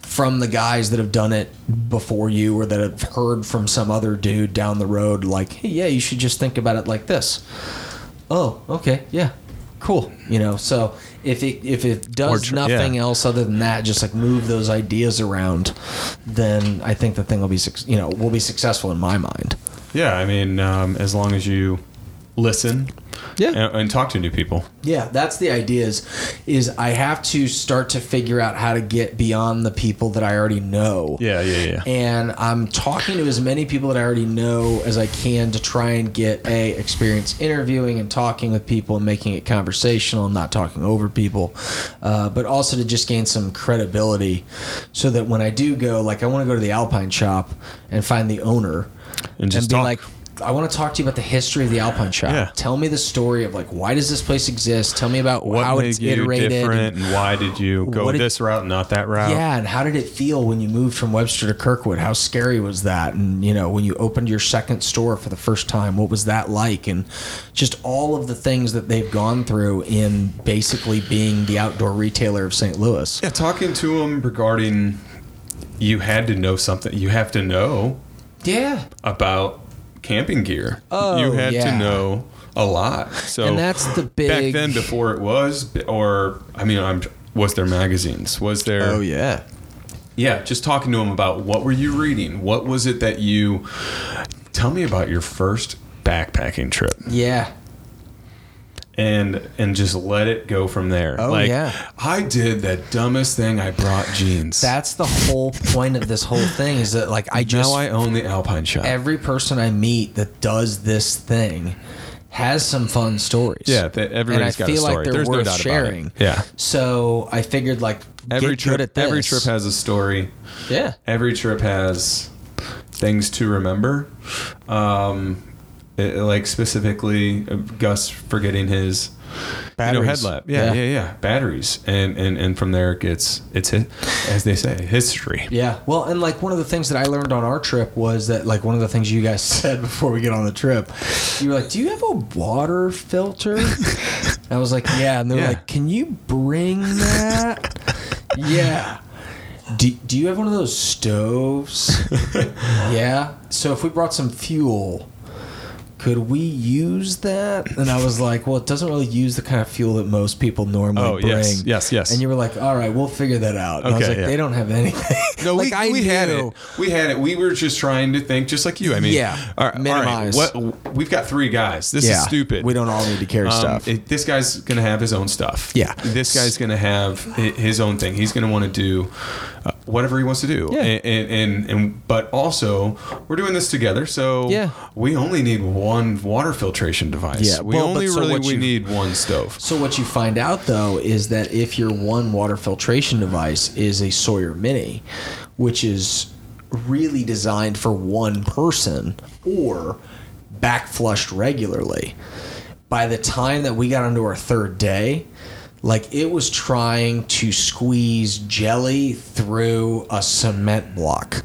Speaker 1: from the guys that have done it before you or that have heard from some other dude down the road, like, hey, yeah, you should just think about it like this. Oh, okay, yeah. Cool, you know. So if it if it
Speaker 2: Or
Speaker 1: does
Speaker 2: tr-
Speaker 1: nothing
Speaker 2: yeah.
Speaker 1: else other than that, just like move those ideas around, then I think the thing will be suc- you know will be successful in my mind.
Speaker 2: Yeah, I mean, um, as long as you listen
Speaker 1: Yeah.
Speaker 2: and, and talk to new people.
Speaker 1: Yeah, that's the idea is is I have to start to figure out how to get beyond the people that I already know.
Speaker 2: Yeah, yeah, yeah.
Speaker 1: And I'm talking to as many people that I already know as I can to try and get a experience interviewing and talking with people and making it conversational and not talking over people, uh, but also to just gain some credibility, so that when I do go, like I want to go to the Alpine shop and find the owner
Speaker 2: And just
Speaker 1: be
Speaker 2: talk.
Speaker 1: like,
Speaker 5: I want to talk to you about the history of the Alpine Shop.
Speaker 2: Yeah.
Speaker 5: Tell me the story of like why does this place exist? Tell me about how it's iterated.
Speaker 2: different, and why
Speaker 5: [LAUGHS]
Speaker 2: did you go
Speaker 5: What did-
Speaker 2: this route, not that route?
Speaker 5: Yeah,
Speaker 1: And how did it feel when you moved from Webster to Kirkwood? How scary was that? And you know, when you opened your second store for the first time, what was that like? And just all of the things that they've gone through in basically being the outdoor retailer of St. Louis.
Speaker 2: Yeah, talking to him regarding you had to know something. You have to know
Speaker 5: yeah.
Speaker 2: about camping gear.
Speaker 5: Oh,
Speaker 2: you had
Speaker 5: yeah.
Speaker 2: to know a lot. So
Speaker 5: And that's the big-
Speaker 2: back then before it was or I mean I'm was there magazines? Was there
Speaker 5: Oh,
Speaker 1: Oh, yeah.
Speaker 2: yeah, just talking to him about what were you reading? What was it that you tell me about your first backpacking trip
Speaker 5: Yeah.
Speaker 2: and and just let it go from there.
Speaker 5: Oh,
Speaker 2: like
Speaker 5: yeah.
Speaker 2: I did the dumbest thing. I brought jeans.
Speaker 5: That's the whole point of this whole thing is that like I just
Speaker 2: now I own the Alpine shop.
Speaker 5: every person I meet that does this thing has some fun stories.
Speaker 2: Yeah, that everybody's
Speaker 5: and I
Speaker 2: got a
Speaker 5: feel like
Speaker 2: story.
Speaker 5: they're
Speaker 2: There's no
Speaker 5: worth
Speaker 2: doubt about it.
Speaker 5: sharing.
Speaker 2: Yeah.
Speaker 5: So I figured like
Speaker 2: every
Speaker 5: get
Speaker 2: trip
Speaker 5: good at this.
Speaker 2: every trip has a story.
Speaker 5: yeah.
Speaker 2: every trip has things to remember. Um, it- like specifically uh, Gus forgetting his you know,
Speaker 1: Batteries.
Speaker 2: headlamp.
Speaker 5: Yeah.
Speaker 2: Yeah, yeah, yeah, Batteries, and and and from there it gets it's his, as they say history.
Speaker 5: Yeah.
Speaker 1: Well, and like one of the things that I learned on our trip was that like one of the things you guys [LAUGHS] said before we get on the trip, you were like, "Do you have a water filter?"
Speaker 2: [LAUGHS]
Speaker 1: And I was like, "Yeah," and they were
Speaker 2: Yeah.
Speaker 1: like, "Can you bring that?" yeah. Do, do you have one of those
Speaker 2: [LAUGHS]
Speaker 1: stoves? yeah. So if we brought some fuel, could we use that? And I was like, well, it doesn't really use the kind of fuel that most people normally
Speaker 2: Oh,
Speaker 1: bring.
Speaker 2: yes, yes, yes.
Speaker 1: And you were like, all right, we'll figure that out. And I was
Speaker 2: Okay,
Speaker 1: like,
Speaker 2: yeah.
Speaker 1: they don't have anything.
Speaker 2: No,
Speaker 1: like
Speaker 2: we,
Speaker 1: I
Speaker 2: we had
Speaker 1: knew.
Speaker 2: it. We had it. We were just trying to think, just like you. I mean,
Speaker 1: Yeah,
Speaker 2: All right, all right,
Speaker 1: minimize.
Speaker 2: what we've got three guys. This is stupid.
Speaker 1: We don't all need to carry
Speaker 2: Um,
Speaker 1: stuff.
Speaker 2: it- this guy's gonna have his own stuff.
Speaker 1: Yeah.
Speaker 2: This guy's gonna have hi- his own thing. He's gonna want to do uh, whatever he wants to do.
Speaker 5: Yeah.
Speaker 2: And, and and and but also we're doing this together, so
Speaker 5: Yeah.
Speaker 2: we only need one water filtration device.
Speaker 1: Yeah,
Speaker 2: We
Speaker 1: well, but
Speaker 2: only
Speaker 1: so
Speaker 2: really
Speaker 1: what
Speaker 2: we
Speaker 1: you-
Speaker 2: need one stove.
Speaker 1: so what you find out though is that if your one water filtration device is a Sawyer Mini, which is really designed for one person or back flushed regularly, by the time that we got onto our third day, like it was trying to squeeze jelly through a cement block.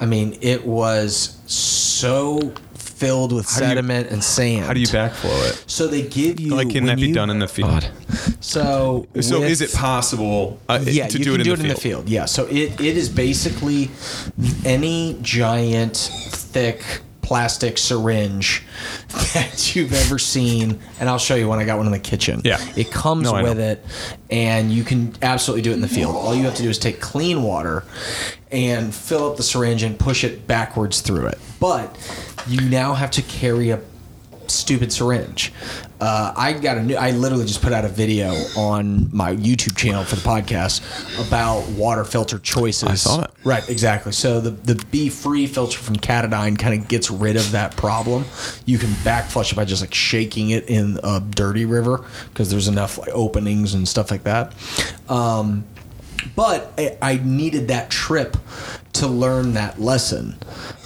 Speaker 1: I mean, it was so filled with
Speaker 2: do you-
Speaker 1: sediment and sand.
Speaker 2: How do you backflow it?
Speaker 1: So they give you
Speaker 2: Like, can
Speaker 1: when
Speaker 2: that be
Speaker 1: you-
Speaker 2: done in the field?
Speaker 1: So
Speaker 2: [LAUGHS] So,
Speaker 1: with-
Speaker 2: is it possible uh,
Speaker 1: yeah,
Speaker 2: to
Speaker 1: you
Speaker 2: do
Speaker 1: can
Speaker 2: it, in,
Speaker 1: do
Speaker 2: the
Speaker 1: it in the field. Yeah. So it it is basically any giant thick plastic syringe [LAUGHS] that you've ever seen and I'll show you when I got one in the kitchen.
Speaker 2: Yeah.
Speaker 1: It comes
Speaker 2: No, I
Speaker 1: with
Speaker 2: know.
Speaker 1: it and you can absolutely do it in the field. All you have to do is take clean water and fill up the syringe and push it backwards through it. But you now have to carry a stupid syringe. Uh, I got a new. I literally just put out a video on my YouTube channel for the podcast about water filter choices. I
Speaker 2: saw that.
Speaker 1: Right, exactly. So the the B free filter from Catadyn kind of gets rid of that problem. You can back flush it by just like shaking it in a dirty river because there's enough like openings and stuff like that. Um, but I, I needed that trip to learn that lesson.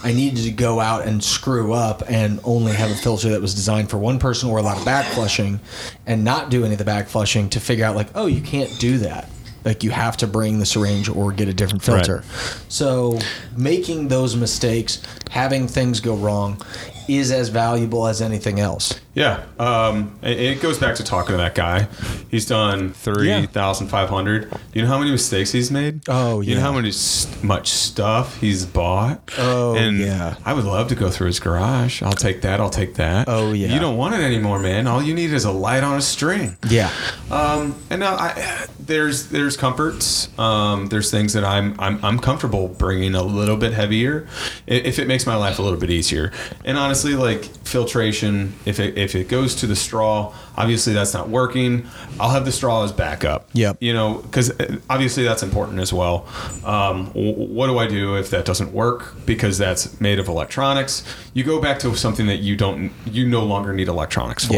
Speaker 1: I needed to go out and screw up and only have a filter that was designed for one person or a lot of back flushing and not do any of the back flushing to figure out, like, oh, you can't do that. Like, you have to bring the syringe or get a different filter. So, making those mistakes, having things go wrong, is as valuable as anything else.
Speaker 2: Yeah, um, it, it goes back to talking to that guy. He's done three thousand five hundred. You know how many mistakes he's made?
Speaker 1: Oh,
Speaker 2: You
Speaker 1: yeah.
Speaker 2: know how many s- much stuff he's bought?
Speaker 1: Oh,
Speaker 2: and
Speaker 1: yeah.
Speaker 2: I would love to go through his garage. I'll take that. I'll take that.
Speaker 1: Oh, yeah.
Speaker 2: You don't want it anymore, man. All you need is a light on a string.
Speaker 1: Yeah.
Speaker 2: Um, and now I, there's there's comforts. Um, there's things that I'm I'm I'm comfortable bringing a little bit heavier, i- if it makes my life a little bit easier. And honestly, like filtration, if it if it goes to the straw, obviously that's not working. I'll have the straw as backup.
Speaker 1: Yep.
Speaker 2: You know, because obviously that's important as well. Um, w- what do I do if that doesn't work? Because that's made of electronics. You go back to something that you don't you no longer need electronics for.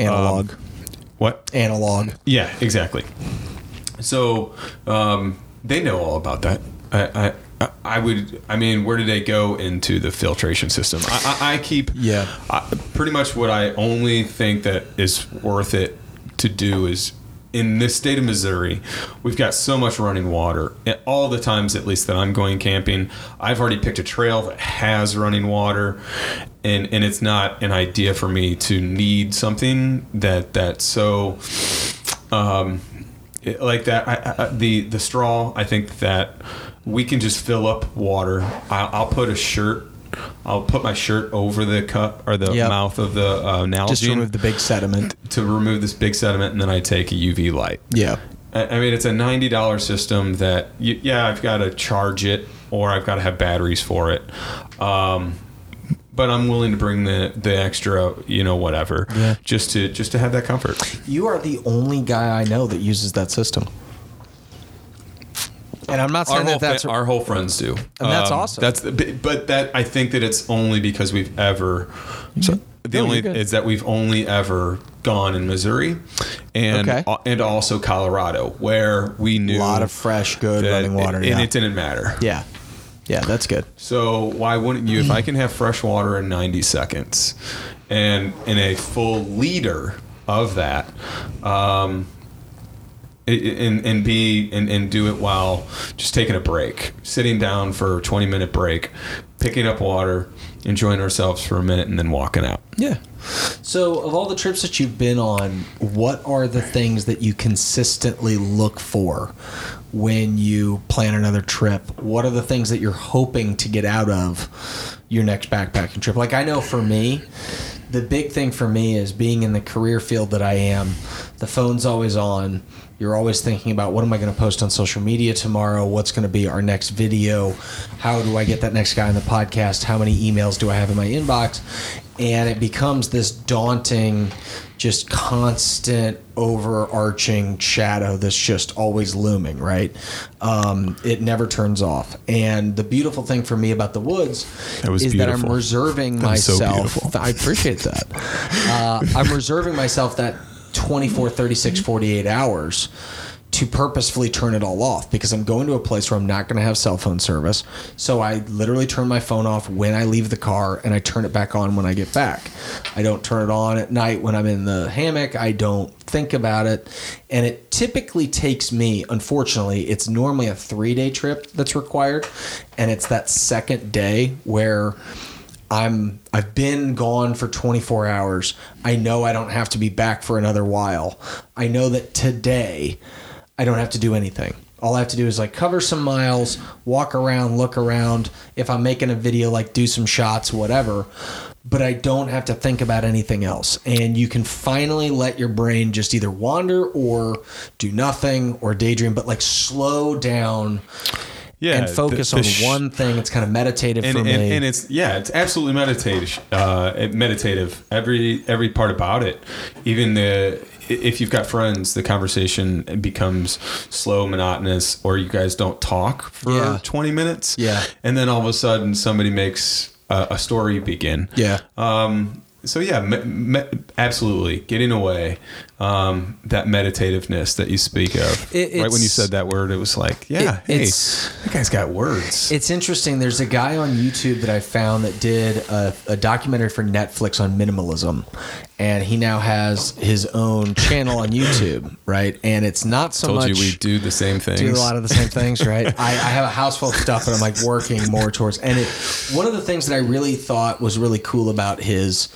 Speaker 1: Analog.
Speaker 2: What?
Speaker 1: Analog.
Speaker 2: Yeah, exactly. So um, they know all about that. I, I I- I would. I mean, where do they go into the filtration system? I, I, I keep.
Speaker 3: Yeah.
Speaker 2: I, pretty much what I only think that is worth it to do is in this state of Missouri, we've got so much running water. At all the times, at least that I'm going camping, I've already picked a trail that has running water, and and it's not an idea for me to need something that that's so. Um, it- like that I, I, the the straw i think that we can just fill up water i'll, I'll put a shirt i'll put my shirt over the cup or the
Speaker 3: Yep.
Speaker 2: mouth of the uh, Nalgene
Speaker 3: Just remove the big sediment.
Speaker 2: to remove this big sediment and then i take a uv light
Speaker 3: Yeah.
Speaker 2: I, I mean it's a $90 system that you, yeah i've got to charge it or i've got to have batteries for it um, but i'm willing to bring the the extra you know whatever
Speaker 3: Yeah.
Speaker 2: just to just to have that comfort
Speaker 3: You are the only guy I know that uses that system. And I'm not saying
Speaker 2: our
Speaker 3: that
Speaker 2: whole fa-
Speaker 3: that's
Speaker 2: our whole friends do, Um,
Speaker 3: And that's awesome.
Speaker 2: That's the- but- but that I think that it's only because we've ever so the
Speaker 3: No,
Speaker 2: only
Speaker 3: you're good.
Speaker 2: is that we've only ever gone in Missouri and
Speaker 3: Okay.
Speaker 2: uh, and also Colorado where we knew
Speaker 3: a lot of fresh, good
Speaker 2: that
Speaker 3: running water.
Speaker 2: and
Speaker 3: yeah.
Speaker 2: it didn't matter.
Speaker 3: yeah. Yeah, that's good.
Speaker 2: So why wouldn't you? If I can have fresh water in 90 seconds, and in a full liter of that, um, i- i- and and be and, and do it while just taking a break, sitting down for a 20 minute break, picking up water, enjoying ourselves for a minute, and then walking out.
Speaker 3: Yeah.
Speaker 1: So, of all the trips that you've been on,
Speaker 3: What are the things that you consistently look for when you plan another trip? What are the things that you're hoping to get out of your next backpacking trip?
Speaker 1: Like I know for me, the big thing for me is being in the career field that I am. The phone's always on. You're always thinking about what am I going to post on social media tomorrow? What's going to be our next video? How do I get that next guy on the podcast? How many emails do I have in my inbox? And it becomes this daunting, just constant overarching shadow that's just always looming, right? Um, it never turns off. And the beautiful thing for me about the woods
Speaker 2: That was
Speaker 1: is that I'm
Speaker 2: beautiful.
Speaker 1: reserving
Speaker 2: was so
Speaker 1: myself.
Speaker 2: beautiful.
Speaker 1: I appreciate that. Uh, I'm reserving myself that 24, 36, 48 hours to purposefully turn it all off because I'm going to a place where I'm not going to have cell phone service. So I literally turn my phone off when I leave the car and I turn it back on when I get back. I don't turn it on at night when I'm in the hammock. I don't think about it. And it typically takes me, unfortunately, it's normally a three day trip that's required. And it's that second day where I'm I've been gone for 24 hours. I know I don't have to be back for another while. I know that today I don't have to do anything. All I have to do is like cover some miles, walk around, look around. If I'm making a video, like do some shots, whatever. But I don't have to think about anything else. And you can finally let your brain just either wander or do nothing or daydream, but like slow down
Speaker 2: Yeah,
Speaker 1: and
Speaker 2: the-
Speaker 1: focus
Speaker 2: the
Speaker 1: on
Speaker 2: sh-
Speaker 1: one thing. It's kind of meditative
Speaker 2: and,
Speaker 1: for
Speaker 2: and,
Speaker 1: me.
Speaker 2: and it's yeah, it's absolutely meditative. Uh, meditative. Every every part about it, even the if you've got friends, the conversation becomes slow, monotonous, or you guys don't talk for
Speaker 3: Yeah.
Speaker 2: twenty minutes.
Speaker 3: Yeah.
Speaker 2: and then all of a sudden somebody makes a, a story begin.
Speaker 3: Yeah.
Speaker 2: So yeah, me, me, absolutely getting away. Um, that meditativeness that you speak of,
Speaker 1: It-
Speaker 2: right when you
Speaker 1: it's-
Speaker 2: said that word, it was like, yeah,
Speaker 1: It-
Speaker 2: hey,
Speaker 1: it's-
Speaker 2: that guy's got words.
Speaker 1: It's interesting. There's a guy on YouTube that I found that did a, a documentary for Netflix on minimalism, and he now has his own channel on YouTube, right? And it's not so
Speaker 2: Told
Speaker 1: much
Speaker 2: you we do the same things.
Speaker 1: do a lot of the same things, right? [LAUGHS] I, I have a house full of stuff and I'm like working more towards. And it, one of the things that I really thought was really cool about his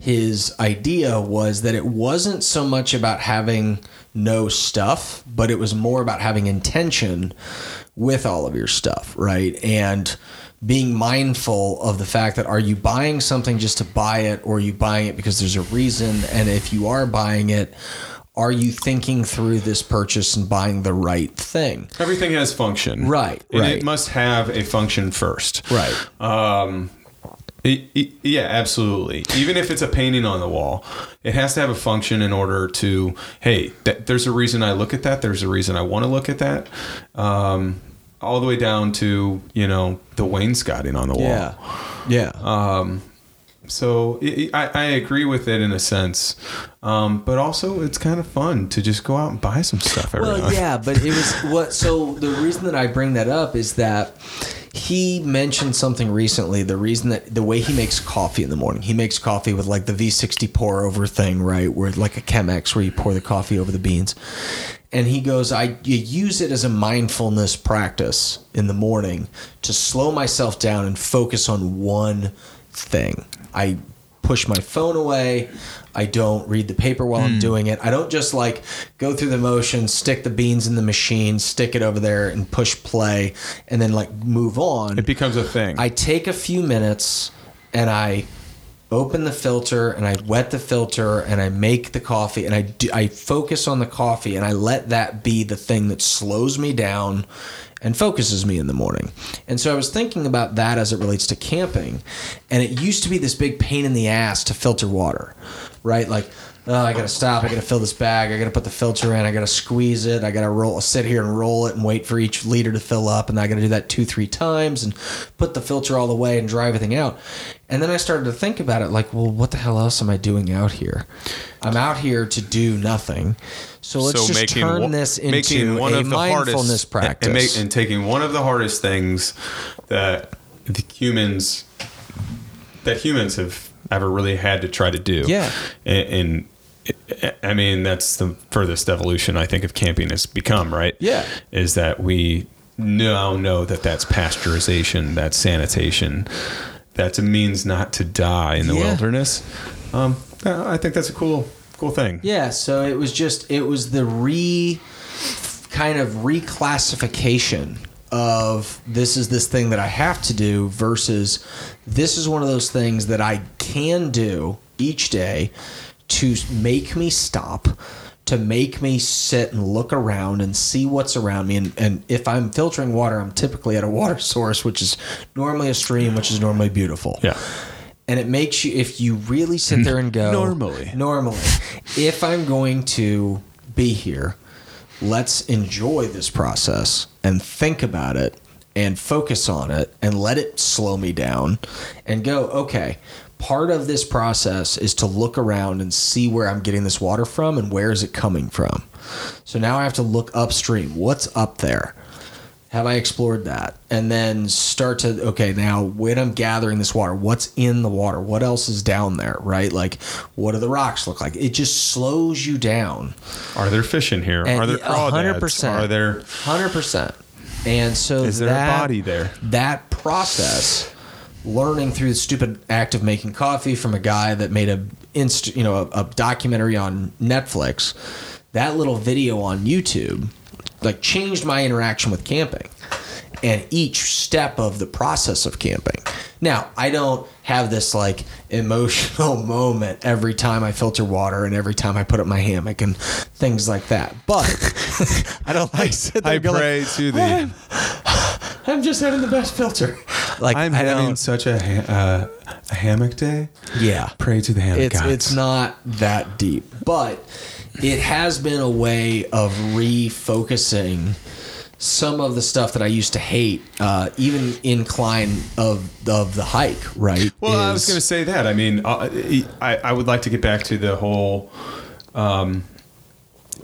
Speaker 1: his idea was that it wasn't so much about having no stuff, but it was more about having intention with all of your stuff, right? And being mindful of the fact that are you buying something just to buy it or are you buying it because there's a reason and if you are buying it are you thinking through this purchase and buying the right thing?
Speaker 2: Everything has function.
Speaker 1: Right,
Speaker 2: And
Speaker 1: right.
Speaker 2: it must have a function first. E- e- yeah, absolutely. Even if it's a painting on the wall, it has to have a function in order to, hey, th- there's a reason I look at that. There's a reason I want to look at that. Um, all the way down to, you know, the wainscoting on the wall.
Speaker 3: yeah. Yeah.
Speaker 2: So i I, I agree with it in a sense. Um, but also, it's kind of fun to just go out and buy some stuff every now
Speaker 1: Well,
Speaker 2: and
Speaker 1: yeah, but it was what. So the reason that I bring that up is that he mentioned something recently. The reason that the way he makes coffee in the morning, he makes coffee with like the V60 pour over thing, right? Where like a Chemex, where you pour the coffee over the beans. And he goes, I you use it as a mindfulness practice in the morning to slow myself down and focus on one thing. I push my phone away. I don't read the paper while I'm doing it. I don't just like go through the motions, stick the beans in the machine, stick it over there and push play and then like move on.
Speaker 2: It becomes a thing.
Speaker 1: I take a few minutes and I open the filter and I wet the filter and I make the coffee and I do, I focus on the coffee and I let that be the thing that slows me down and focuses me in the morning. And so I was thinking about that as it relates to camping and it used to be this big pain in the ass to filter water, right? Like Oh, I gotta stop. I gotta fill this bag. I gotta put the filter in. I gotta squeeze it. I gotta roll, sit here and roll it and wait for each liter to fill up. And I gotta do that two, three times and put the filter all the way and dry everything out. And then I started to think about it like, well, what the hell else am I doing out here? I'm out here to do nothing. So let's just turn
Speaker 2: wa-
Speaker 1: this into a mindfulness practice.
Speaker 2: and, make, and taking one of the hardest things that the humans that humans have ever really had to try to do.
Speaker 1: Yeah.
Speaker 2: and. and I mean, that's the furthest evolution I think of camping has become, right?
Speaker 1: Yeah.
Speaker 2: Is that we now know that that's pasteurization, that's sanitation, that's a means not to die in the
Speaker 1: Yeah.
Speaker 2: wilderness. Um, I I think that's a cool, cool thing.
Speaker 1: Yeah, so it was just it was the re kind of reclassification of this is this thing that I have to do versus this is one of those things that I can do each day to make me stop to make me sit and look around and see what's around me and, and if i'm filtering water i'm typically at a water [LAUGHS] source which is normally a stream which is normally beautiful
Speaker 2: Yeah.
Speaker 1: and it makes you if you really sit there and go
Speaker 2: Normally.
Speaker 1: normally if i'm going to be here let's enjoy this process and think about it and focus on it and let it slow me down and go okay part of this process is to look around and see where i'm getting this water from and where is it coming from so now i have to look upstream what's up there have I explored that? And then start to okay, now when I'm gathering this water, what's in the water? What else is down there, right? Like what do the rocks look like? It just slows you down.
Speaker 2: Are there fish in here?
Speaker 1: And
Speaker 2: Are there
Speaker 1: a hundred
Speaker 2: crawdads?
Speaker 1: percent.
Speaker 2: Are there?
Speaker 1: 100%. And so
Speaker 2: Is there a
Speaker 1: that,
Speaker 2: body there?
Speaker 1: That process learning through the stupid act of making coffee from a guy that made a inst, you know, a, a documentary on Netflix, that little video on YouTube like changed my interaction with camping and each step of the process of camping. Now, I don't have this like [LAUGHS] emotional moment every time I filter water and every time I put up my hammock and things like that. But [LAUGHS] I don't like sit there
Speaker 2: I
Speaker 1: and go like,
Speaker 2: pray to thee.
Speaker 1: "I'm- [SIGHS] I'm just having the best filter. [LAUGHS] Like
Speaker 2: I'm
Speaker 1: I
Speaker 2: having
Speaker 1: don't.
Speaker 2: such a, ha- uh, a hammock day.
Speaker 1: Yeah,
Speaker 2: Pray to the hammock
Speaker 1: it's
Speaker 2: gods.
Speaker 1: it's not that deep, but it has been a way of refocusing some of the stuff that I used to hate, uh, even incline of of the hike. Right.
Speaker 2: Well, I was
Speaker 1: is-
Speaker 2: going to say that. I mean, uh, I I would like to get back to the whole. Um,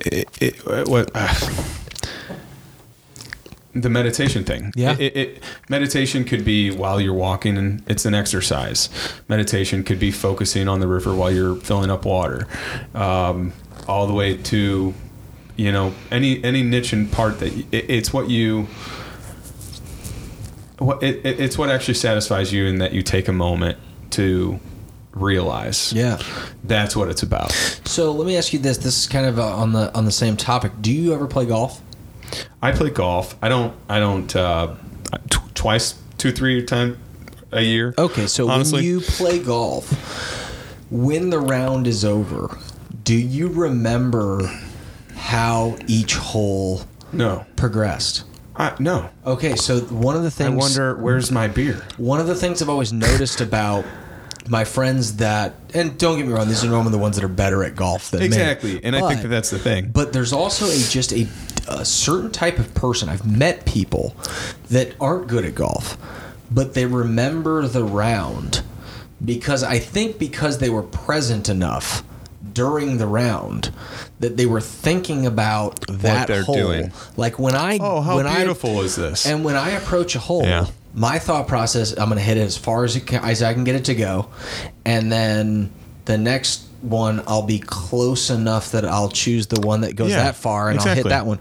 Speaker 2: it, it, uh, what. Uh, the meditation thing.
Speaker 1: Yeah.
Speaker 2: It, it, meditation could be while you're walking, and it's an exercise. Meditation could be focusing on the river while you're filling up water, um, all the way to, you know, any any niche and part that y- it, it's what you. What it, it, it's what actually satisfies you, in that you take a moment to realize.
Speaker 1: Yeah.
Speaker 2: That's what it's about.
Speaker 1: So let me ask you this. This is kind of uh, on the on the same topic. Do you ever play golf?
Speaker 2: I play golf. I don't. I don't. Uh, t- twice, two, three time a year.
Speaker 1: Okay, so
Speaker 2: honestly,
Speaker 1: when you play golf, when the round is over, do you remember how each hole
Speaker 2: no,
Speaker 1: progressed?
Speaker 2: I, no.
Speaker 1: Okay, so one of the
Speaker 2: I
Speaker 1: things
Speaker 2: wonder where's my beer.
Speaker 1: one of the things I've always noticed about my friends that and don't get me wrong, these are normally the ones that are better at golf than me.
Speaker 2: Exactly, and I think
Speaker 1: But-
Speaker 2: that that's the thing.
Speaker 1: But there's also a just a, a certain type of person. I've met people that aren't good at golf, but they remember the round because I think because they were present enough during the round that they were thinking about that
Speaker 2: they're
Speaker 1: hole.
Speaker 2: doing.
Speaker 1: Like when I
Speaker 2: oh, how
Speaker 1: when I-
Speaker 2: beautiful is this?
Speaker 1: and when I approach a hole,
Speaker 2: Yeah.
Speaker 1: my thought process i'm going to hit it as far as, it can, as i can get it to go and then the next one i'll be close enough that i'll choose the one that goes
Speaker 2: Yeah,
Speaker 1: that far and i'll hit
Speaker 2: exactly.
Speaker 1: that one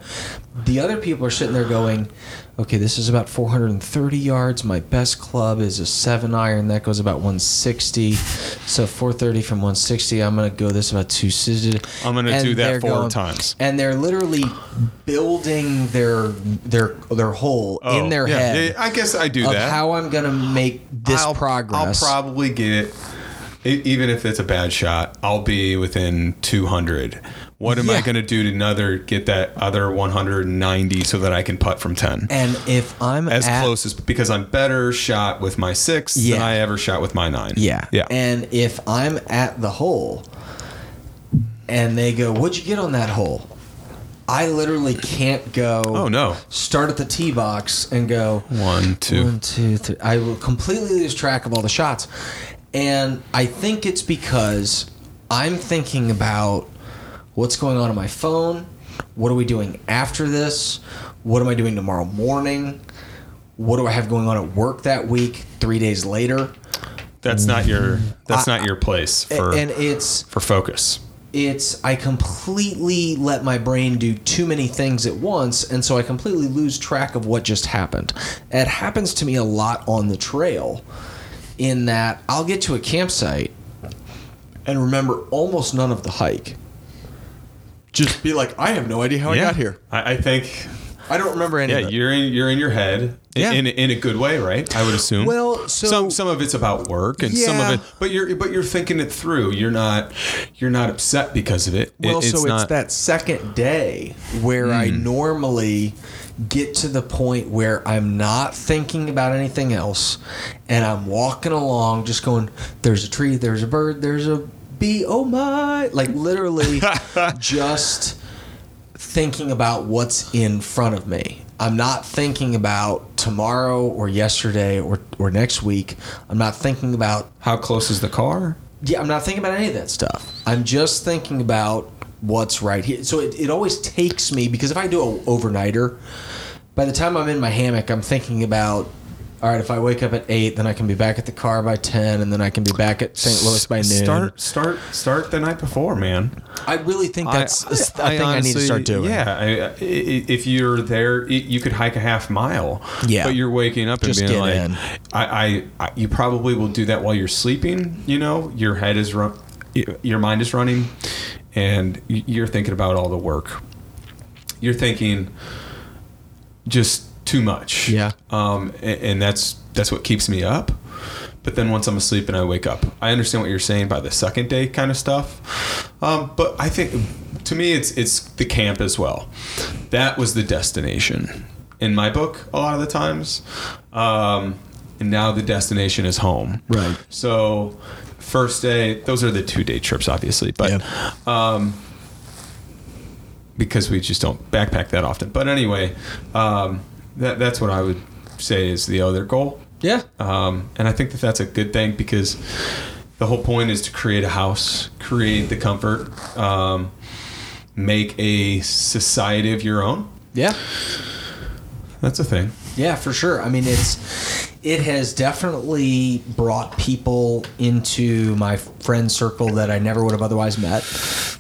Speaker 1: the other people are sitting there going okay this is about 430 yards my best club is a 7 iron that goes about 160 so 430 from 160 i'm going to go this about 260
Speaker 2: I'm gonna
Speaker 1: And
Speaker 2: do that
Speaker 1: they're
Speaker 2: four times.
Speaker 1: and they're literally building their their their hole in their
Speaker 2: Oh, yeah.
Speaker 1: head
Speaker 2: Yeah, I guess I do
Speaker 1: of
Speaker 2: that.
Speaker 1: how I'm gonna make this
Speaker 2: I'll,
Speaker 1: progress.
Speaker 2: I'll probably get, e- even if it's a bad shot, I'll be within 200. What am I
Speaker 1: Yeah.
Speaker 2: going to do to another get that other 190 so that I can putt from 10?
Speaker 1: and if I'm
Speaker 2: As
Speaker 1: at,
Speaker 2: close as because I'm better shot with my six than
Speaker 1: Yeah.
Speaker 2: I ever shot with my nine.
Speaker 1: yeah,
Speaker 2: yeah.
Speaker 1: and if I'm at the hole, and they go, "What'd you get on that hole?" I literally can't go.
Speaker 2: oh no,
Speaker 1: Start at the tee box and go.
Speaker 2: one, two.
Speaker 1: One, two, three. I will completely lose track of all the shots. And I think it's because I'm thinking about what's going on on my phone. What are we doing after this? What am I doing tomorrow morning? What do I have going on at work that week? Three days later,
Speaker 2: That's not your. That's not your place
Speaker 1: A-
Speaker 2: for
Speaker 1: and it's
Speaker 2: for focus.
Speaker 1: it's I completely let my brain do too many things at once, and so I completely lose track of what just happened. It happens to me a lot on the trail, in that I'll get to a campsite and remember almost none of the hike. Just be like, I have no idea how I got here.
Speaker 2: I, I think.
Speaker 1: I don't remember any
Speaker 2: Yeah,
Speaker 1: of it.
Speaker 2: you're in you're in your head. In,
Speaker 1: Yeah.
Speaker 2: in, in a good way, right? I would assume.
Speaker 1: Well, so-
Speaker 2: some some of it's about work, and some
Speaker 1: Yeah.
Speaker 2: of it, but you're but you're thinking it through. You're not you're not upset because of it. It-
Speaker 1: Well, so
Speaker 2: not- Hmm.
Speaker 1: it's that second day where I normally get to the point where I'm not thinking about anything else and I'm walking along just going, there's a tree, there's a bird, there's a bee, oh my. Like
Speaker 2: [LAUGHS]
Speaker 1: literally just thinking about what's in front of me. I'm not thinking about tomorrow or yesterday or, or next week. I'm not thinking about
Speaker 2: how close is the car?
Speaker 1: yeah, I'm not thinking about any of that stuff. I'm just thinking about what's right here. So it, it always takes me because if I do an overnighter, by the time I'm in my hammock, I'm thinking about all right, if I wake up at eight, then I can be back at the car by ten, and then I can be back at St. Louis by noon.
Speaker 2: Start start start the night before, man.
Speaker 1: I really think that's a thing I need to
Speaker 2: honestly-
Speaker 1: start doing.
Speaker 2: Yeah, I, I, if you're there, y- you could hike a half mile.
Speaker 1: Yeah.
Speaker 2: but you're waking up and
Speaker 1: Just
Speaker 2: being
Speaker 1: get
Speaker 2: like,
Speaker 1: in.
Speaker 2: I, I, I, you probably will do that while you're sleeping. You know, your head is run, y- your mind is running, and y- you're thinking about all the work. You're thinking just too much.
Speaker 1: Yeah.
Speaker 2: um, a- and, that's that's what keeps me up. But then once I'm asleep and I wake up, I understand what you're saying by the second day kind of stuff. Um, but I think to me, it's it's the camp as well. That was the destination in my book a lot of the times. Um, and now the destination is home.
Speaker 1: Right.
Speaker 2: So first day, those are the two day trips, obviously. But because we just don't backpack that often. But anyway, um, that that's what I would say is the other goal.
Speaker 1: yeah,
Speaker 2: Um, and I think that that's a good thing because the whole point is to create a house, create the comfort, um, make a society of your own.
Speaker 1: yeah.
Speaker 2: That's a thing.
Speaker 1: Yeah, for sure. I mean, it's it has definitely brought people into my friend circle that I never would have otherwise met.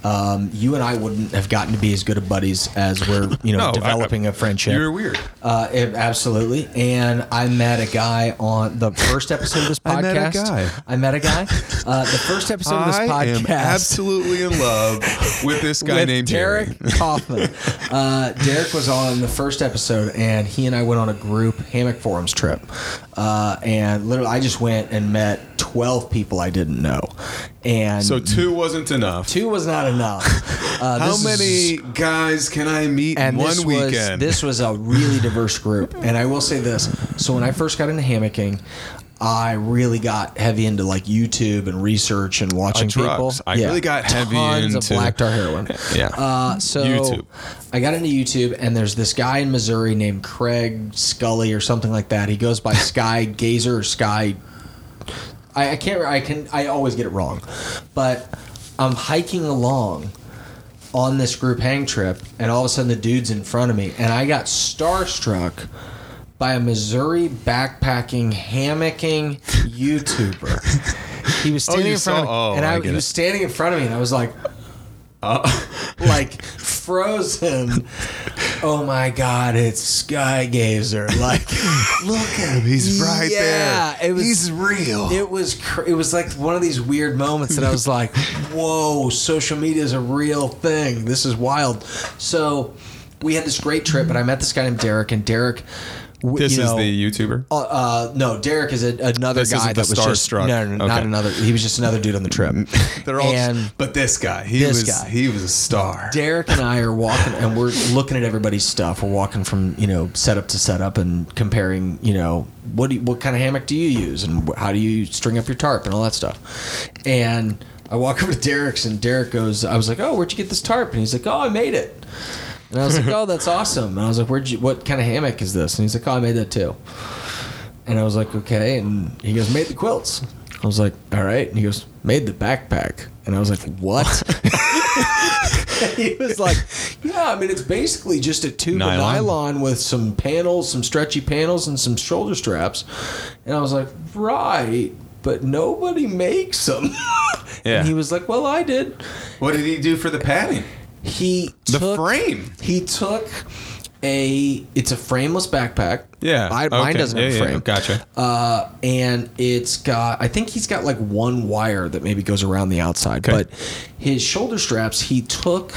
Speaker 1: Um, you and I wouldn't have gotten to be as good of buddies as we're you know
Speaker 2: [LAUGHS] No, I-
Speaker 1: developing a friendship.
Speaker 2: You're weird.
Speaker 1: Uh, it- absolutely. And I met a guy on the first episode of this podcast.
Speaker 2: [LAUGHS] I
Speaker 1: I met
Speaker 2: met a guy.
Speaker 1: a guy. Uh, the first episode of this podcast
Speaker 2: absolutely in love with this guy
Speaker 1: with
Speaker 2: named
Speaker 1: Derek
Speaker 2: Jerry. [LAUGHS]
Speaker 1: Kaufman. uh, Derek was on the first episode, and he and I went on a group hammock forums trip, uh, and literally I just went and met twelve people I didn't know, and
Speaker 2: So two wasn't enough.
Speaker 1: two was not
Speaker 2: [LAUGHS]
Speaker 1: enough. Uh,
Speaker 2: How
Speaker 1: this is-
Speaker 2: many guys can I meet in
Speaker 1: and
Speaker 2: one
Speaker 1: this
Speaker 2: weekend?
Speaker 1: was this was a really diverse group. And I will say this: so when I first got into hammocking, I really got heavy into like YouTube and research and watching
Speaker 2: drugs.
Speaker 1: people.
Speaker 2: I really got heavy
Speaker 1: Tons of
Speaker 2: into-
Speaker 1: black tar
Speaker 2: [LAUGHS]
Speaker 1: heroin.
Speaker 2: Yeah.
Speaker 1: [LAUGHS] Uh, so
Speaker 2: YouTube.
Speaker 1: I got into YouTube, and there's this guy in Missouri named Craig Scully or something like that. He goes by Sky Gazer or Sky I, I can't. I can. I always get it wrong, but I'm hiking along on this group hang trip, and all of a sudden the dude's in front of me, and I got starstruck by a Missouri backpacking hammocking YouTuber. He was
Speaker 2: Oh,
Speaker 1: standing
Speaker 2: you
Speaker 1: in front of
Speaker 2: saw- oh,
Speaker 1: me, and
Speaker 2: I
Speaker 1: I,
Speaker 2: get
Speaker 1: he
Speaker 2: it. Oh.
Speaker 1: was standing in front of me, and I was like, [LAUGHS] like frozen. Oh my god, it's Sky Gazer! Like, look at him,
Speaker 2: He's right
Speaker 1: Yeah,
Speaker 2: there.
Speaker 1: it was-
Speaker 2: He's real.
Speaker 1: it was cr- it was like one of these weird moments that I was
Speaker 2: [LAUGHS]
Speaker 1: like, "Whoa, social media is a real thing. This is wild." So we had this great trip, and I met this guy named Derek, and Derek. w-
Speaker 2: this
Speaker 1: you
Speaker 2: is
Speaker 1: know,
Speaker 2: the YouTuber.
Speaker 1: uh, uh, no, Derek is a, another
Speaker 2: This
Speaker 1: guy
Speaker 2: isn't the
Speaker 1: that was just no,
Speaker 2: Starstruck.
Speaker 1: no, no, not
Speaker 2: Okay.
Speaker 1: another. He was just another dude on the trip.
Speaker 2: [LAUGHS] They're all,
Speaker 1: and
Speaker 2: but this guy, he
Speaker 1: This
Speaker 2: was
Speaker 1: guy.
Speaker 2: he was a star.
Speaker 1: Derek and I are walking, and we're looking at everybody's stuff. We're walking from you know setup to setup and comparing. You know what do you, what kind of hammock do you use, and wh- how do you string up your tarp and all that stuff. And I walk [LAUGHS] over to Derek's, and Derek goes, "I was like, oh, where'd you get this tarp?" And he's like, "Oh, I made it." And I was like, "Oh, that's awesome." And I was like, "Where'd you? What kind of hammock is this?" And he's like, "Oh, I made that too." And I was like, "Okay." And he goes, "Made the quilts." I was like, "All right." And he goes, "Made the backpack." And I was like,
Speaker 2: [LAUGHS]
Speaker 1: "What?" [LAUGHS] he was like, "Yeah, I mean, it's basically just a tube
Speaker 2: Nylon.
Speaker 1: of nylon with some panels, some stretchy panels, and some shoulder straps." And I was like, "Right, but nobody makes them."
Speaker 2: Yeah.
Speaker 1: [LAUGHS] And he was like, "Well, I did."
Speaker 2: What did he do for the padding?
Speaker 1: He
Speaker 2: The
Speaker 1: took,
Speaker 2: frame.
Speaker 1: He took a. It's a frameless backpack.
Speaker 2: Yeah,
Speaker 1: I, mine
Speaker 2: okay.
Speaker 1: doesn't
Speaker 2: Yeah,
Speaker 1: have
Speaker 2: yeah,
Speaker 1: a frame.
Speaker 2: Gotcha.
Speaker 1: Uh, and it's got, I think he's got like one wire that maybe goes around the outside,
Speaker 2: Okay.
Speaker 1: but his shoulder straps, he took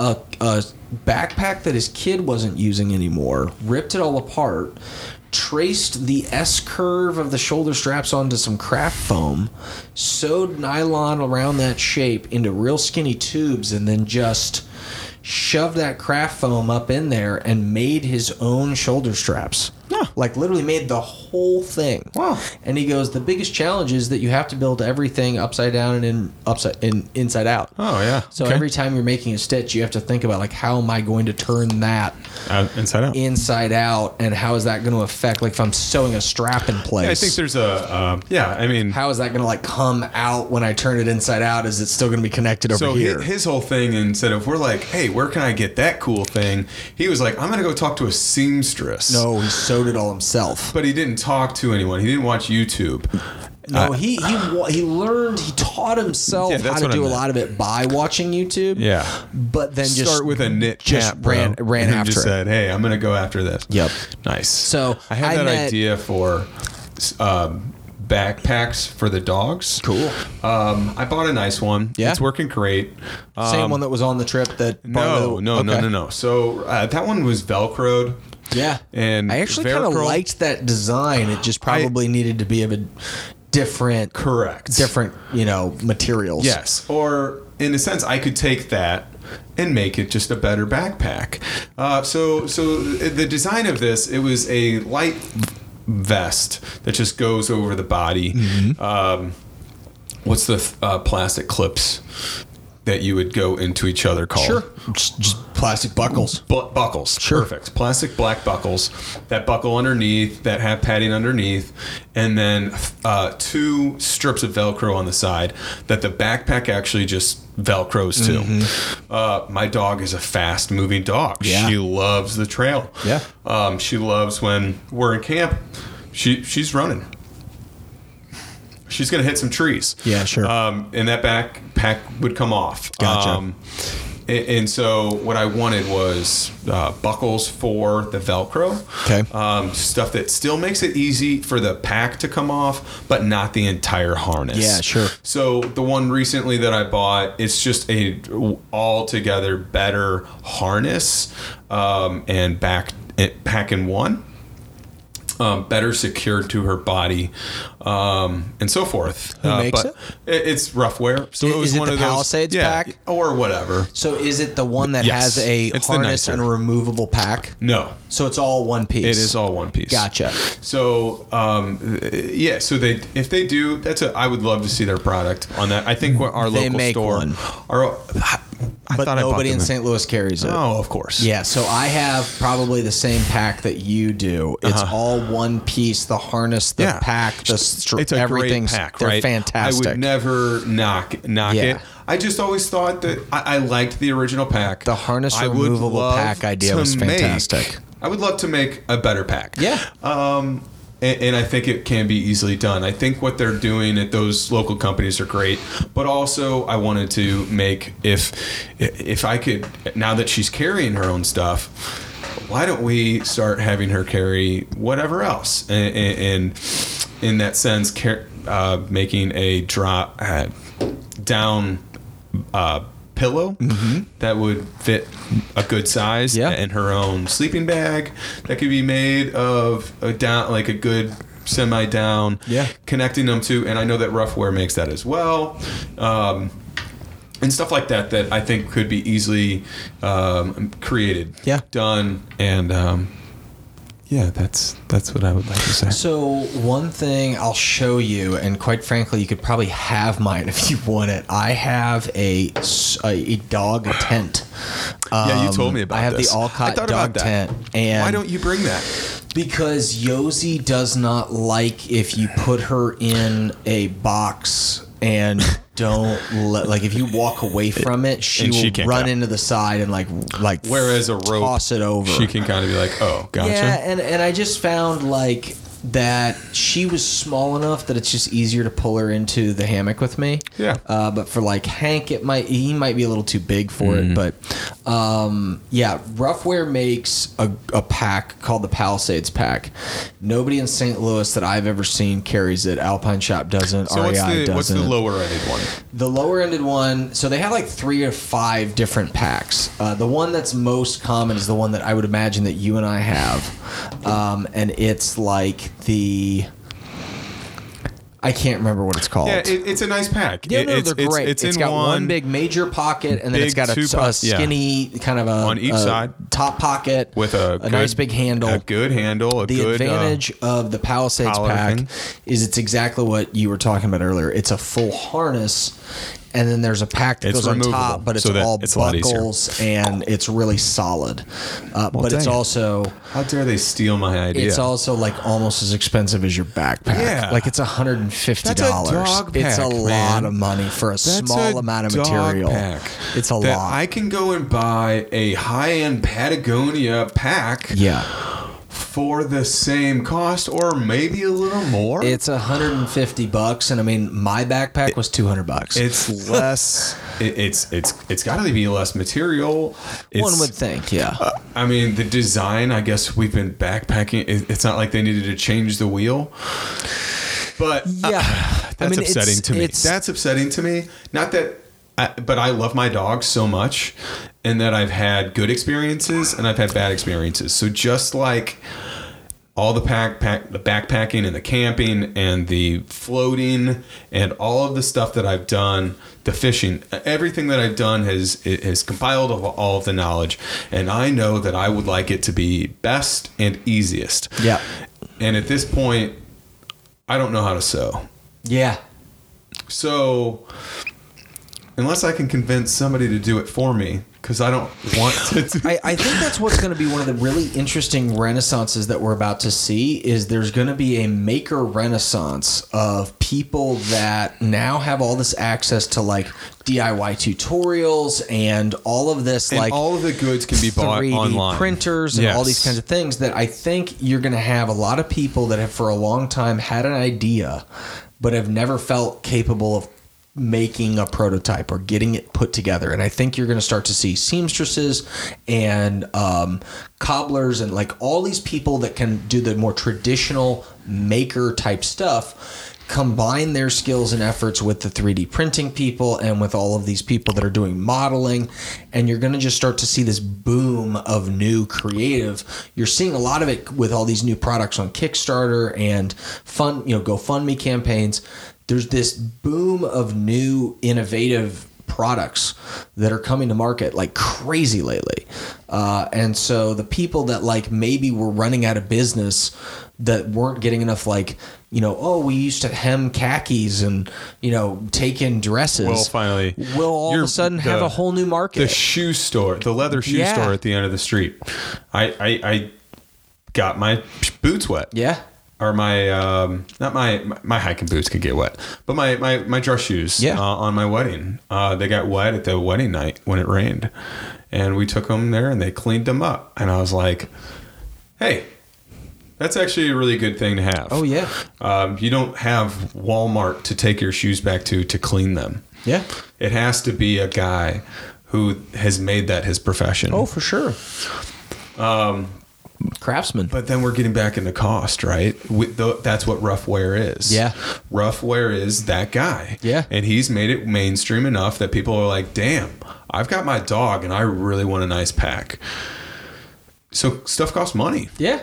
Speaker 1: a, a backpack that his kid wasn't using anymore, ripped it all apart, traced the S curve of the shoulder straps onto some craft foam, sewed nylon around that shape into real skinny tubes, and then just shoved that craft foam up in there and made his own shoulder straps.
Speaker 2: Yeah.
Speaker 1: Like literally made the whole thing.
Speaker 2: Wow.
Speaker 1: And he goes, the biggest challenge is that you have to build everything upside down and in upside in inside out.
Speaker 2: Oh yeah.
Speaker 1: So
Speaker 2: Okay.
Speaker 1: every time you're making a stitch, you have to think about like how am I going to turn that
Speaker 2: Uh, inside out.
Speaker 1: inside out, and how is that going to affect like if I'm sewing a strap in place?
Speaker 2: I think there's a uh, yeah. I mean,
Speaker 1: how is that going to like come out when I turn it inside out? Is it still going to be connected over
Speaker 2: so hi-
Speaker 1: here?
Speaker 2: his, whole thing instead of we're like, hey, where can I get that cool thing? He was like, I'm gonna go talk to a seamstress.
Speaker 1: no, he sewed it all himself.
Speaker 2: but he didn't talk to anyone. He didn't watch YouTube.
Speaker 1: No, he he wa- he learned he taught himself
Speaker 2: Yeah,
Speaker 1: how
Speaker 2: that's
Speaker 1: to
Speaker 2: what I
Speaker 1: do a
Speaker 2: meant.
Speaker 1: lot of it by watching YouTube.
Speaker 2: Yeah.
Speaker 1: but then just
Speaker 2: Start with a knit
Speaker 1: just
Speaker 2: cap, bro,
Speaker 1: ran- ran
Speaker 2: and then
Speaker 1: after
Speaker 2: Just
Speaker 1: it.
Speaker 2: said, hey, I'm gonna go after this.
Speaker 1: Yep.
Speaker 2: Nice.
Speaker 1: So,
Speaker 2: I had
Speaker 1: I
Speaker 2: that
Speaker 1: met-
Speaker 2: idea for um, backpacks for the dogs.
Speaker 1: Cool.
Speaker 2: Um, I bought a nice one.
Speaker 1: Yeah?
Speaker 2: It's working great.
Speaker 1: same one that was on the trip that
Speaker 2: Um, No,
Speaker 1: Barlow-
Speaker 2: no, no,
Speaker 1: Okay.
Speaker 2: no, no. So uh, that one was Velcroed.
Speaker 1: Yeah,
Speaker 2: And
Speaker 1: I actually kind of
Speaker 2: Velcro-
Speaker 1: liked that design. It just probably needed to be of a different,
Speaker 2: Correct.
Speaker 1: different, you know, materials.
Speaker 2: Yes. Or in a sense, I could take that and make it just a better backpack. Uh, so, so uh, the design of this, it was a light vest that just goes over the body.
Speaker 1: Mm-hmm.
Speaker 2: Um, what's the uh, plastic clips that you would go into each other called?
Speaker 1: sure. Just, just plastic buckles.
Speaker 2: Bu- buckles. Perfect. Plastic black buckles that buckle underneath, that have padding underneath, and then uh, two strips of Velcro on the side that the backpack actually just Velcros to. Uh, my dog is a fast moving dog.
Speaker 1: Mm-hmm. Yeah.
Speaker 2: She loves the trail.
Speaker 1: Yeah.
Speaker 2: Um, she loves when we're in camp, she, she's running. She's going to hit some trees.
Speaker 1: Yeah, sure.
Speaker 2: Um, and that backpack would come off.
Speaker 1: Gotcha.
Speaker 2: Um, and, and so what I wanted was uh, buckles for the Velcro.
Speaker 1: Okay.
Speaker 2: Um, stuff that still makes it easy for the pack to come off, but not the entire harness.
Speaker 1: Yeah, sure.
Speaker 2: So the one recently that I bought, it's just a altogether better harness um, and back it, pack in one. Um, better secured to her body, um, and so forth. Who
Speaker 1: makes
Speaker 2: it? It's rough wear, so
Speaker 1: Is
Speaker 2: it was
Speaker 1: it
Speaker 2: one
Speaker 1: the
Speaker 2: of those,
Speaker 1: Palisades
Speaker 2: yeah,
Speaker 1: pack?
Speaker 2: or whatever.
Speaker 1: So is it the one that
Speaker 2: Yes.
Speaker 1: has a
Speaker 2: It's the
Speaker 1: harness
Speaker 2: nicer.
Speaker 1: and a removable pack?
Speaker 2: No,
Speaker 1: So it's all one piece.
Speaker 2: it is all one piece.
Speaker 1: Gotcha.
Speaker 2: So um, yeah, so they if they do, that's a. I would love to see their product on that. I think what our
Speaker 1: They
Speaker 2: local
Speaker 1: make
Speaker 2: store,
Speaker 1: one.
Speaker 2: our, I, I
Speaker 1: But
Speaker 2: thought I bought
Speaker 1: nobody
Speaker 2: them
Speaker 1: in St. Louis carries it.
Speaker 2: Oh, of course.
Speaker 1: Yeah, so I have probably the same pack that you do. It's all one piece: the harness, the
Speaker 2: Uh-huh. Yeah.
Speaker 1: pack, the str-
Speaker 2: It's a great
Speaker 1: everything's-
Speaker 2: pack,
Speaker 1: they're
Speaker 2: right?
Speaker 1: fantastic.
Speaker 2: I would never knock knock
Speaker 1: Yeah.
Speaker 2: it. I just always thought that I, I liked the original pack.
Speaker 1: The harness
Speaker 2: I would
Speaker 1: removable
Speaker 2: love
Speaker 1: pack idea
Speaker 2: to
Speaker 1: was
Speaker 2: make
Speaker 1: fantastic.
Speaker 2: I would love to make a better pack.
Speaker 6: Yeah.
Speaker 2: Um, and, and I think it can be easily done. I think what they're doing at those local companies are great, but also I wanted to make if if I could now that she's carrying her own stuff, why don't we start having her carry whatever else? And, and, and in that sense, car- uh, making a drop uh, down uh, pillow
Speaker 1: Mm-hmm.
Speaker 2: that would fit a good size
Speaker 6: Yeah.
Speaker 2: and her own sleeping bag that could be made of a down like a good semi down
Speaker 1: Yeah.
Speaker 2: connecting them to and i know that roughwear makes that as well um, and stuff like that that i think could be easily um, created
Speaker 1: Yeah.
Speaker 2: done and um, yeah that's that's what i would like to say
Speaker 1: So one thing I'll show you, and quite frankly, you could probably have mine [LAUGHS] if you want it. I have a s- a, a dog tent.
Speaker 2: yeah you
Speaker 1: Um,
Speaker 2: told me about
Speaker 1: I have
Speaker 2: this.
Speaker 1: the Alcott
Speaker 2: thought
Speaker 1: dog
Speaker 2: about that.
Speaker 1: tent, and
Speaker 2: why don't you bring that
Speaker 1: because Yosi does not like if you put her in a box and don't let like if you walk away from it, she
Speaker 2: And
Speaker 1: will
Speaker 2: she can't
Speaker 1: run
Speaker 2: go.
Speaker 1: into the side and like like
Speaker 2: Whereas a rope,
Speaker 1: toss it over.
Speaker 2: she can kind of be like oh gotcha
Speaker 1: Yeah, and and I just found like that she was small enough that it's just easier to pull her into the hammock with me.
Speaker 2: Yeah.
Speaker 1: Uh, but for like Hank, it might he might be a little too big for
Speaker 2: Mm-hmm.
Speaker 1: it. But um, yeah, Roughwear makes a, a pack called the Palisades pack. Nobody in St. Louis that I've ever seen carries it. Alpine Shop doesn't. REI
Speaker 2: So what's the
Speaker 1: doesn't.
Speaker 2: what's the lower ended one?
Speaker 1: The lower ended one, so they have like three or five different packs. Uh, the one that's most common is the one that I would imagine that you and I have, um, and it's like the I can't remember what it's called.
Speaker 2: Yeah, it, it's a nice pack.
Speaker 1: Yeah,
Speaker 2: It-
Speaker 1: no,
Speaker 2: it's,
Speaker 1: they're
Speaker 2: it's-
Speaker 1: great.
Speaker 2: It's,
Speaker 1: it's
Speaker 2: in
Speaker 1: got
Speaker 2: one,
Speaker 1: one, big major pocket, and then it's
Speaker 2: big
Speaker 1: got a,
Speaker 2: two
Speaker 1: a
Speaker 2: po- yeah.
Speaker 1: skinny kind of a
Speaker 2: On each
Speaker 1: a
Speaker 2: side.
Speaker 1: top pocket
Speaker 2: with a,
Speaker 1: a
Speaker 2: good-
Speaker 1: nice big handle.
Speaker 2: a good handle, a
Speaker 1: The
Speaker 2: good uh,
Speaker 1: advantage of the Palisades
Speaker 2: collar
Speaker 1: pack
Speaker 2: thing.
Speaker 1: is it's exactly what you were talking about earlier. It's a full harness, and then there's a pack that
Speaker 2: It's
Speaker 1: goes on top,
Speaker 2: removable,
Speaker 1: but it's
Speaker 2: so that
Speaker 1: all
Speaker 2: it's a lot easier.
Speaker 1: buckles and it's really solid. Uh, but it's
Speaker 2: dang it.
Speaker 1: also
Speaker 2: how dare they steal my idea?
Speaker 1: it's also like almost as expensive as your backpack.
Speaker 2: Yeah.
Speaker 1: Like it's hundred and fifty dollars.
Speaker 2: dog
Speaker 1: It's a
Speaker 2: pack,
Speaker 1: lot
Speaker 2: man.
Speaker 1: of money for a small
Speaker 2: a
Speaker 1: amount of
Speaker 2: dog
Speaker 1: material.
Speaker 2: pack
Speaker 1: It's a
Speaker 2: that
Speaker 1: lot.
Speaker 2: I can go and buy a high end Patagonia pack
Speaker 1: yeah.
Speaker 2: for the same cost or maybe a little more.
Speaker 1: It's hundred and fifty bucks, and I mean my backpack was two hundred bucks.
Speaker 2: it's less. [LAUGHS] it, it's it's it's got to be less material. It's,
Speaker 1: One would think, yeah.
Speaker 2: I mean, the design, I guess we've been backpacking. It- It's not like they needed to change the wheel. But uh,
Speaker 1: Yeah.
Speaker 2: [SIGHS] that's upsetting to me. That's upsetting to me. Not that, I, but I love my dog so much and that I've had good experiences and I've had bad experiences. So just like all the pack, pack the backpacking and the camping and the floating and all of the stuff that I've done, the fishing, everything that I've done has it has compiled of all of the knowledge, and I know that I would like it to be best and easiest.
Speaker 1: Yeah.
Speaker 2: And at this point, I don't know how to sew.
Speaker 1: yeah.
Speaker 2: So unless I can convince somebody to do it for me, because I don't want to do
Speaker 1: I, I think that's what's going to be one of the really interesting renaissances that we're about to see is there's going to be a maker renaissance of people that now have all this access to like DIY tutorials and all of this
Speaker 2: and
Speaker 1: like
Speaker 2: all of the goods can be bought
Speaker 1: 3D
Speaker 2: online.
Speaker 1: printers and all these
Speaker 2: Yes.
Speaker 1: kinds of things that I think you're going to have a lot of people that have for a long time had an idea but have never felt capable of making a prototype or getting it put together and I think you're going to start to see seamstresses and um, cobblers and like all these people that can do the more traditional maker type stuff combine their skills and efforts with the 3D printing people and with all of these people that are doing modeling and you're going to just start to see this boom of new creative. You're seeing a lot of it with all these new products on Kickstarter and fund, you know, GoFundMe campaigns. There's this boom of new innovative products that are coming to market like crazy lately. Uh, and so the people that like maybe were running out of business that weren't getting enough like you know oh we used to hem khakis and you know take in dresses
Speaker 2: Well, finally,
Speaker 1: will all of
Speaker 2: you're-
Speaker 1: a sudden have
Speaker 2: the-
Speaker 1: a whole new market
Speaker 2: the shoe store, the leather shoe
Speaker 1: Yeah.
Speaker 2: store at the end of the street. I I, I got my boots wet.
Speaker 1: yeah
Speaker 2: Or my um, not my my hiking boots could get wet, but my my my dress shoes.
Speaker 1: Yeah.
Speaker 2: Uh, on my wedding, uh, they got wet at the wedding night when it rained, and we took them there and they cleaned them up, and I was like, hey, that's actually a really good thing to have.
Speaker 3: Oh yeah,
Speaker 2: Um, you don't have Walmart to take your shoes back to to clean them.
Speaker 3: yeah.
Speaker 2: It has to be a guy who has made that his profession.
Speaker 3: Oh, for sure.
Speaker 2: Um,
Speaker 1: Craftsman.
Speaker 2: But then we're getting back into cost, right? With the, that's what rough wear is.
Speaker 3: Yeah.
Speaker 2: rough wear is that guy.
Speaker 3: Yeah.
Speaker 2: and he's made it mainstream enough that people are like, "Damn, I've got my dog, and I really want a nice pack." So stuff costs money.
Speaker 1: Yeah.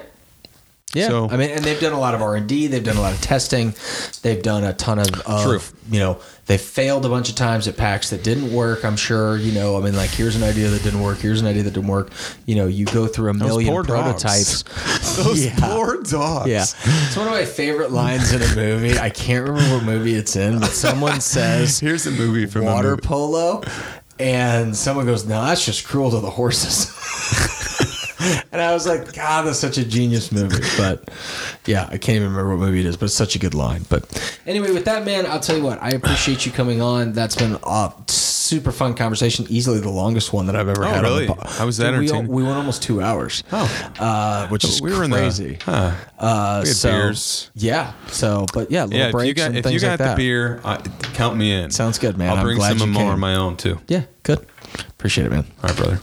Speaker 3: Yeah,
Speaker 2: So-
Speaker 1: I mean, and they've done a lot of R and D. They've done a lot of testing. They've done a ton of, of
Speaker 2: True.
Speaker 1: you know, they failed a bunch of times at packs that didn't work. I'm sure, you know, I mean, like here's an idea that didn't work. Here's an idea that didn't work. You know, you go through a million
Speaker 2: poor dogs.
Speaker 1: prototypes.
Speaker 2: [LAUGHS]
Speaker 1: [LAUGHS]
Speaker 2: Those
Speaker 1: Yeah.
Speaker 2: poor dogs.
Speaker 1: Yeah, it's one of my favorite lines in a movie. I can't remember what movie it's in, but someone says,
Speaker 2: Here's a movie from a
Speaker 1: water
Speaker 2: movie.
Speaker 1: polo, and someone goes, "No, that's just cruel to the horses." [LAUGHS] and I was like, "God, that's such a genius movie." But yeah, I can't even remember what movie it is, but it's such a good line. But anyway, with that man, I'll tell you what. I appreciate you coming on. That's been a super fun conversation. Easily the longest one that I've ever
Speaker 2: Oh,
Speaker 1: had.
Speaker 2: really?
Speaker 1: On the po-
Speaker 2: I was that
Speaker 1: Dude, we,
Speaker 2: entertained.
Speaker 1: we went almost two hours.
Speaker 2: Oh.
Speaker 1: uh, which is
Speaker 2: We were in the-
Speaker 1: crazy.
Speaker 2: huh.
Speaker 1: uh,
Speaker 2: We had
Speaker 1: so
Speaker 2: beers.
Speaker 1: yeah, so but yeah, little
Speaker 2: Yeah, if
Speaker 1: breaks
Speaker 2: you got,
Speaker 1: and
Speaker 2: if
Speaker 1: things
Speaker 2: you got
Speaker 1: like
Speaker 2: the
Speaker 1: that.
Speaker 2: beer, I, count me in.
Speaker 1: Sounds good, man.
Speaker 2: I'll
Speaker 1: I'm
Speaker 2: bring
Speaker 1: glad
Speaker 2: some
Speaker 1: you
Speaker 2: more
Speaker 1: came.
Speaker 2: of my own too.
Speaker 1: Yeah, good. Appreciate it, man.
Speaker 2: All right, brother.